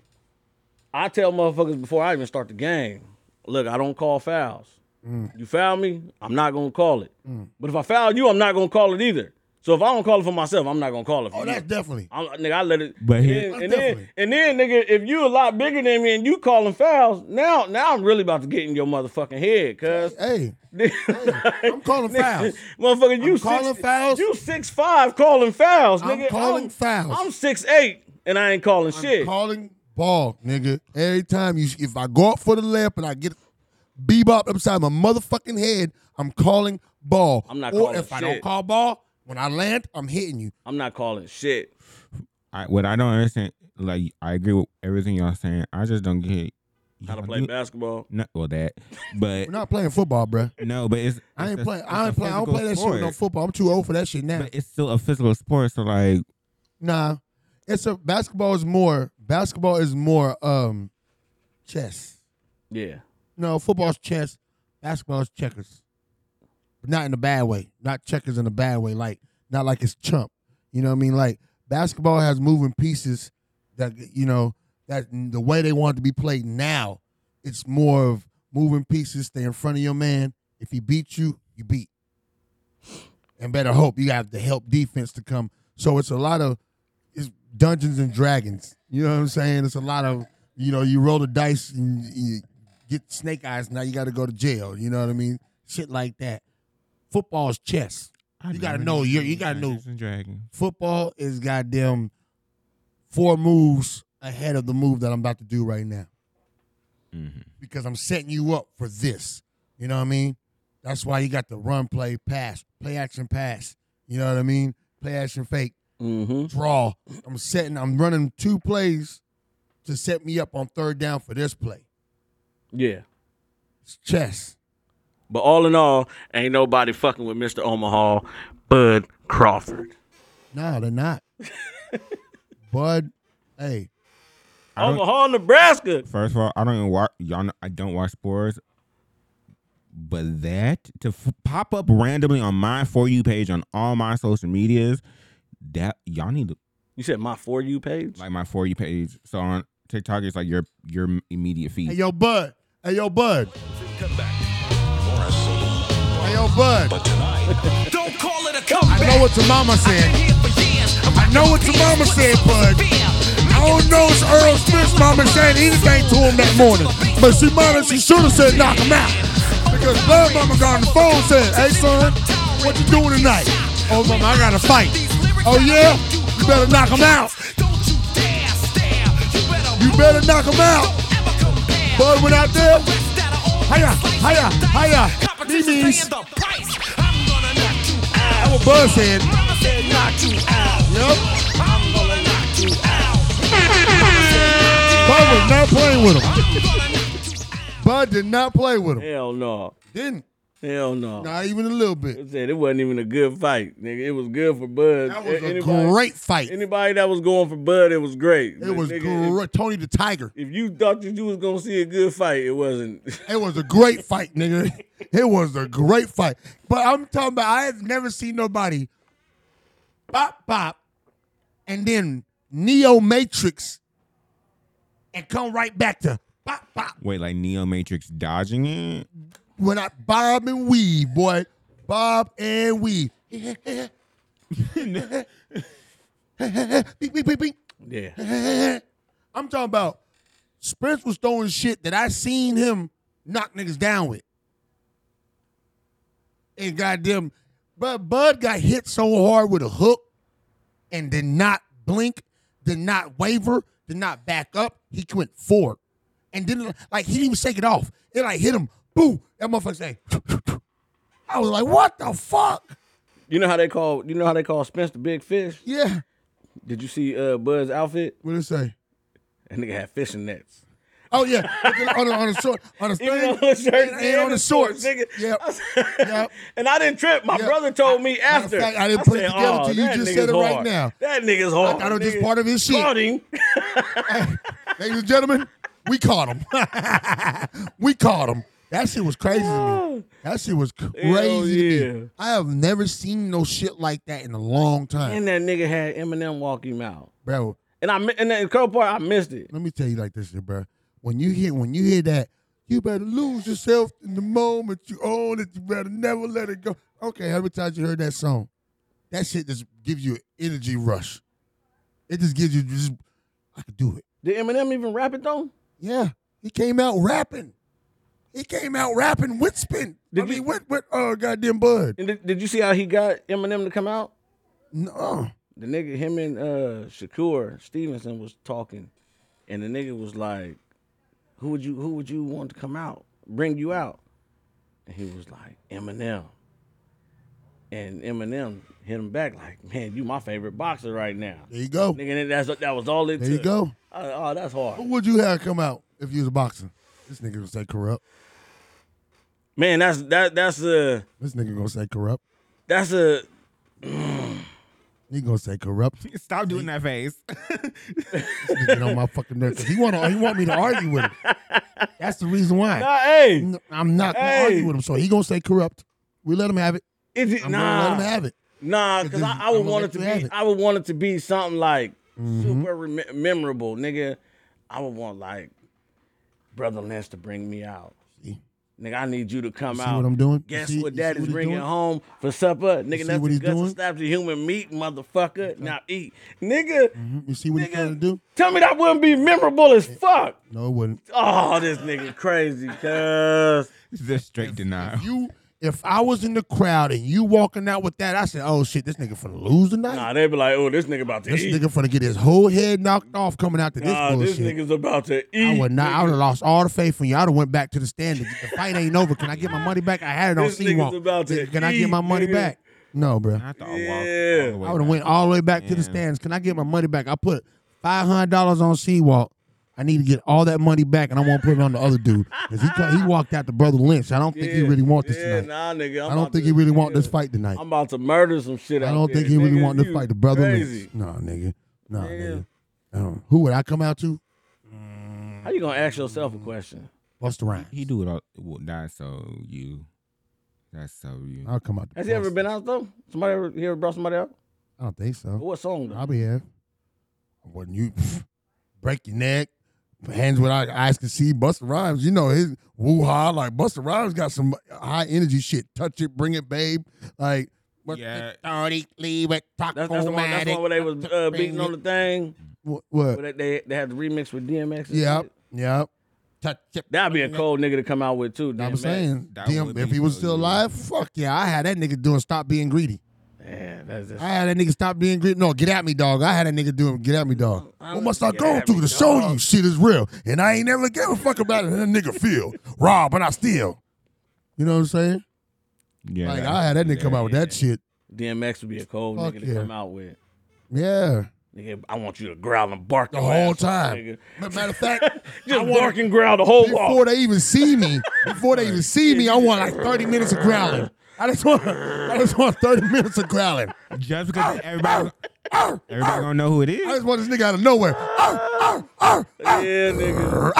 [SPEAKER 2] I tell motherfuckers before I even start the game, look, I don't call fouls.
[SPEAKER 16] Mm.
[SPEAKER 2] You foul me, I'm not gonna call it. But if I foul you, I'm not gonna call it either. So if I don't call it for myself, I'm not gonna call it. For oh,
[SPEAKER 16] that's definitely.
[SPEAKER 2] I'm, nigga, I let it.
[SPEAKER 1] But
[SPEAKER 2] and,
[SPEAKER 1] here-
[SPEAKER 2] then,
[SPEAKER 1] That's
[SPEAKER 2] and, then, and then, nigga, if you a lot bigger than me and you calling fouls, now, now I'm really about to get in your motherfucking head, cuz.
[SPEAKER 16] Hey, I'm calling fouls.
[SPEAKER 2] Motherfucker, you
[SPEAKER 16] calling
[SPEAKER 2] six,
[SPEAKER 16] fouls.
[SPEAKER 2] You six five calling fouls,
[SPEAKER 16] I'm
[SPEAKER 2] nigga.
[SPEAKER 16] calling
[SPEAKER 2] I'm-
[SPEAKER 16] fouls.
[SPEAKER 2] I'm six eight and I ain't calling
[SPEAKER 16] I'm
[SPEAKER 2] shit.
[SPEAKER 16] calling ball, nigga. Every time you, if I go up for the layup and I get bebop upside my motherfucking head, I'm calling ball.
[SPEAKER 2] I'm not
[SPEAKER 16] or
[SPEAKER 2] calling
[SPEAKER 16] if I don't
[SPEAKER 2] shit.
[SPEAKER 16] call ball, when I land, I'm hitting you.
[SPEAKER 2] I'm not calling shit.
[SPEAKER 1] I, what I don't understand, like I agree with everything y'all saying. I just don't get
[SPEAKER 2] How to
[SPEAKER 1] y'all
[SPEAKER 2] play
[SPEAKER 1] do-
[SPEAKER 2] basketball.
[SPEAKER 1] No, well that, but
[SPEAKER 16] We're not playing football, bruh.
[SPEAKER 1] no, but it's
[SPEAKER 16] I ain't
[SPEAKER 1] it's a-
[SPEAKER 16] play.
[SPEAKER 1] it's
[SPEAKER 16] I
[SPEAKER 1] a
[SPEAKER 16] ain't play. I don't
[SPEAKER 1] physical
[SPEAKER 16] play that shit with no
[SPEAKER 1] sport.
[SPEAKER 16] football. I'm too old for that shit now.
[SPEAKER 1] But it's still a physical sport, so like
[SPEAKER 16] Nah, it's a basketball is more basketball is more um chess.
[SPEAKER 2] Yeah.
[SPEAKER 16] No, football's chess, basketball's checkers, but not in a bad way. Not checkers in a bad way. Like not like it's chump. You know what I mean? Like basketball has moving pieces that you know that the way they want it to be played now. It's more of moving pieces. Stay in front of your man. If he beats you, you beat. and better hope you got the help defense to come. So it's a lot of it's Dungeons and Dragons. You know what I'm saying? It's a lot of you know you roll the dice and you get snake eyes. Now you got to go to jail. You know what I mean? Shit like that. Football's chess. you got to know. You you got to know.
[SPEAKER 1] Dungeons and Dragons.
[SPEAKER 16] Football is goddamn four moves ahead of the move that I'm about to do right now because I'm setting you up for this. You know what I mean? That's why you got the run, play, pass, play action, pass. You know what I mean? Play action, fake,
[SPEAKER 2] Mm-hmm.
[SPEAKER 16] draw. I'm setting. I'm running two plays to set me up on third down for this play.
[SPEAKER 2] Yeah.
[SPEAKER 16] It's chess.
[SPEAKER 2] But all in all, ain't nobody fucking with Mr. Omaha, Bud Crawford.
[SPEAKER 16] No, they're not. Bud, hey, I don't-
[SPEAKER 2] Omaha, Nebraska.
[SPEAKER 1] First of all, I don't even watch y'all. Know, I don't watch sports, but that to f- pop up randomly on my for you page on all my social medias, that y'all need to
[SPEAKER 2] You said my for you page?
[SPEAKER 1] like my for you page. So on TikTok, it's like your your immediate feed.
[SPEAKER 16] hey, yo, Bud, hey, yo, Bud,
[SPEAKER 12] hey,
[SPEAKER 16] yo, Bud.
[SPEAKER 12] But tonight,
[SPEAKER 13] Don't call it a
[SPEAKER 16] I know what your mama said. I know what your mama said, Bud. I don't know if Earl Smith's mama said anything to him that morning, but she might have, she should have said knock him out. Because Blood Mama got on the phone and said, hey, son, what you doing tonight? Oh, mama, I got to fight. Oh, yeah? You better knock him out. You better knock him out. Bud went out there. Hiya, hiya, hiya. Mimi's. That's what Bud said. Yep. Bud was not playing with him. Bud did not play with him.
[SPEAKER 2] Hell no.
[SPEAKER 16] Didn't.
[SPEAKER 2] Hell no.
[SPEAKER 16] Not even a little bit.
[SPEAKER 2] I said it wasn't even a good fight, nigga. It was good for Bud.
[SPEAKER 16] That was a
[SPEAKER 2] Anybody-
[SPEAKER 16] great fight.
[SPEAKER 2] Anybody that was going for Bud, it was great.
[SPEAKER 16] It was
[SPEAKER 2] nigga,
[SPEAKER 16] great. Tony the Tiger.
[SPEAKER 2] If, if you thought that you was gonna see a good fight, it wasn't.
[SPEAKER 16] It was a great fight, nigga. It was a great fight. But I'm talking about I have never seen nobody pop pop and then Neo Matrix and come right back to
[SPEAKER 1] Wait, like Neo Matrix dodging it?
[SPEAKER 16] when I bob and weave, boy. Bob and weave. Beep, beep, beep, beep.
[SPEAKER 2] Yeah.
[SPEAKER 16] I'm talking about Spence was throwing shit that I seen him knock niggas down with. And goddamn, but Bud got hit so hard with a hook and did not blink, did not waver, did not back up. He went forward. And didn't like he didn't even shake it off. It like hit him. Boom. That motherfucker say. I was like, what the fuck?
[SPEAKER 2] You know how they call you know how they call Spence the big fish?
[SPEAKER 16] Yeah.
[SPEAKER 2] Did you see uh Bud's outfit?
[SPEAKER 16] What did it say?
[SPEAKER 2] That nigga had fishing nets.
[SPEAKER 16] Oh yeah. on, the, on the short. On the
[SPEAKER 2] Even
[SPEAKER 16] thing,
[SPEAKER 2] on the shirts
[SPEAKER 16] and, and
[SPEAKER 2] and
[SPEAKER 16] on
[SPEAKER 2] the
[SPEAKER 16] the
[SPEAKER 2] shorts,
[SPEAKER 16] shorts.
[SPEAKER 2] nigga.
[SPEAKER 16] Yep. yep.
[SPEAKER 2] And I didn't trip. My
[SPEAKER 16] Yeah.
[SPEAKER 2] brother told me
[SPEAKER 16] Matter of
[SPEAKER 2] after.
[SPEAKER 16] fact, I didn't put it
[SPEAKER 2] said,
[SPEAKER 16] together
[SPEAKER 2] "Oh,
[SPEAKER 16] till you
[SPEAKER 2] that
[SPEAKER 16] just
[SPEAKER 2] nigga's
[SPEAKER 16] said it right
[SPEAKER 2] hard.
[SPEAKER 16] now.
[SPEAKER 2] That nigga's hard.
[SPEAKER 16] I know this
[SPEAKER 2] nigga.
[SPEAKER 16] part of his shit.
[SPEAKER 2] Caught him.
[SPEAKER 16] Ladies and gentlemen, we caught him. we caught him. That shit was crazy to me. That shit was crazy to me. I have never seen no shit like that in a long time.
[SPEAKER 2] And that nigga had Eminem walk him out.
[SPEAKER 16] Bro,
[SPEAKER 2] And I mi- and that cold part, I missed it.
[SPEAKER 16] let me tell you like this, shit, bro. When you hear when you hear that, you better lose yourself in the moment you own it. You better never let it go. Okay, every time you heard that song, that shit just gives you an energy rush. It just gives you just I could do it.
[SPEAKER 2] Did Eminem even rap it though?
[SPEAKER 16] Yeah, he came out rapping. He came out rapping with Spin. I mean, with with uh, goddamn Bud.
[SPEAKER 2] And did, did you see how he got Eminem to come out?
[SPEAKER 16] No.
[SPEAKER 2] The nigga, him and uh, Shakur Stevenson was talking, and the nigga was like, "Who would you? Who would you want to come out? Bring you out?" And he was like, "Eminem." And Eminem hit him back like, "Man, you my favorite boxer right now."
[SPEAKER 16] There you go.
[SPEAKER 2] Nigga, and that's that was all it.
[SPEAKER 16] There you
[SPEAKER 2] took.
[SPEAKER 16] go.
[SPEAKER 2] I- oh, that's hard.
[SPEAKER 16] Who would you have come out if you was a boxer? This nigga gonna say corrupt.
[SPEAKER 2] Man, that's that that's a
[SPEAKER 16] This nigga gonna say corrupt.
[SPEAKER 2] that's a
[SPEAKER 16] He gonna say corrupt.
[SPEAKER 1] Stop doing that face.
[SPEAKER 16] This nigga get on my fucking nerves. 'cause He want he want me to argue with him. That's the reason why.
[SPEAKER 2] Nah, hey.
[SPEAKER 16] No, I'm not gonna
[SPEAKER 2] Hey.
[SPEAKER 16] argue with him. So he gonna say corrupt. We let him have it.
[SPEAKER 2] Is it
[SPEAKER 16] I'm
[SPEAKER 2] nah?
[SPEAKER 16] gonna let him have it.
[SPEAKER 2] Nah, because I, I
[SPEAKER 16] I'm
[SPEAKER 2] would
[SPEAKER 16] gonna let
[SPEAKER 2] want it to
[SPEAKER 16] you
[SPEAKER 2] be.
[SPEAKER 16] have it. Mm-hmm.
[SPEAKER 2] I would want it to be something like super rem- memorable, nigga. I would want like Brother Lance to bring me out. Nigga, I need you to come
[SPEAKER 16] see
[SPEAKER 2] out.
[SPEAKER 16] what I'm doing? You
[SPEAKER 2] Guess
[SPEAKER 16] see-
[SPEAKER 2] what
[SPEAKER 16] you see
[SPEAKER 2] daddy's
[SPEAKER 16] what he's
[SPEAKER 2] bringing
[SPEAKER 16] doing?
[SPEAKER 2] home for supper?
[SPEAKER 16] see
[SPEAKER 2] Nigga, that's
[SPEAKER 16] what
[SPEAKER 2] the
[SPEAKER 16] he's
[SPEAKER 2] guts and
[SPEAKER 16] doing?
[SPEAKER 2] stops of human meat, motherfucker. Now eat. Nigga,
[SPEAKER 16] You see what he's trying to do?
[SPEAKER 2] tell me that wouldn't be memorable as fuck.
[SPEAKER 16] No, it wouldn't.
[SPEAKER 2] Oh, this nigga crazy, cuz.
[SPEAKER 1] Just straight denial.
[SPEAKER 16] You, if I was in the crowd and you walking out with that, I said, "Oh shit, this nigga finna lose tonight.
[SPEAKER 2] Nah, they be like, oh, this nigga about to
[SPEAKER 16] This
[SPEAKER 2] eat.
[SPEAKER 16] nigga finna get his whole head knocked off coming out to this
[SPEAKER 2] nah,
[SPEAKER 16] bullshit."
[SPEAKER 2] this nigga's about to eat.
[SPEAKER 16] I would not. I would have lost all the faith in you. I would have went back to the stand. The fight ain't over. Can I get my money back? I had it on
[SPEAKER 2] This nigga's
[SPEAKER 16] C-Walk.
[SPEAKER 2] about to
[SPEAKER 16] Can I get my
[SPEAKER 2] eat,
[SPEAKER 16] money
[SPEAKER 2] nigga.
[SPEAKER 16] back? No, bro.
[SPEAKER 1] I thought I walked all the way
[SPEAKER 2] Yeah.
[SPEAKER 16] I would have
[SPEAKER 1] back.
[SPEAKER 16] went all the way back to the
[SPEAKER 1] Man.
[SPEAKER 16] stands. Can I get my money back? I put five hundred dollars on Seawalk. I need to get all that money back, and I want to put it on the other dude because he cut- he walked out to Brother Lynch. I don't think he really want this
[SPEAKER 2] Yeah,
[SPEAKER 16] tonight.
[SPEAKER 2] nah, nigga. I'm
[SPEAKER 16] I
[SPEAKER 2] about
[SPEAKER 16] don't think
[SPEAKER 2] to-
[SPEAKER 16] he really want this fight tonight.
[SPEAKER 2] I'm about to murder some shit
[SPEAKER 16] I
[SPEAKER 2] out
[SPEAKER 16] don't
[SPEAKER 2] there.
[SPEAKER 16] think he really
[SPEAKER 2] Nigga,
[SPEAKER 16] want to
[SPEAKER 2] you
[SPEAKER 16] fight the Brother
[SPEAKER 2] crazy.
[SPEAKER 16] Lynch. No, nigga. No, nigga. No. Who would I come out to?
[SPEAKER 2] How you gonna ask yourself a question?
[SPEAKER 16] Busta Rhymes.
[SPEAKER 1] He do it all. Well, that's so you. That's so you.
[SPEAKER 16] I'll come out. To
[SPEAKER 2] Has he ever been out though? Somebody ever, he ever brought somebody out?
[SPEAKER 16] I don't think so.
[SPEAKER 2] What song though?
[SPEAKER 16] I'll be here. When you break your neck, hands without eyes can see, Buster Rhymes, you know, his woo ha, like Buster Rhymes got some high energy shit. Touch it, bring it, babe. Like, what
[SPEAKER 1] Yeah.
[SPEAKER 16] Tony leave it, talk
[SPEAKER 2] That's, that's the one. That's the one where they was uh, beating on the thing.
[SPEAKER 16] What?
[SPEAKER 2] Where they, they they had the remix with DMX. and
[SPEAKER 16] Yep.
[SPEAKER 2] shit.
[SPEAKER 16] Yep. Touch it.
[SPEAKER 2] That'd be a cold nigga to come out with too.
[SPEAKER 16] I
[SPEAKER 2] DMX.
[SPEAKER 16] was saying,
[SPEAKER 1] That would
[SPEAKER 16] DM, if
[SPEAKER 1] be
[SPEAKER 16] he was
[SPEAKER 1] so
[SPEAKER 16] still
[SPEAKER 1] good.
[SPEAKER 16] alive, fuck yeah, I had that nigga doing stop being greedy.
[SPEAKER 2] Man, that's just,
[SPEAKER 16] I had that nigga stop being greedy. No, get at me, dog. I had that nigga doing get at me, dog. What must I go through to show you shit is real? And I ain't never gave a fuck about it. And that nigga feel rob, and I steal. You know what I'm saying?
[SPEAKER 1] Yeah.
[SPEAKER 16] like I had that nigga come out with that shit.
[SPEAKER 2] DMX would be a cold
[SPEAKER 16] Fuck
[SPEAKER 2] nigga to
[SPEAKER 16] yeah.
[SPEAKER 2] come out with.
[SPEAKER 16] Yeah.
[SPEAKER 2] Nigga, I want you to growl and bark
[SPEAKER 16] The
[SPEAKER 2] your
[SPEAKER 16] whole
[SPEAKER 2] ass off,
[SPEAKER 16] time.
[SPEAKER 2] nigga.
[SPEAKER 16] Ma- Matter of fact,
[SPEAKER 2] Just
[SPEAKER 16] I wanna-
[SPEAKER 2] bark and growl the whole
[SPEAKER 16] before
[SPEAKER 2] walk.
[SPEAKER 16] they even see me. Before they even see me, I want like 30 minutes of growling. I just want, I just want 30 minutes of growling.
[SPEAKER 1] Just because everybody, everybody gonna know who it
[SPEAKER 16] I
[SPEAKER 1] is.
[SPEAKER 16] just want this nigga out of nowhere.
[SPEAKER 2] Yeah, nigga.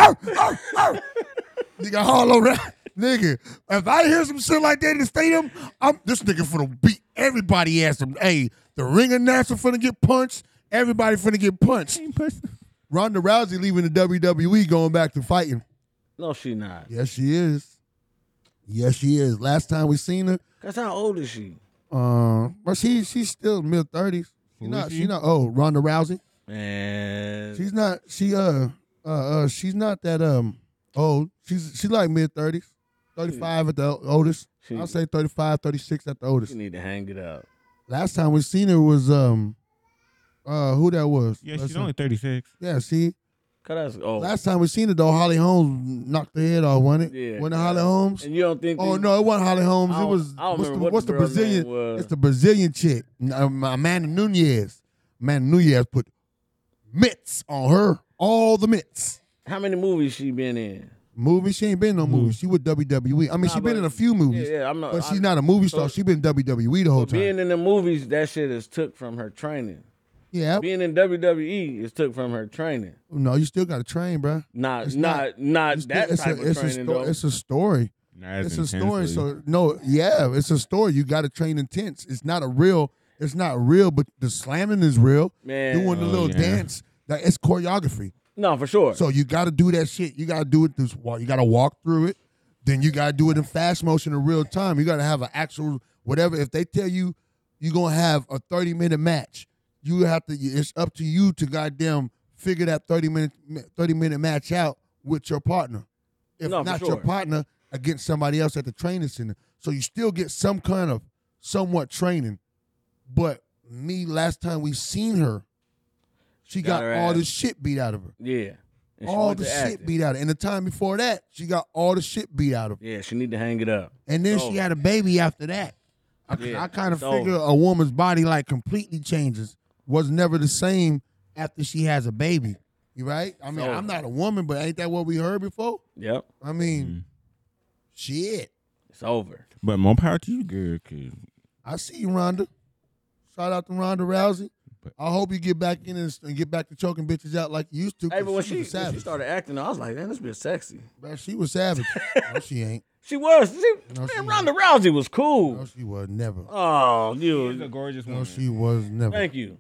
[SPEAKER 16] nigga all around. Nigga, if I hear some shit like that in the stadium, I'm this nigga finna beat everybody ass. Hey, the ring announcer finna get punched. Everybody finna get punched. Ronda Rousey leaving the WWE, going back to fighting.
[SPEAKER 2] No, she not.
[SPEAKER 16] Yes, she is. Yes, she is. Last time we seen her,
[SPEAKER 2] That's how old is she?
[SPEAKER 16] um, but she she's still mid thirties. She
[SPEAKER 2] Who
[SPEAKER 16] not
[SPEAKER 2] is
[SPEAKER 16] she
[SPEAKER 2] she?
[SPEAKER 16] not oh Ronda Rousey.
[SPEAKER 2] Man,
[SPEAKER 16] She's not she uh uh uh she's not that um old. She's she's like mid thirties. 35 at the o- oldest.
[SPEAKER 2] She-
[SPEAKER 16] I'll say 35, 36 at the oldest.
[SPEAKER 2] you need to hang it up.
[SPEAKER 16] Last time we seen her was um uh who that was?
[SPEAKER 1] Yeah, she's
[SPEAKER 16] Last
[SPEAKER 1] only
[SPEAKER 16] time-
[SPEAKER 1] thirty six.
[SPEAKER 16] Yeah, see.
[SPEAKER 2] Cut us. Oh,
[SPEAKER 16] Last time we seen her though, Holly Holmes knocked her head off, wasn't it?
[SPEAKER 2] Yeah.
[SPEAKER 16] Wasn't it Holly Holmes?
[SPEAKER 2] and you don't think?
[SPEAKER 16] Oh
[SPEAKER 2] these-
[SPEAKER 16] no, it wasn't Holly Holmes.
[SPEAKER 2] I
[SPEAKER 16] It
[SPEAKER 2] don't-
[SPEAKER 16] was
[SPEAKER 2] I
[SPEAKER 16] what's
[SPEAKER 2] don't
[SPEAKER 16] the,
[SPEAKER 2] remember what
[SPEAKER 16] what's
[SPEAKER 2] the
[SPEAKER 16] the
[SPEAKER 2] girl name
[SPEAKER 16] Brazilian?
[SPEAKER 2] was.
[SPEAKER 16] It's the Brazilian chick, uh, my Amanda Nunez. Amanda Nunez put mitts on her, all the mitts.
[SPEAKER 2] How many movies she been in?
[SPEAKER 16] Movie, she ain't been in no movie. She with WWE. I mean,
[SPEAKER 2] Nah,
[SPEAKER 16] she been
[SPEAKER 2] but-
[SPEAKER 16] in a few movies,
[SPEAKER 2] Yeah, yeah, I'm not.
[SPEAKER 16] but she's
[SPEAKER 2] I-
[SPEAKER 16] not a movie
[SPEAKER 2] so-
[SPEAKER 16] star. she been WWE E the whole
[SPEAKER 2] But
[SPEAKER 16] time.
[SPEAKER 2] being in the movies, that shit is took from her training.
[SPEAKER 16] yeah,
[SPEAKER 2] Being in WWE is took from her training.
[SPEAKER 16] no, you still got to train, bruh.
[SPEAKER 2] Not,
[SPEAKER 16] It's
[SPEAKER 2] not, not,
[SPEAKER 16] You still-
[SPEAKER 2] that
[SPEAKER 16] it's
[SPEAKER 2] type
[SPEAKER 16] a,
[SPEAKER 2] of
[SPEAKER 16] it's
[SPEAKER 2] training.
[SPEAKER 16] A sto-
[SPEAKER 2] though.
[SPEAKER 16] it's a story.
[SPEAKER 1] Not as
[SPEAKER 16] it's a story.
[SPEAKER 1] intensely.
[SPEAKER 16] So no, yeah, it's a story. You got to train intense. It's not a real. It's not real, but the slamming is real.
[SPEAKER 2] Man.
[SPEAKER 16] doing the
[SPEAKER 1] Oh,
[SPEAKER 16] little
[SPEAKER 1] yeah.
[SPEAKER 16] dance, like, it's choreography.
[SPEAKER 2] no, for sure.
[SPEAKER 16] So you got to do that shit. You got to do it this walk. You got to walk through it. Then you got to do it in fast motion in real time. You got to have an actual whatever. If they tell you you're gonna have a 30 minute match, you have to. It's up to you to goddamn figure that 30 minute 30 minute match out with your partner if
[SPEAKER 2] No, for
[SPEAKER 16] not
[SPEAKER 2] sure.
[SPEAKER 16] your partner against somebody else at the training center. So you still get some kind of somewhat training. But me, last time we seen her, she
[SPEAKER 2] Got
[SPEAKER 16] got,
[SPEAKER 2] her
[SPEAKER 16] all
[SPEAKER 2] ass.
[SPEAKER 16] this shit beat out of her.
[SPEAKER 2] yeah, And she
[SPEAKER 16] all
[SPEAKER 2] went
[SPEAKER 16] the
[SPEAKER 2] to
[SPEAKER 16] shit
[SPEAKER 2] acting.
[SPEAKER 16] beat out of her. And the time before that, she got all the shit beat out of her.
[SPEAKER 2] Yeah, she need to hang it up.
[SPEAKER 16] And then
[SPEAKER 2] Oh.
[SPEAKER 16] she had a baby after that. I,
[SPEAKER 2] Yeah,
[SPEAKER 16] I kind of
[SPEAKER 2] it's over.
[SPEAKER 16] figure a woman's body like completely changes. Was never the same after she has a baby. You right? I mean,
[SPEAKER 2] over.
[SPEAKER 16] I'm not a woman, but ain't that what we heard before?
[SPEAKER 2] Yep,
[SPEAKER 16] I mean,
[SPEAKER 2] Mm-hmm.
[SPEAKER 16] shit.
[SPEAKER 2] it's over.
[SPEAKER 1] But more power to you, girl. 'cause
[SPEAKER 16] I see you, Ronda. Shout out to Ronda Rousey. I hope you get back in and, and get back to choking bitches out like you used to.
[SPEAKER 2] Hey, but when
[SPEAKER 16] 'cause
[SPEAKER 2] she,
[SPEAKER 16] was
[SPEAKER 2] when she
[SPEAKER 16] savage.
[SPEAKER 2] started acting, I was like, man, this bitch sexy.
[SPEAKER 16] Bro, she was savage. no, she ain't.
[SPEAKER 2] She was. She,
[SPEAKER 16] No, she
[SPEAKER 2] man, Ronda Rousey was cool.
[SPEAKER 16] No, she was never.
[SPEAKER 2] Oh,
[SPEAKER 1] She's a
[SPEAKER 2] you.
[SPEAKER 1] gorgeous
[SPEAKER 16] No,
[SPEAKER 1] woman.
[SPEAKER 16] she was never.
[SPEAKER 2] Thank you.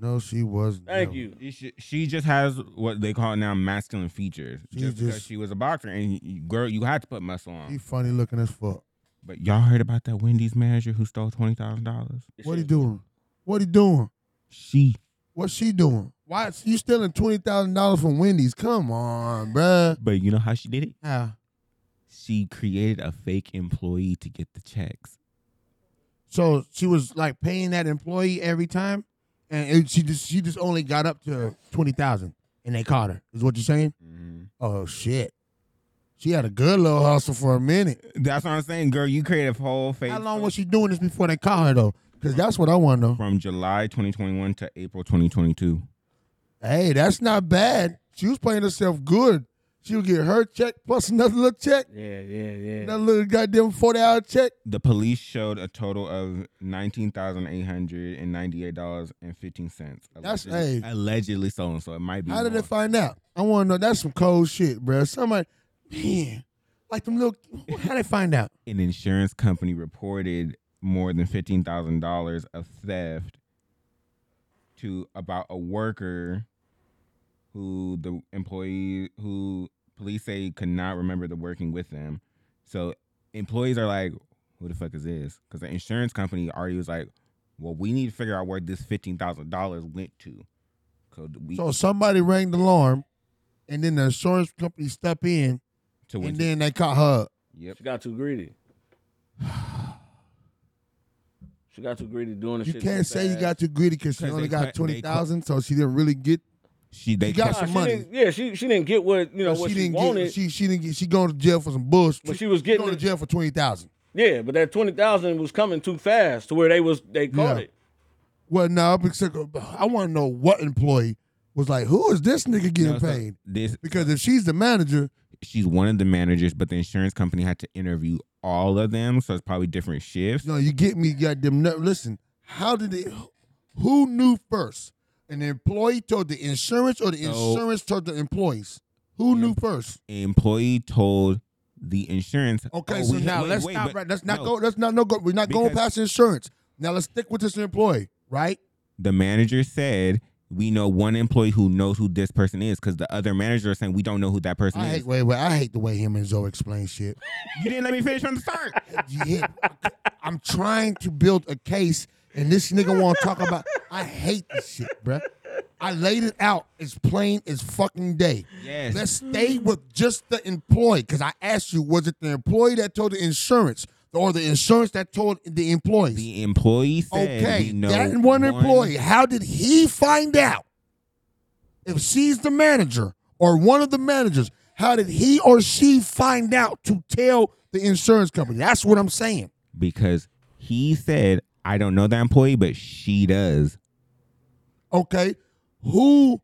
[SPEAKER 16] No, she was.
[SPEAKER 2] Thank you.
[SPEAKER 1] She, she just has what they call now masculine features.
[SPEAKER 16] She
[SPEAKER 1] just, because
[SPEAKER 16] just-
[SPEAKER 1] she was a boxer, and you, girl, you had to put muscle on.
[SPEAKER 16] He funny looking as fuck.
[SPEAKER 1] But y'all heard about that Wendy's manager who stole twenty thousand dollars?
[SPEAKER 16] What he doing? What he doing?
[SPEAKER 1] She.
[SPEAKER 16] What's she doing? Why is you stealing twenty thousand dollars from Wendy's? Come on, bruh.
[SPEAKER 1] But you know how she did it?
[SPEAKER 16] How?
[SPEAKER 1] She created a fake employee to get the checks.
[SPEAKER 16] So she was like paying that employee every time, and it- she just she just only got up to twenty thousand, and they caught her. Is what you're saying?
[SPEAKER 1] Mm-hmm.
[SPEAKER 16] Oh shit, she had a good little hustle for a minute.
[SPEAKER 1] That's what I'm saying, girl. You created a whole fake.
[SPEAKER 16] How long was she doing this before they caught her though? Because that's what I want to know.
[SPEAKER 1] From July 2021 to April 2022.
[SPEAKER 16] Hey, that's not bad. She was playing herself good. She would get her check plus another little check,
[SPEAKER 2] Yeah, yeah, yeah.
[SPEAKER 16] another little goddamn forty hour check.
[SPEAKER 1] The police showed a total of nineteen thousand eight hundred and ninety-eight dollars and fifteen cents.
[SPEAKER 16] That's-
[SPEAKER 1] allegedly,
[SPEAKER 16] hey.
[SPEAKER 1] allegedly stolen, so it might be.
[SPEAKER 16] How did
[SPEAKER 1] more.
[SPEAKER 16] they find out? I want to know. That's some cold shit, bro. Somebody, man, like them little. How they find out?
[SPEAKER 1] an insurance company reported more than fifteen thousand dollars of theft to about a worker who the employee who police say could not remember the working with them. So employees are like, "Who the fuck is this?" Because the insurance company already was like, "Well, we need to figure out where this fifteen thousand dollars went to." So we
[SPEAKER 16] So somebody rang the alarm, and then the insurance company step in,
[SPEAKER 1] To
[SPEAKER 16] and
[SPEAKER 1] Wendy's.
[SPEAKER 16] then they caught her.
[SPEAKER 1] Yep.
[SPEAKER 2] She got too greedy. She got too greedy doing the
[SPEAKER 16] You
[SPEAKER 2] shit.
[SPEAKER 16] can't
[SPEAKER 2] so
[SPEAKER 16] say you
[SPEAKER 2] fast.
[SPEAKER 16] got too greedy because she
[SPEAKER 2] 'Cause
[SPEAKER 16] only
[SPEAKER 2] they
[SPEAKER 16] got
[SPEAKER 2] cut- they
[SPEAKER 16] twenty thousand, so she didn't really get.
[SPEAKER 1] She they
[SPEAKER 16] got
[SPEAKER 2] Nah,
[SPEAKER 16] some
[SPEAKER 2] she
[SPEAKER 16] money.
[SPEAKER 2] didn't- Yeah, she she didn't get what you know
[SPEAKER 16] but
[SPEAKER 2] what
[SPEAKER 16] she
[SPEAKER 2] she,
[SPEAKER 16] didn't
[SPEAKER 2] wanted.
[SPEAKER 16] get. She she didn't get. She going to jail for some bullshit.
[SPEAKER 2] But she was getting
[SPEAKER 16] going to
[SPEAKER 2] it-
[SPEAKER 16] jail for twenty thousand.
[SPEAKER 2] yeah, but that twenty thousand was coming too fast to where they was they caught
[SPEAKER 16] Yeah.
[SPEAKER 2] it.
[SPEAKER 16] Well, no, because I want to know what employee was like. Who is this nigga getting
[SPEAKER 1] No, so
[SPEAKER 16] paid?
[SPEAKER 1] this
[SPEAKER 16] Because if she's the manager,
[SPEAKER 1] she's one of the managers, but the insurance company had to interview all of them, so it's probably different shifts.
[SPEAKER 16] No, you get me, goddamn. nut. Listen, how did it? Who knew first? An employee told the insurance, or the
[SPEAKER 1] No.
[SPEAKER 16] insurance told the employees? Who knew first?
[SPEAKER 1] employee told the insurance.
[SPEAKER 16] Okay,
[SPEAKER 1] "Oh,
[SPEAKER 16] so
[SPEAKER 1] we-
[SPEAKER 16] now
[SPEAKER 1] wait,
[SPEAKER 16] let's
[SPEAKER 1] wait,
[SPEAKER 16] not.
[SPEAKER 1] but
[SPEAKER 16] right, let's not
[SPEAKER 1] no,
[SPEAKER 16] go. Let's not no go. We're not going
[SPEAKER 1] Because-
[SPEAKER 16] past insurance. Now let's stick with this employee, right?
[SPEAKER 1] The manager said we know one employee who knows who this person is because the other manager is saying we don't know who that person
[SPEAKER 16] I
[SPEAKER 1] is.
[SPEAKER 16] hate. Wait, wait. I hate the way him and Zoe explain shit.
[SPEAKER 1] You didn't let me finish from the start.
[SPEAKER 16] Yeah, I'm trying to build a case, and this nigga want to talk about. I hate this shit, bruh. I laid it out as plain as fucking day.
[SPEAKER 1] Yes.
[SPEAKER 16] Let's stay with just the employee, because I asked you, was it the employee that told the insurance, or the insurance that told the employees?
[SPEAKER 1] The employee said
[SPEAKER 16] okay,
[SPEAKER 1] we know
[SPEAKER 16] that one, employee. How did he find out if she's the manager or one of the managers? How did he or she find out to tell the insurance company? That's what I'm saying.
[SPEAKER 1] because he said I don't know that employee, but she does.
[SPEAKER 16] Okay, who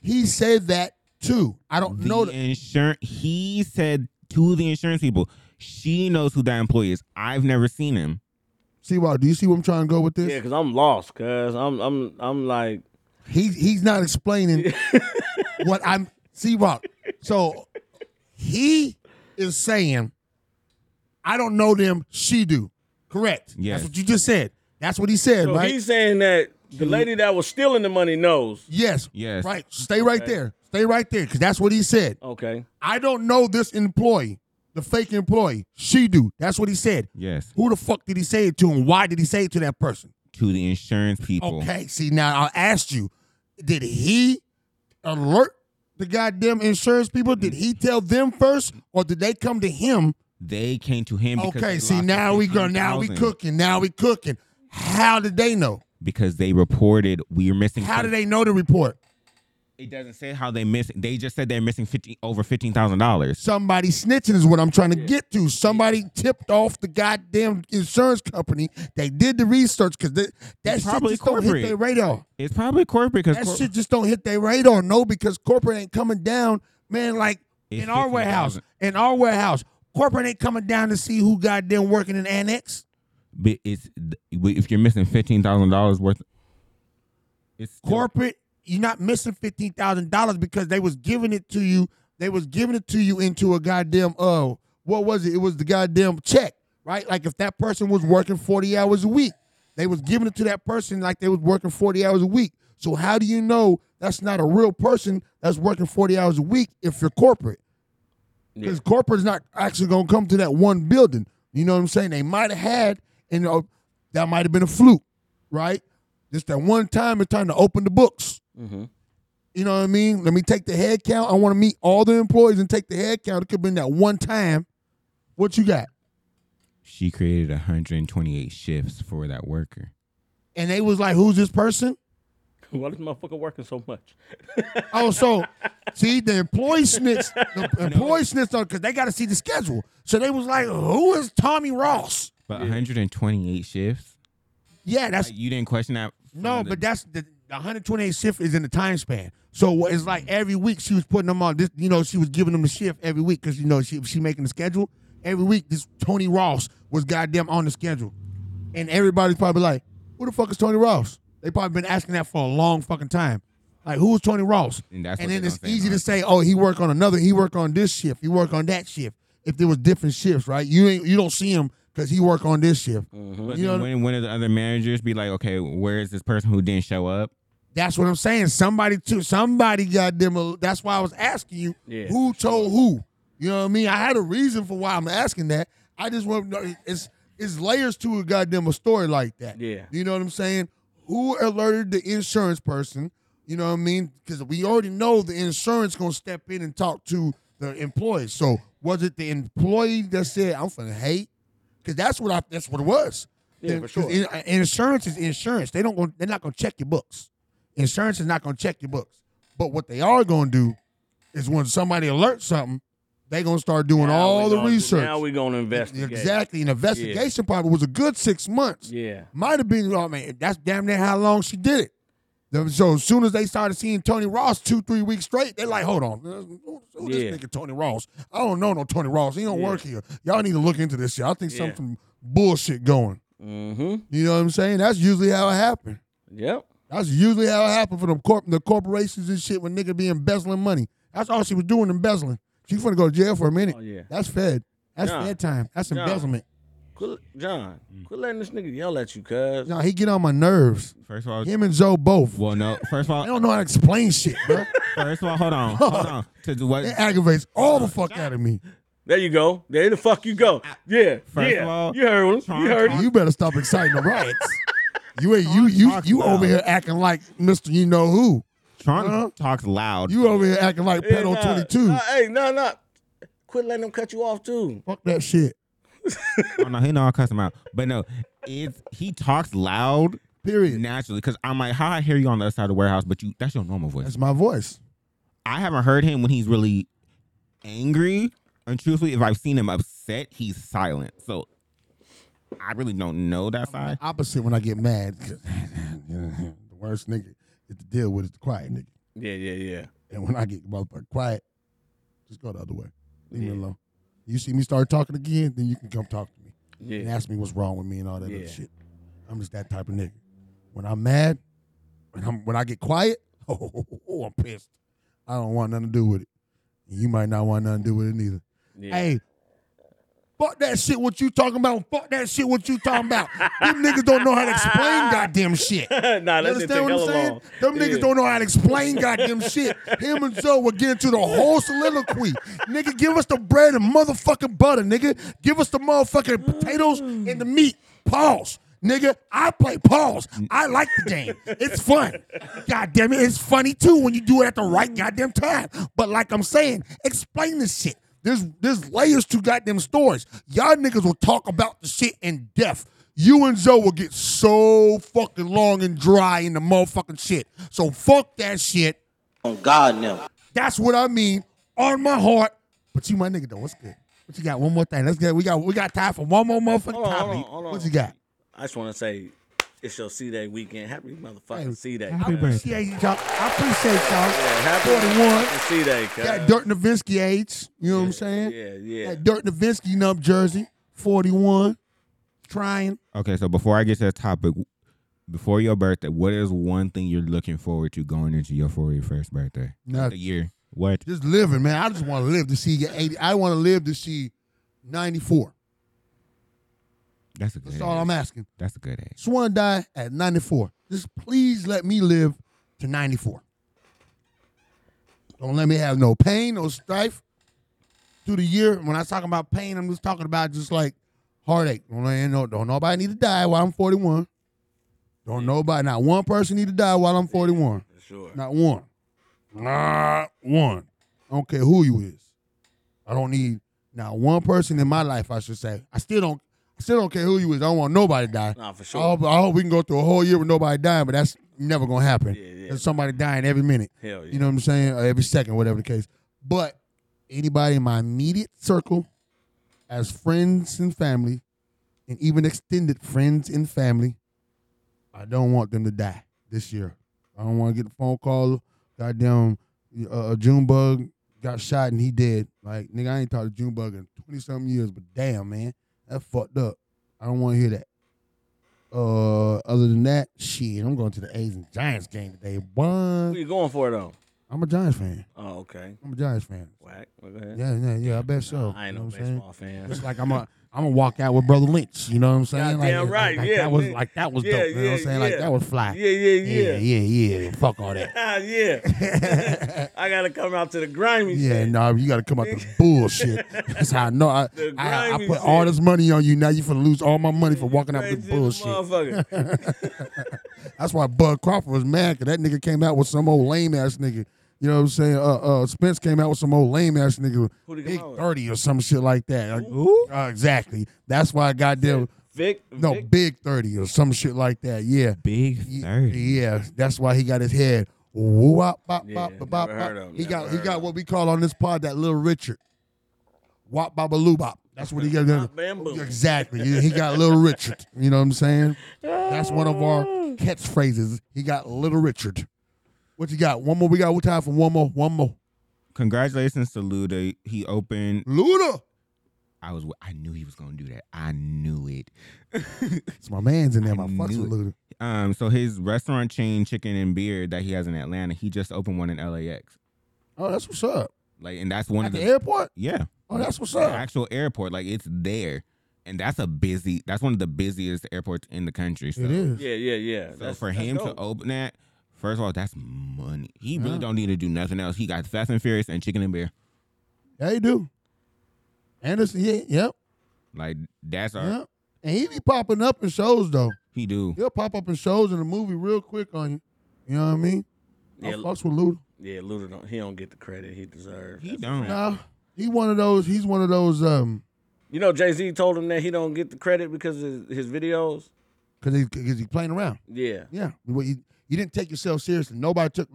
[SPEAKER 16] he said that to? I don't
[SPEAKER 1] The
[SPEAKER 16] know. that.
[SPEAKER 1] insurance. He said to the insurance people, she knows who that employee is. I've never seen him.
[SPEAKER 16] See, wow, do you see where I'm trying to go with this?
[SPEAKER 2] Yeah, because I'm lost. Cause I'm I'm I'm like
[SPEAKER 16] He he's not explaining what I'm see Rock. So he is saying, I don't know them, she do. Correct.
[SPEAKER 1] Yes.
[SPEAKER 16] That's what you just said. That's what he said,
[SPEAKER 2] so
[SPEAKER 16] right?
[SPEAKER 2] he's saying that the
[SPEAKER 16] You-
[SPEAKER 2] lady that was stealing the money knows.
[SPEAKER 16] yes.
[SPEAKER 1] Yes.
[SPEAKER 16] Right. Stay right
[SPEAKER 2] Okay.
[SPEAKER 16] there. Stay right there. Cause that's what he said.
[SPEAKER 2] Okay.
[SPEAKER 16] I don't know this employee, the fake employee. She do. That's what he said.
[SPEAKER 1] Yes.
[SPEAKER 16] Who the fuck did he say it to and why did he say it to that person?
[SPEAKER 1] To the insurance people.
[SPEAKER 16] Okay, see now I asked you, did he alert the goddamn insurance people? Did he tell them first, or did they come to him?
[SPEAKER 1] They came to him. because
[SPEAKER 16] Okay,
[SPEAKER 1] they
[SPEAKER 16] see
[SPEAKER 1] lost
[SPEAKER 16] now
[SPEAKER 1] the
[SPEAKER 16] we go, now we
[SPEAKER 1] 15,000.
[SPEAKER 16] cooking, now we cooking. How did they know?
[SPEAKER 1] because they reported we are missing.
[SPEAKER 16] How did they know the report?
[SPEAKER 1] It doesn't say how they missing. They just said they're missing fifty over fifteen thousand dollars.
[SPEAKER 16] Somebody snitching is what I'm trying to get to. Somebody tipped off the goddamn insurance company. They did the research because that shit
[SPEAKER 1] probably
[SPEAKER 16] just don't hit
[SPEAKER 1] corporate.
[SPEAKER 16] their radar.
[SPEAKER 1] It's probably corporate because
[SPEAKER 16] That shit just don't hit their radar. No, because corporate ain't coming down, man. Like
[SPEAKER 1] It's
[SPEAKER 16] in our
[SPEAKER 1] 15,000.
[SPEAKER 16] warehouse, in our warehouse, corporate ain't coming down to see who goddamn working in annex.
[SPEAKER 1] but it's if you're missing fifteen thousand dollars worth. It's still-
[SPEAKER 16] Corporate, you're not missing fifteen thousand dollars because they was giving it to you. They was giving it to you into a goddamn uh, what was it? It was the goddamn check, right? Like if that person was working forty hours a week, they was giving it to that person like they was working forty hours a week. So how do you know that's not a real person that's working 40 hours a week if you're corporate? Because corporate's not actually gonna come to that one building. You know what I'm saying? They might have had, and you know, that might have been a fluke, right? Just that one time it's time to open the books.
[SPEAKER 2] Mm-hmm.
[SPEAKER 16] You know what I mean? Let me take the head count. I want to meet all the employees and take the head count. It could have been that one time. What you got?
[SPEAKER 1] She created 128 shifts for that worker.
[SPEAKER 16] And they was like, "Who's this person?"
[SPEAKER 2] Why this motherfucker working so much?
[SPEAKER 16] Oh, so see the employee snitch, the employee snitch on because they got to see the schedule. So they was like, "Who is Tommy Ross?"
[SPEAKER 1] But 128 shifts?
[SPEAKER 16] Yeah, that's
[SPEAKER 1] you didn't question that.
[SPEAKER 16] No, but that's the, the 128 shift is in the time span. So it's like every week she was putting them on. This, you know, she was giving them a shift every week because you know she she making the schedule every week. This Tony Ross was goddamn on the schedule, and everybody's probably like, "Who the fuck is Tony Ross?" They probably been asking that for a long fucking time. Like, who is Tony Ross?
[SPEAKER 1] And that's
[SPEAKER 16] and
[SPEAKER 1] what
[SPEAKER 16] then
[SPEAKER 1] they
[SPEAKER 16] it's
[SPEAKER 1] don't say,
[SPEAKER 16] easy to say, "Oh, he work on another. He work on this shift. He work on that shift." If there was different shifts, right? You ain't you don't see him because he work on this shift.
[SPEAKER 1] But
[SPEAKER 16] You know
[SPEAKER 1] then when one of the other managers be like, okay, where is this person who didn't show up?
[SPEAKER 16] That's what I'm saying. Somebody too. Somebody got them. a- That's why I was asking you
[SPEAKER 1] Yeah.
[SPEAKER 16] who told who. You know what I mean? I had a reason for why I'm asking that. I just want to know. It's it's layers to a goddamn a story like that.
[SPEAKER 2] Yeah.
[SPEAKER 16] You know what I'm saying? Who alerted the insurance person? You know what I mean? Because we already know the insurance gonna step in and talk to the employee. So was it the employee that said I'm finna hate? Because that's what I. That's what it was.
[SPEAKER 2] Yeah,
[SPEAKER 16] Then-
[SPEAKER 2] for sure.
[SPEAKER 16] 'cause in- uh, insurance is insurance. They don't. Go, they're not gonna check your books. Insurance is not gonna check your books. But what they are gonna do is when somebody alerts something, they gonna start doing
[SPEAKER 2] Now
[SPEAKER 16] all
[SPEAKER 2] we
[SPEAKER 16] the
[SPEAKER 2] gonna-
[SPEAKER 16] research.
[SPEAKER 2] Now we're gonna investigate.
[SPEAKER 16] Exactly. An
[SPEAKER 2] Yeah.
[SPEAKER 16] investigation probably was a good six months.
[SPEAKER 2] Yeah.
[SPEAKER 16] Might have been, oh man, that's damn near how long she did it. Then- So as soon as they started seeing Tony Ross two, three weeks straight, they're like, hold on, who, who
[SPEAKER 2] Yeah.
[SPEAKER 16] this nigga Tony Ross? I don't know no Tony Ross. He don't
[SPEAKER 2] Yeah.
[SPEAKER 16] work here. Y'all need to look into this shit. I think
[SPEAKER 2] Yeah.
[SPEAKER 16] something bullshit going.
[SPEAKER 2] Mm-hmm.
[SPEAKER 16] You know what I'm saying? That's usually how it happened.
[SPEAKER 2] Yep.
[SPEAKER 16] That's usually how it happened for them corp- the corporations and shit when nigga be embezzling money. That's all she was doing, embezzling. She finna go to jail for a minute.
[SPEAKER 2] Oh, yeah.
[SPEAKER 16] That's fed. That's
[SPEAKER 2] Nah.
[SPEAKER 16] fed time. That's
[SPEAKER 2] Nah.
[SPEAKER 16] embezzlement.
[SPEAKER 2] Quit, John, quit letting this nigga yell at you, cuz.
[SPEAKER 16] No, he get on my nerves.
[SPEAKER 1] First of all,
[SPEAKER 16] him and Zoe both.
[SPEAKER 1] Well, no. First of all,
[SPEAKER 16] I don't know how to explain shit, bro.
[SPEAKER 1] First of all, hold on, hold on. To do what?
[SPEAKER 16] It aggravates all the fuck out of me.
[SPEAKER 2] There you go. There the fuck you go. Yeah.
[SPEAKER 16] First
[SPEAKER 2] yeah.
[SPEAKER 16] of all,
[SPEAKER 2] you heard him. You heard him.
[SPEAKER 16] You better stop exciting the riots. You ain't you you you over here acting like Mister You Know Who.
[SPEAKER 1] Trump talks loud.
[SPEAKER 16] Uh-huh. You over here acting like
[SPEAKER 2] Hey,
[SPEAKER 16] Pedo
[SPEAKER 2] nah.
[SPEAKER 16] Twenty Two.
[SPEAKER 2] Nah, hey, no, no. Quit letting him cut you off too.
[SPEAKER 16] Fuck that shit.
[SPEAKER 1] oh no, he know I cuss him out. But no, it's he talks loud.
[SPEAKER 16] Period.
[SPEAKER 1] Naturally, because I'm like, how I hear you on the other side of the warehouse, but you that's your normal voice.
[SPEAKER 16] That's my voice.
[SPEAKER 1] I haven't heard him when he's really angry. And truthfully, if I've seen him upset, he's silent. So I really don't know that side.
[SPEAKER 16] Opposite when I get mad. 'cause the worst nigga to deal with is the quiet nigga.
[SPEAKER 2] Yeah, yeah, yeah.
[SPEAKER 16] And when I get motherfucker quiet, just go the other way. Leave me alone. You see me start talking again, then you can come talk to me.
[SPEAKER 2] Yeah.
[SPEAKER 16] And ask me what's wrong with me and all that
[SPEAKER 2] Yeah.
[SPEAKER 16] other shit. I'm just that type of nigga. When I'm mad, when I'm when I get quiet, oh, I'm pissed. I don't want nothing to do with it. And you might not want nothing to do with it neither. Hey, fuck that shit what you talking about. Fuck that shit what you talking about. Them niggas don't know how to explain goddamn shit.
[SPEAKER 2] nah, that
[SPEAKER 16] You
[SPEAKER 2] didn't take
[SPEAKER 16] understand what I'm
[SPEAKER 2] hella
[SPEAKER 16] saying?
[SPEAKER 2] long.
[SPEAKER 16] Them
[SPEAKER 2] Yeah.
[SPEAKER 16] niggas don't know how to explain goddamn shit. Him and Zoe will get into the whole soliloquy. nigga, give us the bread and motherfucking butter, nigga. Give us the motherfucking potatoes and the meat. Pause. Nigga, I play pause. I like the game. It's fun. God damn it, it's funny too when you do it at the right goddamn time. But like I'm saying, explain this shit. There's there's layers to goddamn stories. Y'all niggas will talk about the shit in depth. You and Zoe will get so fucking long and dry in the motherfucking shit. So fuck that shit.
[SPEAKER 8] On God now.
[SPEAKER 16] That's what I mean. On my heart. But you my nigga though. What's good? What you got? One more thing. Let's get we got we got time for one more motherfucking
[SPEAKER 2] Hold on, hold
[SPEAKER 16] topic.
[SPEAKER 2] on, hold on.
[SPEAKER 16] What you got?
[SPEAKER 2] I just want to say, it's your C Day weekend. Happy motherfucking C Day.
[SPEAKER 16] I appreciate y'all. I appreciate y'all.
[SPEAKER 2] Happy
[SPEAKER 16] 41.
[SPEAKER 2] motherfucking C Day, cuz.
[SPEAKER 16] That Dirt Nowitzki age. You know what I'm saying?
[SPEAKER 2] Yeah, yeah.
[SPEAKER 16] That Dirt Nowitzki numb jersey. 41. Trying.
[SPEAKER 1] Okay, so before I get to the topic, before your birthday, what is one thing you're looking forward to going into your 41st birthday?
[SPEAKER 16] Nothing.
[SPEAKER 1] The year. What?
[SPEAKER 16] Just living, man. I just want to live to see you 80. I want to live to see 94.
[SPEAKER 1] That's a good
[SPEAKER 16] That's all I'm asking.
[SPEAKER 1] That's a good age.
[SPEAKER 16] Swan died at 94. Just please let me live to 94. Don't let me have no pain, no strife through the year. When I talk about pain, I'm just talking about just like heartache. Don't, let- no- don't nobody need to die while I'm 41. Don't nobody, not one person need to die while I'm 41.
[SPEAKER 2] Sure.
[SPEAKER 16] Not one. Not one. I don't care who you is. I don't need not one person in my life, I should say. I still don't I still don't care who you is. I don't want nobody to die.
[SPEAKER 2] Nah, for
[SPEAKER 16] I hope, I hope we can go through a whole year with nobody dying, but that's never gonna happen. There's somebody dying every minute.
[SPEAKER 2] Hell yeah.
[SPEAKER 16] You know what I'm saying? Or every second, whatever the case. But anybody in my immediate circle, as friends and family, and even extended friends and family, I don't want them to die this year. I don't want to get a phone call. Goddamn, uh, Junebug got shot and he dead. Like nigga, I ain't talked to Junebug in twenty something years, but damn man, that fucked up. I don't want to hear that. Uh, other than that, shit, I'm going to the A's and Giants game today. One,
[SPEAKER 2] Who you going for though?
[SPEAKER 16] I'm a Giants fan.
[SPEAKER 2] Oh, okay.
[SPEAKER 16] I'm a Giants fan.
[SPEAKER 2] Whack. Well, go ahead.
[SPEAKER 16] Yeah, yeah, yeah. I bet so.
[SPEAKER 2] I ain't
[SPEAKER 16] You know
[SPEAKER 2] no
[SPEAKER 16] what I'm saying?
[SPEAKER 2] baseball fan.
[SPEAKER 16] Just like I'm a, I'm gonna walk out with Brother Lynch. You know what I'm saying?
[SPEAKER 2] Goddamn
[SPEAKER 16] like,
[SPEAKER 2] right,
[SPEAKER 16] Like,
[SPEAKER 2] yeah,
[SPEAKER 16] That was
[SPEAKER 2] man.
[SPEAKER 16] like that was
[SPEAKER 2] Yeah,
[SPEAKER 16] dope. You know what I'm
[SPEAKER 2] yeah,
[SPEAKER 16] saying? Like
[SPEAKER 2] yeah.
[SPEAKER 16] that was fly.
[SPEAKER 2] Yeah, yeah, yeah.
[SPEAKER 16] yeah, yeah, yeah. Fuck all that.
[SPEAKER 2] Ah, yeah. I gotta come out to the grimy
[SPEAKER 16] Yeah,
[SPEAKER 2] shit.
[SPEAKER 16] no, you got to come out the bullshit. That's how I know. I,
[SPEAKER 2] The
[SPEAKER 16] I, I
[SPEAKER 2] grimy
[SPEAKER 16] put all
[SPEAKER 2] shit.
[SPEAKER 16] this money on you. Now you finna lose all my money for walking out
[SPEAKER 2] Crazy
[SPEAKER 16] with the
[SPEAKER 2] as a
[SPEAKER 16] bullshit.
[SPEAKER 2] motherfucker.
[SPEAKER 16] That's why Bud Crawford was mad because that nigga came out with some old lame ass nigga. You know what I'm saying? Uh, uh, Spence came out with some old lame ass nigga,
[SPEAKER 2] Who'd he come
[SPEAKER 16] big
[SPEAKER 2] out with?
[SPEAKER 16] thirty or some shit like that. Like, Uh, exactly. That's why I got them.
[SPEAKER 2] Vic.
[SPEAKER 16] No, big thirty or some shit like that. Yeah,
[SPEAKER 1] big
[SPEAKER 16] thirty. Yeah, that's why he got his head. Whoop, bop, bop,
[SPEAKER 2] Yeah,
[SPEAKER 16] bop, bop,
[SPEAKER 2] never
[SPEAKER 16] bop.
[SPEAKER 2] heard of him,
[SPEAKER 16] He
[SPEAKER 2] never
[SPEAKER 16] got he
[SPEAKER 2] heard
[SPEAKER 16] got what we call on this pod that little Richard. Wop baba loo bop. That's what he got.
[SPEAKER 2] bam, boom.
[SPEAKER 16] Exactly. He he got little Richard. You know what I'm saying? That's one of our catchphrases. He got little Richard. What you got? One more. We got what time for one more? One more.
[SPEAKER 1] Congratulations to Luda. He opened
[SPEAKER 16] Luda.
[SPEAKER 1] I was I knew he was gonna do that. I knew it.
[SPEAKER 16] It's my man's in there.
[SPEAKER 1] I
[SPEAKER 16] My fucks
[SPEAKER 1] knew it.
[SPEAKER 16] with Luda.
[SPEAKER 1] Um, so his restaurant chain, Chicken and Beer, that he has in Atlanta, he just opened one in LAX.
[SPEAKER 16] Oh, that's what's up.
[SPEAKER 1] Like, and that's one
[SPEAKER 16] At
[SPEAKER 1] of
[SPEAKER 16] the airport?
[SPEAKER 1] Yeah.
[SPEAKER 16] Oh, that's what's
[SPEAKER 1] The
[SPEAKER 16] up.
[SPEAKER 1] actual airport, like it's there, and that's a busy. That's one of the busiest airports in the country. So.
[SPEAKER 16] is.
[SPEAKER 2] Yeah, yeah, yeah.
[SPEAKER 1] So
[SPEAKER 2] That's-
[SPEAKER 1] for
[SPEAKER 2] that's
[SPEAKER 1] him
[SPEAKER 2] dope.
[SPEAKER 1] to open that, first of all, that's money. He really
[SPEAKER 16] Yeah.
[SPEAKER 1] don't need to do nothing else. He got Fast and Furious and Chicken and Beer.
[SPEAKER 16] Yeah, he do. Anderson. Yeah. Yep.
[SPEAKER 1] Like that's our.
[SPEAKER 16] Yep. And he be popping up in shows though.
[SPEAKER 1] He do.
[SPEAKER 16] He'll pop up in shows in a movie real quick on you. You know what I mean? I
[SPEAKER 2] Yeah.
[SPEAKER 16] fucks with Luda.
[SPEAKER 2] Yeah, Luda don't. He don't get the credit he deserves.
[SPEAKER 1] He don't.
[SPEAKER 16] Nah, he one of those. He's one of those. Um,
[SPEAKER 2] You know, Jay Z told him that he don't get the credit because of his videos.
[SPEAKER 16] cause he cause he playing around.
[SPEAKER 2] Yeah.
[SPEAKER 16] Yeah, well, you, you didn't take yourself seriously. Nobody took.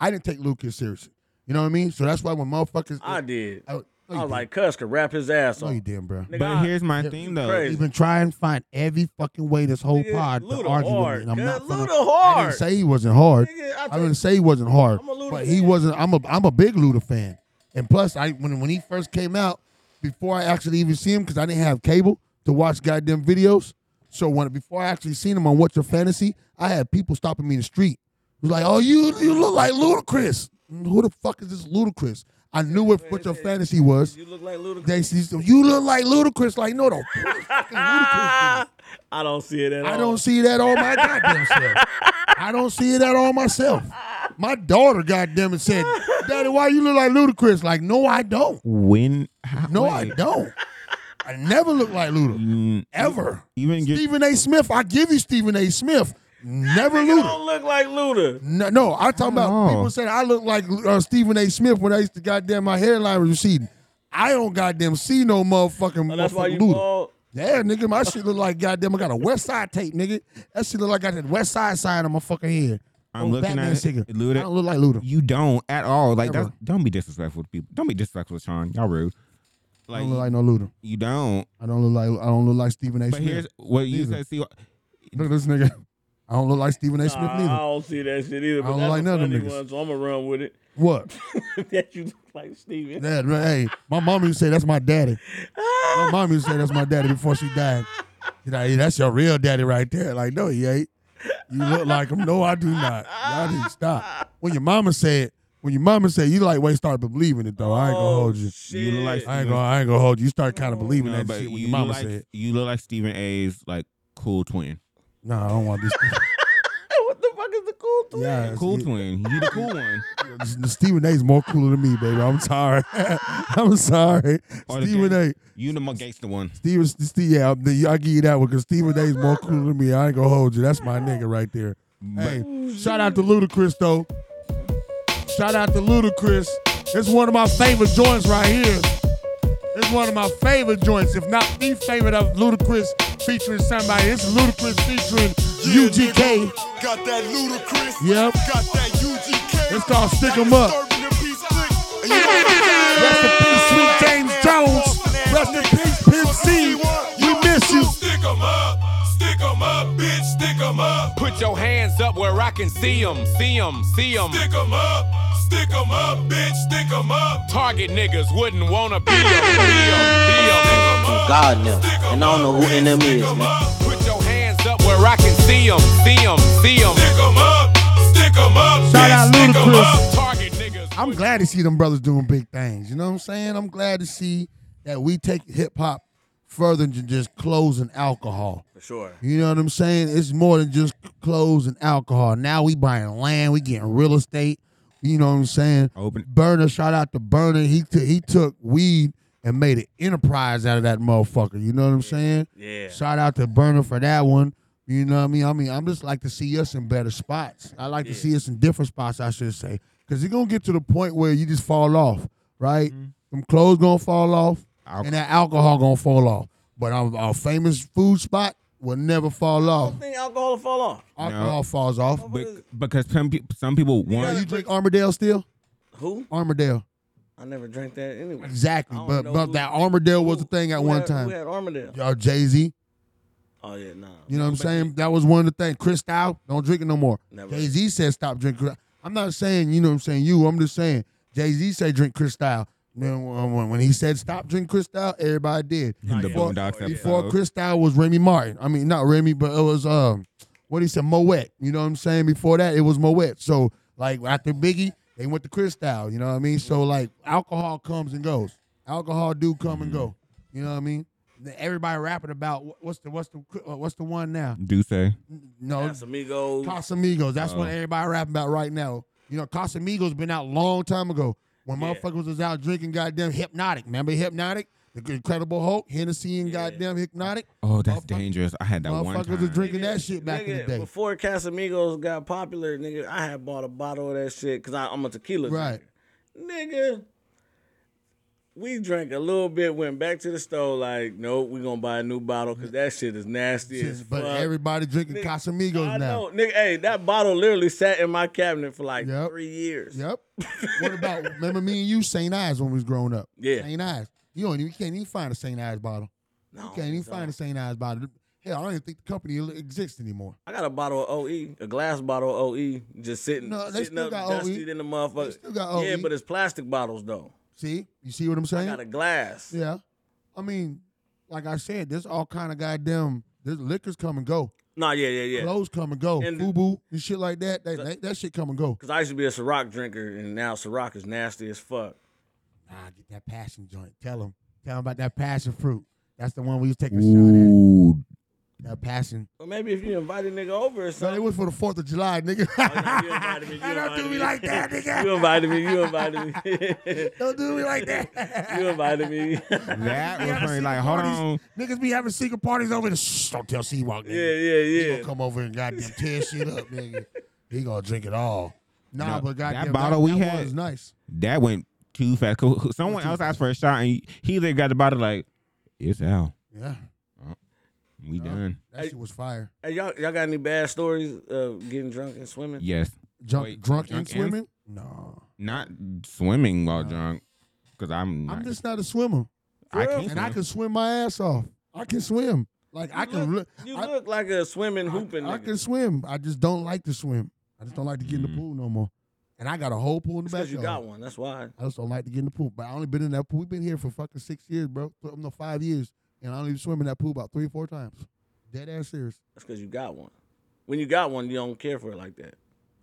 [SPEAKER 16] I didn't take Lucas seriously. You know what I mean? So that's why when motherfuckers,
[SPEAKER 2] I did.
[SPEAKER 16] I,
[SPEAKER 2] was like, Cuss could rap his ass
[SPEAKER 16] no,
[SPEAKER 2] off.
[SPEAKER 16] you didn't, bro.
[SPEAKER 2] Nigga, But I- here's
[SPEAKER 1] my
[SPEAKER 2] Yeah,
[SPEAKER 1] thing,
[SPEAKER 2] you
[SPEAKER 1] though.
[SPEAKER 2] crazy.
[SPEAKER 16] You've been trying to find every fucking way this whole
[SPEAKER 2] Nigga,
[SPEAKER 16] pod
[SPEAKER 2] Luda
[SPEAKER 16] to argue
[SPEAKER 2] hard,
[SPEAKER 16] with me. and I'm
[SPEAKER 2] cuz,
[SPEAKER 16] not finna-
[SPEAKER 2] Luda
[SPEAKER 16] I
[SPEAKER 2] hard.
[SPEAKER 16] didn't say he wasn't hard.
[SPEAKER 2] Nigga, I
[SPEAKER 16] I, didn't say he wasn't hard.
[SPEAKER 2] I'm a Luda
[SPEAKER 16] but he wasn't. I'm a I'm a big Luda fan. And plus, I when when he first came out, before I actually even see him, because I didn't have cable to watch goddamn videos. So when before I actually seen him on What's Your Fantasy, I had people stopping me in the street. It was like, "Oh, you you look like Ludacris. Who the fuck is this Ludacris?" I knew what What's Your Fantasy was. You
[SPEAKER 2] look like Ludacris.
[SPEAKER 16] They said, "You look like Ludacris." Like, no, no,
[SPEAKER 2] I don't see it at all.
[SPEAKER 16] I don't see that on my goddamn self. I don't see it at all myself. My daughter, goddamn it, said, "Daddy, why you look like Ludacris?" Like, no, I don't.
[SPEAKER 1] When?
[SPEAKER 16] No, I don't. I never look like Luda.
[SPEAKER 1] Mm,
[SPEAKER 16] ever.
[SPEAKER 1] Even
[SPEAKER 16] Stephen A. Smith. I give you Stephen A. Smith. Never
[SPEAKER 2] You
[SPEAKER 16] Luda.
[SPEAKER 2] don't look like Luda.
[SPEAKER 16] No, no I'm talking about
[SPEAKER 2] know.
[SPEAKER 16] people saying I look like uh, Stephen A. Smith when I used to goddamn my hairline was receding. I don't goddamn see no motherfucking.
[SPEAKER 2] Oh, that's why
[SPEAKER 16] motherfucking
[SPEAKER 2] you
[SPEAKER 16] Luda.
[SPEAKER 2] bald.
[SPEAKER 16] Yeah, nigga, my shit look like goddamn. I got a West Side tape, nigga. That shit look like I got that West Side sign on my fucking head.
[SPEAKER 1] I'm
[SPEAKER 16] Old
[SPEAKER 1] looking
[SPEAKER 16] oh, Batman
[SPEAKER 1] at
[SPEAKER 16] sticker.
[SPEAKER 1] it. Luda.
[SPEAKER 16] I don't look like Luda.
[SPEAKER 1] You don't at all. Like
[SPEAKER 16] Never.
[SPEAKER 1] that's, don't be disrespectful to people. Don't be disrespectful, Sean. Y'all rude.
[SPEAKER 16] I don't look like no Luda.
[SPEAKER 1] You don't.
[SPEAKER 16] I don't look like I don't look like Stephen A.
[SPEAKER 1] But
[SPEAKER 16] Smith.
[SPEAKER 1] here's what you
[SPEAKER 16] Neither.
[SPEAKER 1] said. See,
[SPEAKER 16] Look at this nigga. I don't look like Stephen A. Smith
[SPEAKER 2] Nah,
[SPEAKER 16] neither.
[SPEAKER 2] I don't see that shit either.
[SPEAKER 16] I
[SPEAKER 2] But
[SPEAKER 16] don't
[SPEAKER 2] that's
[SPEAKER 16] like
[SPEAKER 2] a
[SPEAKER 16] none of them
[SPEAKER 2] funny
[SPEAKER 16] niggas.
[SPEAKER 2] one, so I'm gonna run with it.
[SPEAKER 16] What?
[SPEAKER 2] that you look like Steven.
[SPEAKER 16] Dad, man, hey, my mom used to say that's my daddy. My mom used to say that's my daddy before she died. You know, "Hey, that's your real daddy right there. Like, no, he ain't. You look like him. No, I do not. Y'all need to stop. When your mama said, when your mama said, you like, wait, start believing it though. I ain't
[SPEAKER 1] Oh,
[SPEAKER 16] gonna hold you.
[SPEAKER 1] You look like
[SPEAKER 16] I ain't
[SPEAKER 1] Stephen-
[SPEAKER 16] gonna, I ain't gonna hold you. You start kind of believing
[SPEAKER 1] No,
[SPEAKER 16] that
[SPEAKER 1] Oh, but
[SPEAKER 16] shit when
[SPEAKER 1] you
[SPEAKER 16] your mama
[SPEAKER 1] like,
[SPEAKER 16] said,
[SPEAKER 1] You look like Stephen A's like cool twin.
[SPEAKER 16] no, I don't want this.
[SPEAKER 2] what the fuck is the cool twin.
[SPEAKER 1] cool twin. You the cool one.
[SPEAKER 16] Stephen A's more cooler than me, baby. I'm sorry. I'm sorry.
[SPEAKER 1] Or the
[SPEAKER 16] Stephen
[SPEAKER 1] gang-
[SPEAKER 16] A.
[SPEAKER 1] You the mo- gangster one.
[SPEAKER 16] Steven, Steve, yeah, I'm- I'll give you that one because Stephen A's more cooler than me. I ain't gonna hold you. That's my nigga right there. Hey, shout out to Ludacris though. Shout out to Ludacris. It's one of my favorite joints right here. It's one of my favorite joints, if not the favorite of Ludacris featuring somebody. It's Ludacris featuring UGK.
[SPEAKER 11] Got that ludicrous.
[SPEAKER 16] Yep.
[SPEAKER 11] Got that UGK.
[SPEAKER 16] It's called Stick 'em Up.
[SPEAKER 11] Serving the peace stick. And you
[SPEAKER 16] Rest in peace, sweet James Jones. Rest in peace, Pimp C. We miss you.
[SPEAKER 11] Stick 'em up. Stick 'em up, bitch. Stick 'em up. Put your hands up where I can see 'em. See 'em. See 'em. Stick 'em up. Stick 'em up, bitch. Stick 'em up. Target niggas wouldn't wanna be 'em. Be 'em. Be 'em.
[SPEAKER 14] God now. And I don't know who NM is, man.
[SPEAKER 11] Put your hands up where I can see 'em. See 'em. See 'em. Stick 'em up. Stick 'em up.
[SPEAKER 16] Shout out
[SPEAKER 11] bitch. Stick 'em up.
[SPEAKER 16] Ludacris. I'm glad to see them brothers doing big things. You know what I'm saying? I'm glad to see that we take hip hop further than just clothes and alcohol.
[SPEAKER 2] For sure.
[SPEAKER 16] You know what I'm saying? It's more than just clothes and alcohol. Now we buying land, we getting real estate. You know what I'm saying?
[SPEAKER 1] Open.
[SPEAKER 16] Burner, shout out to Burner. He took he took weed and made an enterprise out of that motherfucker. You know what I'm saying?
[SPEAKER 2] Yeah.
[SPEAKER 16] Shout out to Burner for that one. You know what I mean? I mean, I'm just like to see us in better spots. I like to see us in different spots, I should say. Cause you're gonna get to the point where you just fall off, right?
[SPEAKER 2] Mm-hmm.
[SPEAKER 16] Them clothes gonna fall off, and that alcohol gonna fall off. But our, our famous food spot will never fall off.
[SPEAKER 2] think alcohol will fall off.
[SPEAKER 16] Alcohol falls off.
[SPEAKER 1] because some, pe- some people want
[SPEAKER 16] you drink Armadale still?
[SPEAKER 2] Who?
[SPEAKER 16] Armadale.
[SPEAKER 2] I never drank that anyway.
[SPEAKER 16] Exactly.
[SPEAKER 2] I don't
[SPEAKER 16] But
[SPEAKER 2] know
[SPEAKER 16] but
[SPEAKER 2] who-
[SPEAKER 16] that Armadale was a thing at
[SPEAKER 2] who
[SPEAKER 16] one
[SPEAKER 2] had-
[SPEAKER 16] time.
[SPEAKER 2] Who had Armadale?
[SPEAKER 16] Y'all Jay Z.
[SPEAKER 2] Oh yeah, nah.
[SPEAKER 16] You know what I'm saying? That was one of the things. Chris Dow, don't drink it no more.
[SPEAKER 2] Never.
[SPEAKER 16] Jay Z said stop drinking. I'm not saying, you know what I'm saying, you. I'm just saying, Jay Z said drink Chris Dow. Then when, when- when he said stop drink Chris Dow, everybody did.
[SPEAKER 1] In the
[SPEAKER 16] before
[SPEAKER 1] Boondocks
[SPEAKER 16] before
[SPEAKER 1] episode.
[SPEAKER 16] Chris Dow was Remy Martin. I mean, not Remy, but it was, um, what he said, Moet. You know what I'm saying? Before that, it was Moet. So, like, after Biggie, they went to Chris Dow. You know what I mean? So, like, alcohol comes and goes. Alcohol do come and go. You know what I mean? Everybody rapping about wh- what's the what's the uh, what's the one now?
[SPEAKER 1] do say.
[SPEAKER 16] No,
[SPEAKER 2] Casamigos.
[SPEAKER 16] Casamigos. That's what
[SPEAKER 2] Oh.
[SPEAKER 16] everybody rapping about right now. You know, Casamigos been out long time ago. When motherfuckers was out drinking goddamn hypnotic. Remember hypnotic? The Incredible Hulk, Hennessy and goddamn hypnotic.
[SPEAKER 1] Oh, that's dangerous. I had that one
[SPEAKER 16] Motherfuckers
[SPEAKER 1] time.
[SPEAKER 16] was drinking that shit back in the
[SPEAKER 2] Nigga,
[SPEAKER 16] day.
[SPEAKER 2] Before Casamigos got popular, nigga, I had bought a bottle of that shit because I'm a tequila
[SPEAKER 16] Right.
[SPEAKER 2] drinker. Nigga, we drank a little bit, went back to the store, like, nope, we gonna buy a new bottle because that shit is nasty as
[SPEAKER 16] But
[SPEAKER 2] fuck.
[SPEAKER 16] everybody drinking Casamigos
[SPEAKER 2] I
[SPEAKER 16] now.
[SPEAKER 2] know, nigga. Hey, that bottle literally sat in my cabinet for like
[SPEAKER 16] Yep.
[SPEAKER 2] three years.
[SPEAKER 16] Yep. what about remember me and you, St. Ives when we was growing up?
[SPEAKER 2] Yeah.
[SPEAKER 16] St. Ives. You don't even, you can't even find a St. Ives bottle. you can't even find a St. Ives bottle. Hell, I don't even think the company exists anymore.
[SPEAKER 2] I got a bottle of OE, a glass bottle of OE, just sitting,
[SPEAKER 16] No, they
[SPEAKER 2] sitting
[SPEAKER 16] still
[SPEAKER 2] up,
[SPEAKER 16] got OE.
[SPEAKER 2] dusted in the motherfucker.
[SPEAKER 16] still got E.
[SPEAKER 2] Yeah,
[SPEAKER 16] OE.
[SPEAKER 2] but it's plastic bottles though.
[SPEAKER 16] See, you see what I'm
[SPEAKER 2] I
[SPEAKER 16] saying?
[SPEAKER 2] got a glass.
[SPEAKER 16] Yeah. I mean, like I said, there's all kind of goddamn there's liquors come and go.
[SPEAKER 2] Nah, yeah, yeah, yeah.
[SPEAKER 16] Clothes come and go.
[SPEAKER 2] And-
[SPEAKER 16] Fubu and shit like that. That, that, that shit come and go.
[SPEAKER 2] Cause I used to be a Ciroc drinker, and now Ciroc is nasty as fuck.
[SPEAKER 16] Nah, get that passion joint. Tell them. Tell them about that passion fruit. That's the one we was taking a
[SPEAKER 1] Ooh.
[SPEAKER 16] shot at. That passion.
[SPEAKER 2] Well, maybe if you invite a nigga over or
[SPEAKER 16] No,
[SPEAKER 2] something.
[SPEAKER 16] it was for the 4th of July, nigga.
[SPEAKER 2] Oh, You don't do me
[SPEAKER 16] like that, nigga.
[SPEAKER 2] you invited me. You invited me.
[SPEAKER 16] Don't do me like that.
[SPEAKER 2] you invited me.
[SPEAKER 1] That
[SPEAKER 16] We
[SPEAKER 1] was
[SPEAKER 16] gotta
[SPEAKER 1] funny.
[SPEAKER 16] see
[SPEAKER 1] Like,
[SPEAKER 16] the
[SPEAKER 1] hold
[SPEAKER 16] parties.
[SPEAKER 1] on.
[SPEAKER 16] Niggas be having secret parties over the shh, don't tell Seawalk, nigga.
[SPEAKER 2] Yeah, yeah,
[SPEAKER 16] He
[SPEAKER 2] yeah.
[SPEAKER 16] gonna come over and goddamn tear shit up, nigga. He gonna drink it all. Nah,
[SPEAKER 1] No,
[SPEAKER 16] but goddamn,
[SPEAKER 1] that bottle we
[SPEAKER 16] that
[SPEAKER 1] had
[SPEAKER 16] one was nice.
[SPEAKER 1] That went too fast. 'Cause Someone else asked for a shot, and he they got the bottle like, it's out.
[SPEAKER 16] Yeah,
[SPEAKER 1] We done.
[SPEAKER 16] that shit was fire.
[SPEAKER 2] Hey, y'all, y'all got any bad stories of getting drunk and swimming?
[SPEAKER 1] Yes.
[SPEAKER 16] Drunk,
[SPEAKER 1] Wait,
[SPEAKER 16] drunk, and
[SPEAKER 1] drunk and-
[SPEAKER 16] swimming? No,
[SPEAKER 1] Not swimming while drunk, because I'm not.
[SPEAKER 16] I'm just not a swimmer.
[SPEAKER 1] I can't
[SPEAKER 16] and I
[SPEAKER 1] swim.
[SPEAKER 2] Mm-hmm.
[SPEAKER 16] can swim my ass off. I can swim. Like I can. Look,
[SPEAKER 2] You look like a swimming hooping
[SPEAKER 16] I
[SPEAKER 2] nigga.
[SPEAKER 16] can swim. I just don't like to swim. I just don't like to get in the pool no more. And I got a whole pool in the
[SPEAKER 2] Because
[SPEAKER 16] backyard.
[SPEAKER 2] you got one. Mm. That's why.
[SPEAKER 16] I just don't like to get in the pool. But I only been in that pool. We've been here for fucking six years, bro. Put no five years, and I only swim in that pool about three or four times. Dead ass serious.
[SPEAKER 2] That's because you got one. When you got one, you don't care for it like that.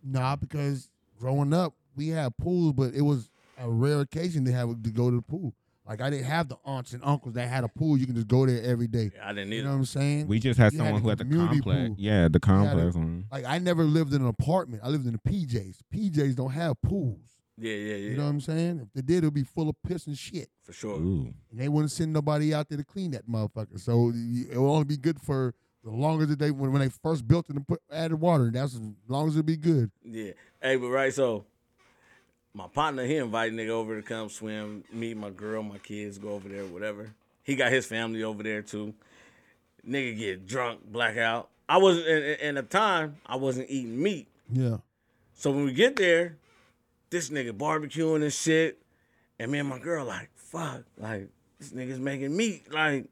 [SPEAKER 16] Nah, because growing up we had pools, but it was a rare occasion to have to go to the pool. Like I didn't have the aunts and uncles that had a pool. You can just go there every day.
[SPEAKER 2] I didn't
[SPEAKER 16] You
[SPEAKER 2] either.
[SPEAKER 16] know what I'm saying?
[SPEAKER 1] We just had
[SPEAKER 16] You
[SPEAKER 1] someone
[SPEAKER 16] a
[SPEAKER 1] who had the
[SPEAKER 16] community
[SPEAKER 1] complex. Yeah,
[SPEAKER 16] pool.
[SPEAKER 1] the
[SPEAKER 16] You had a-
[SPEAKER 1] complex one.
[SPEAKER 16] Like I never lived in an apartment. I lived in the PJs. PJs don't have pools.
[SPEAKER 2] Yeah, yeah, yeah.
[SPEAKER 16] You know Mm-hmm. what I'm saying? If they did, it'd be full of piss and shit.
[SPEAKER 2] For sure.
[SPEAKER 16] And they wouldn't send nobody out there to clean that motherfucker. So y- it would only be good for the longer that they when, when they first built it and put added water. That's as long as it be good.
[SPEAKER 2] Yeah. Hey, but right, so my partner, he invited nigga over to come swim, meet my girl, my kids, go over there, whatever. He got his family over there too. Nigga get drunk, blackout. I wasn't and, and- and at the time, I wasn't eating meat.
[SPEAKER 16] Yeah.
[SPEAKER 2] So when we get there, this nigga barbecuing and shit. And me and my girl like, fuck, like, this nigga's making meat. Like,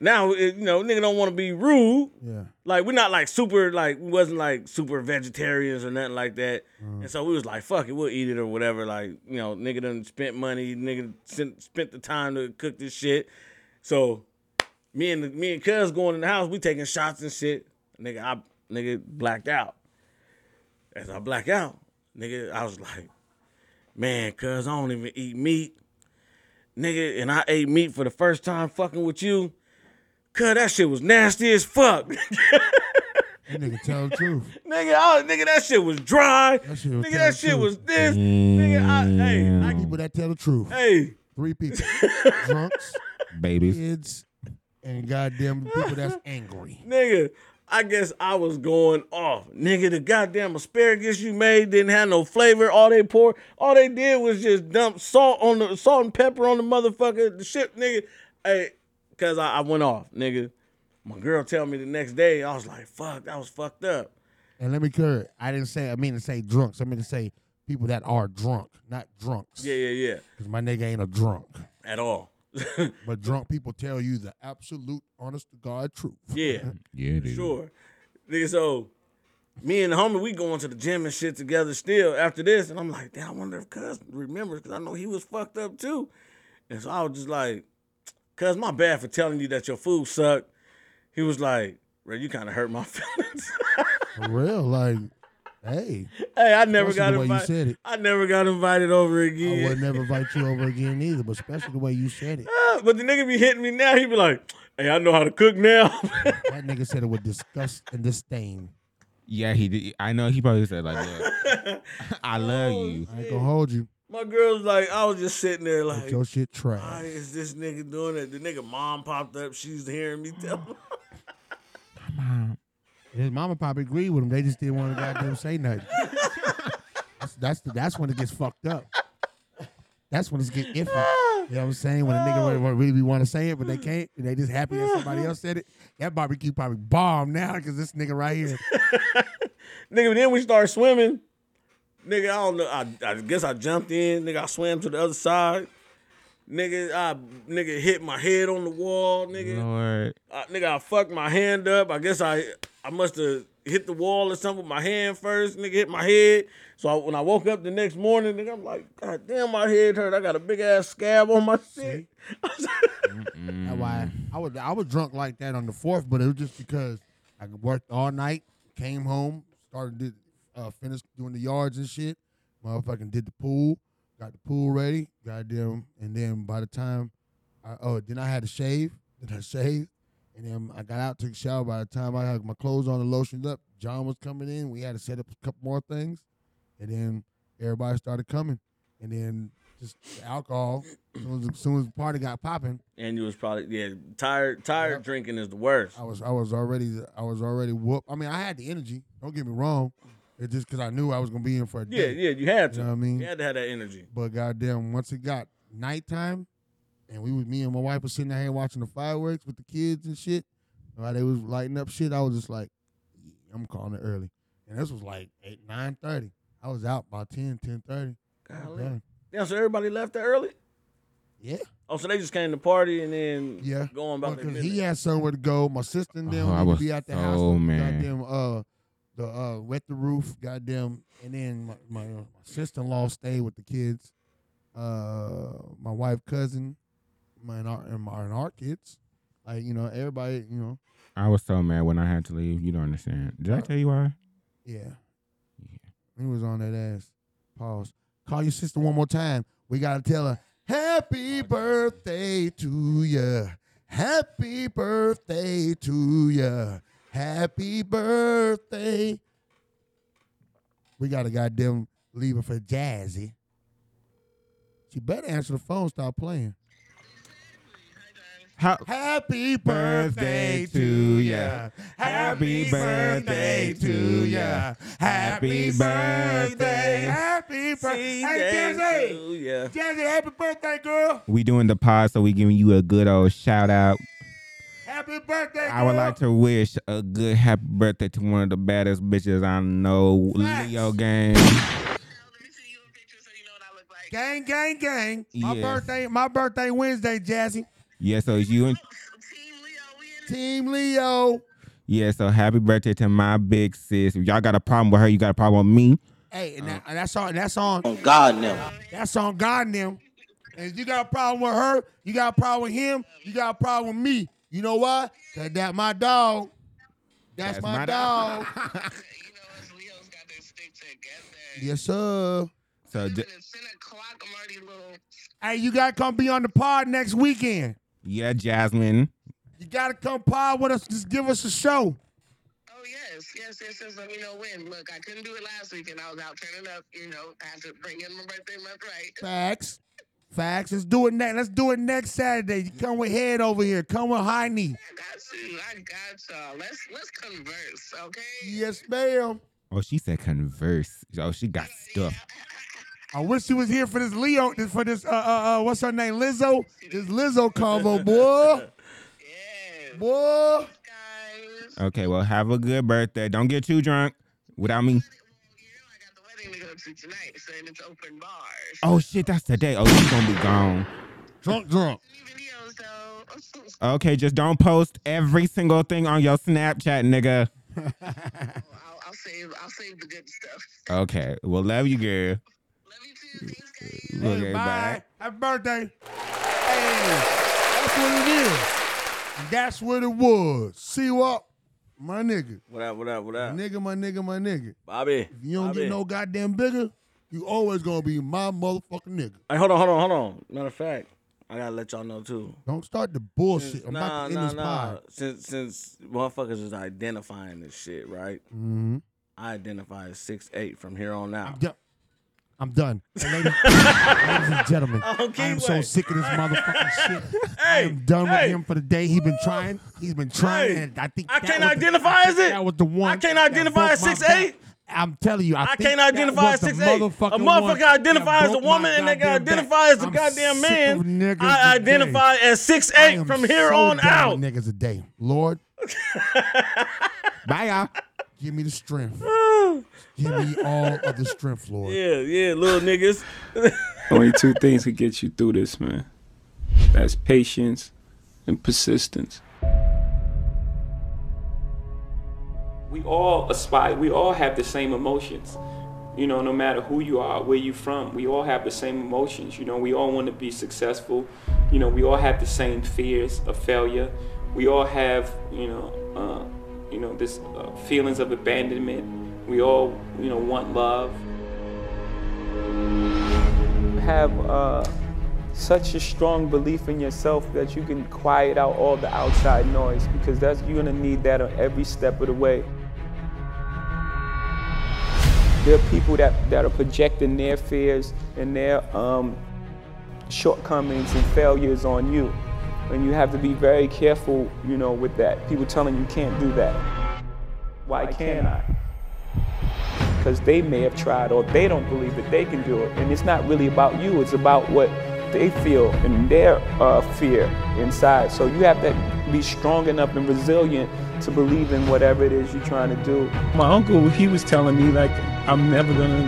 [SPEAKER 2] now, it- you know, nigga don't want to be rude.
[SPEAKER 16] Yeah.
[SPEAKER 2] Like, we're not like super, like, we wasn't like super vegetarians or nothing like that. And so we was like, fuck it, we'll eat it or whatever. Like, you know, nigga done spent money, nigga sent, spent the time to cook this shit. So me and me and cuz going in the house, we taking shots and shit. Nigga, I nigga blacked out. As I black out, nigga, I was like, man, cuz I don't even eat meat. Nigga, and I ate meat for the first time fucking with you. Cuz that shit was nasty as fuck.
[SPEAKER 16] That nigga tell the truth.
[SPEAKER 2] nigga, I, nigga, that shit was dry. nigga, that shit was this. Nigga, I, hey, I,
[SPEAKER 16] people that tell the truth.
[SPEAKER 2] Hey.
[SPEAKER 16] Three people. Drunks,
[SPEAKER 1] babies,
[SPEAKER 16] kids, and goddamn people that's angry.
[SPEAKER 2] Nigga, I guess I was going off. Nigga, the goddamn asparagus you made didn't have no flavor. All they poured, all they did was just dump salt on the salt and pepper on the motherfucker. The shit, nigga. Hey, cause I, I went off, nigga. My girl tell me the next day, I was like, fuck, that was fucked up.
[SPEAKER 16] And let me clear it. I didn't say I mean to say drunks. I mean to say people that are drunk, not drunks.
[SPEAKER 2] Yeah, yeah, yeah.
[SPEAKER 16] Because my nigga ain't a drunk.
[SPEAKER 2] At all.
[SPEAKER 16] But drunk people tell you the absolute, honest to God truth.
[SPEAKER 2] Yeah.
[SPEAKER 1] Yeah, dude.
[SPEAKER 2] Sure. Nigga, so me and the homie, we going to the gym and shit together still after this. And I'm like, damn, I wonder if cuz remembers, because I know he was fucked up too. And so I was just like, cuz my bad for telling you that your food sucked. He was like, bro, you kind of hurt my feelings.
[SPEAKER 16] For real. Like, hey.
[SPEAKER 2] hey, I never
[SPEAKER 16] Especially
[SPEAKER 2] got
[SPEAKER 16] the way you
[SPEAKER 2] invited.
[SPEAKER 16] said it.
[SPEAKER 2] I never got invited over
[SPEAKER 16] I would
[SPEAKER 2] again.
[SPEAKER 16] never invite you over again either, but especially the way you said it.
[SPEAKER 2] Ah, but the nigga be hitting me now. He be like, hey, I know how to cook now.
[SPEAKER 16] That nigga said it with disgust and disdain.
[SPEAKER 1] Yeah, he did. I know he probably said like, "Look, I love you."
[SPEAKER 16] I ain't gonna hold you.
[SPEAKER 2] my girl's like, I was just sitting there
[SPEAKER 16] Get
[SPEAKER 2] like,
[SPEAKER 16] your shit trash.
[SPEAKER 2] Why is this nigga doing that? The nigga mom popped up. She's hearing me tell him.
[SPEAKER 16] His mama probably agreed with him. They just didn't want to goddamn say nothing. That's that's, the, that's when it gets fucked up. That's when it's getting iffy. You know what I'm saying? When a nigga really- really, want to say it, but they can't, and they just happy that somebody else said it. That barbecue probably bomb now because this nigga right here.
[SPEAKER 2] Nigga, then we start swimming. Nigga, I don't know. I, I guess I jumped in. Nigga, I swam to the other side. Nigga, I nigga hit my head on the wall. Nigga,
[SPEAKER 1] Lord,
[SPEAKER 2] I, nigga, I fucked my hand up. I guess I I must have hit the wall or something with my hand first. Nigga hit my head. So I, when I woke up the next morning, nigga, I'm like, God damn, my head hurt. I got a big ass scab on my shit.
[SPEAKER 16] That's why I was I was drunk like that on the fourth, but it was just because I worked all night, came home, started did, uh, finished doing the yards and shit. Motherfucking did the pool, got the pool ready, goddamn, and then by the time, I, oh then I had to shave, then I shaved, and then I got out took a shower. By the time I had my clothes on and lotioned up, John was coming in. We had to set up a couple more things, and then everybody started coming, and then just the alcohol. As soon as, as soon as the party got popping,
[SPEAKER 2] And you was probably yeah tired. Tired drinking is the worst.
[SPEAKER 16] I was I was already I was already whoop. I mean, I had the energy. Don't get me wrong. It's just because I knew I was gonna be in for a
[SPEAKER 2] Yeah,
[SPEAKER 16] day.
[SPEAKER 2] yeah, you had to.
[SPEAKER 16] You know what I mean?
[SPEAKER 2] You had to have that energy.
[SPEAKER 16] But goddamn, once it got nighttime, and we was me and my wife was sitting out here watching the fireworks with the kids and shit. While they was lighting up shit, I was just like, I'm calling it early. And this was like eight nine thirty. I was out by 10, 10.30.
[SPEAKER 2] Golly. Yeah, so everybody left that early?
[SPEAKER 16] Yeah.
[SPEAKER 2] Oh, so they just came to party and then
[SPEAKER 16] Yeah.
[SPEAKER 2] going about their
[SPEAKER 16] because
[SPEAKER 2] business.
[SPEAKER 16] he had somewhere to go. My sister and them
[SPEAKER 1] Oh, I
[SPEAKER 16] need to
[SPEAKER 1] was
[SPEAKER 16] be at the
[SPEAKER 1] so
[SPEAKER 16] house. with the
[SPEAKER 1] mad.
[SPEAKER 16] Goddamn, uh, the uh, wet the roof. Goddamn, and then my, my, uh, my sister in law stayed with the kids. Uh, my wife, cousin, my and our, and my and our kids. Like you know, everybody. You know,
[SPEAKER 1] I was so mad when I had to leave. You don't understand. Did I tell you why?
[SPEAKER 16] yeah. He was on that ass. Pause. Call your sister one more time. We gotta tell her. Happy birthday to ya. Happy birthday to ya. Happy birthday. We got a goddamn leaver for Jazzy. She better answer the phone, stop playing. Happy birthday to ya. Happy birthday to ya. Happy birthday. Happy birthday. Hey, Jazzy.
[SPEAKER 2] Yeah.
[SPEAKER 16] Jazzy, happy birthday, girl.
[SPEAKER 1] We doing the pod, so we giving you a good old shout out.
[SPEAKER 16] Happy birthday, girl.
[SPEAKER 1] I would like to wish a good happy birthday to one of the baddest bitches I know, Leo Gang.
[SPEAKER 16] Gang, gang, gang. My
[SPEAKER 1] Yes.
[SPEAKER 16] birthday, my birthday Wednesday, Jazzy.
[SPEAKER 1] Yeah, so you and
[SPEAKER 16] Team Leo.
[SPEAKER 1] yeah, so happy birthday to my big sis. If y'all got a problem with her, you got a problem with me.
[SPEAKER 16] Hey, and, that, and that's on that's on
[SPEAKER 1] Oh God, no.
[SPEAKER 16] that's on God and them. And if you got a problem with her, you got a problem with him, you got a problem with me. You know why? Cause that my dog. That's,
[SPEAKER 1] That's
[SPEAKER 16] my,
[SPEAKER 1] my
[SPEAKER 16] dog. yes, sir.
[SPEAKER 1] So ju-
[SPEAKER 16] Hey, you gotta come be on the pod next weekend.
[SPEAKER 1] yeah, Jasmine.
[SPEAKER 16] You gotta come pod with us. Just give us a show. Oh, Facts. Facts. Let's do it next. Let's do it next Saturday. You come with head over here. Come with high knee. I got you. I got y'all. Let's let's converse, okay? Yes, ma'am.
[SPEAKER 1] Oh, she said converse. Oh, she got stuff.
[SPEAKER 16] I wish she was here for this Leo, for this uh uh, uh what's her name, Lizzo. This Lizzo convo, boy. Boy.
[SPEAKER 1] Okay, well, have a good birthday. Don't get too drunk without me. Oh shit, that's today. Oh, she's gonna be gone.
[SPEAKER 16] Drunk, drunk.
[SPEAKER 1] Okay, just don't post every single thing on your Snapchat, nigga. I'll, I'll save. I'll save the good stuff. Okay, well, love you, girl. Love you too. Thanks, guys. Okay,
[SPEAKER 16] Hey,
[SPEAKER 1] bye.
[SPEAKER 16] bye. Happy birthday. Hey, that's what it is. And That's what it was. See what? My nigga.
[SPEAKER 2] What up? What up? What up?
[SPEAKER 16] Nigga, my nigga, my nigga.
[SPEAKER 2] Bobby.
[SPEAKER 16] If you don't
[SPEAKER 2] Bobby.
[SPEAKER 16] get no goddamn bigger, you always gonna be my motherfucking nigga.
[SPEAKER 2] Hey, hold on, hold on, hold on. Matter of fact, I gotta let y'all know too.
[SPEAKER 16] Don't start the bullshit. I'm
[SPEAKER 2] nah,
[SPEAKER 16] about to end
[SPEAKER 2] nah,
[SPEAKER 16] this
[SPEAKER 2] nah.
[SPEAKER 16] pod.
[SPEAKER 2] Since since motherfuckers is identifying this shit, right?
[SPEAKER 16] Mhm.
[SPEAKER 2] I identify as six eight from here on out.
[SPEAKER 16] I'm done. Hey, ladies, ladies and gentlemen,
[SPEAKER 2] Okay,
[SPEAKER 16] I am so
[SPEAKER 2] what?
[SPEAKER 16] sick of this motherfucking shit. I am done with him for the day. He's been trying. He's been trying.
[SPEAKER 2] Hey,
[SPEAKER 16] and I think
[SPEAKER 2] I
[SPEAKER 16] that
[SPEAKER 2] can't
[SPEAKER 16] was the-
[SPEAKER 2] identify
[SPEAKER 16] I
[SPEAKER 2] as
[SPEAKER 16] think
[SPEAKER 2] it.
[SPEAKER 16] That was the one.
[SPEAKER 2] I can't
[SPEAKER 16] that
[SPEAKER 2] identify
[SPEAKER 16] broke
[SPEAKER 2] as
[SPEAKER 16] my
[SPEAKER 2] 6'8"?
[SPEAKER 16] back. I'm telling you, I,
[SPEAKER 2] I
[SPEAKER 16] think
[SPEAKER 2] can't
[SPEAKER 16] that
[SPEAKER 2] identify as
[SPEAKER 16] was the
[SPEAKER 2] six eight. A
[SPEAKER 16] motherfucking one
[SPEAKER 2] motherfucker
[SPEAKER 16] that
[SPEAKER 2] identifies as a
[SPEAKER 16] broke my
[SPEAKER 2] woman and they can
[SPEAKER 16] goddamn back.
[SPEAKER 2] identify as a
[SPEAKER 16] I'm
[SPEAKER 2] goddamn
[SPEAKER 16] sick of
[SPEAKER 2] man.
[SPEAKER 16] niggas
[SPEAKER 2] I
[SPEAKER 16] today.
[SPEAKER 2] identify as six
[SPEAKER 16] I
[SPEAKER 2] eight
[SPEAKER 16] am
[SPEAKER 2] from here
[SPEAKER 16] so
[SPEAKER 2] on out.
[SPEAKER 16] done with Niggas a day, Lord. Bye, y'all. Give me the strength. Give me all of the strength, Lord.
[SPEAKER 2] Yeah, yeah, little niggas.
[SPEAKER 18] Only two things can get you through this, man. That's patience and persistence. We all aspire, we all have the same emotions. You know, no matter who you are, where you from, we all have the same emotions. You know, we all want to be successful. You know, we all have the same fears of failure. We all have, you know, uh, you know, this uh, feelings of abandonment. We all, you know, want love. have uh, such a strong belief in yourself that you can quiet out all the outside noise because that's you're gonna need that on every step of the way. There are people that, that are projecting their fears and their um, shortcomings and failures on you. And you have to be very careful, you know, with that. People telling you can't do that. Why can't I? because they may have tried or they don't believe that they can do it. And it's not really about you, it's about what they feel and their uh, fear inside. So you have to be strong enough and resilient to believe in whatever it is you're trying to do. My uncle, he was telling me, like, I'm never gonna.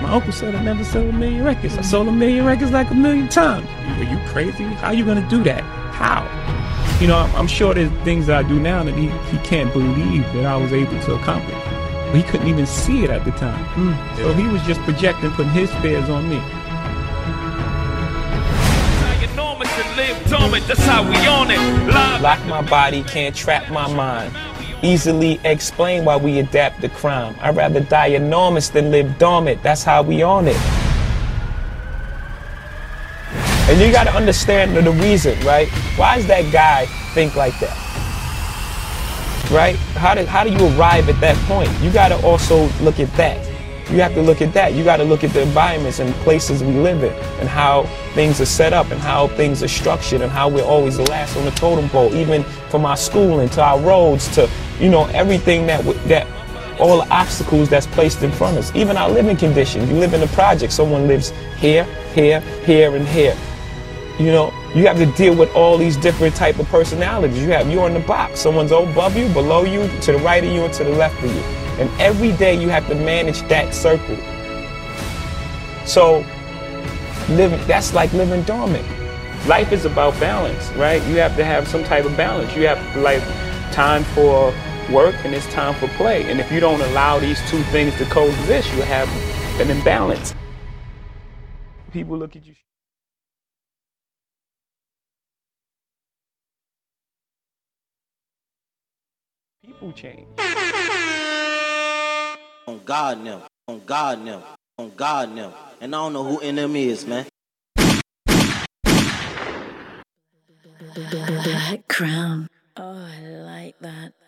[SPEAKER 18] My uncle said I never sold a million records. I sold a million records like a million times. Are you crazy? How you gonna do that? How? You know, I'm, I'm sure there's things that I do now that he, he can't believe that I was able to accomplish. But he couldn't even see it at the time. So he was just projecting, putting his fears on me. Lock my body, can't trap my mind. Easily explain why we adapt the crime. I'd rather die enormous than live dormant. That's how we own it. And you got to understand the- the reason, right? Why does that guy think like that? Right? How do, how do you arrive at that point? You got to also look at that. You have to look at that. You got to look at the environments and places we live in and how things are set up and how things are structured and how we're always the last on the totem pole, even from our schooling to our roads to, you know, everything that, w- that all the obstacles that's placed in front of us, even our living condition. You live in a project, someone lives here, here, here, and here. You know, you have to deal with all these different type of personalities you have. You're in the box. Someone's above you, below you, to the right of you, and to the left of you. And every day you have to manage that circle. So living that's like living dormant life is about balance right you have to have some type of balance you have like time for work and it's time for play and if you don't allow these two things to coexist you have an imbalance people look at you people change
[SPEAKER 19] on God now, on God now, on God now. And I don't know who NM is, man.
[SPEAKER 20] Black crown. Oh, I like that.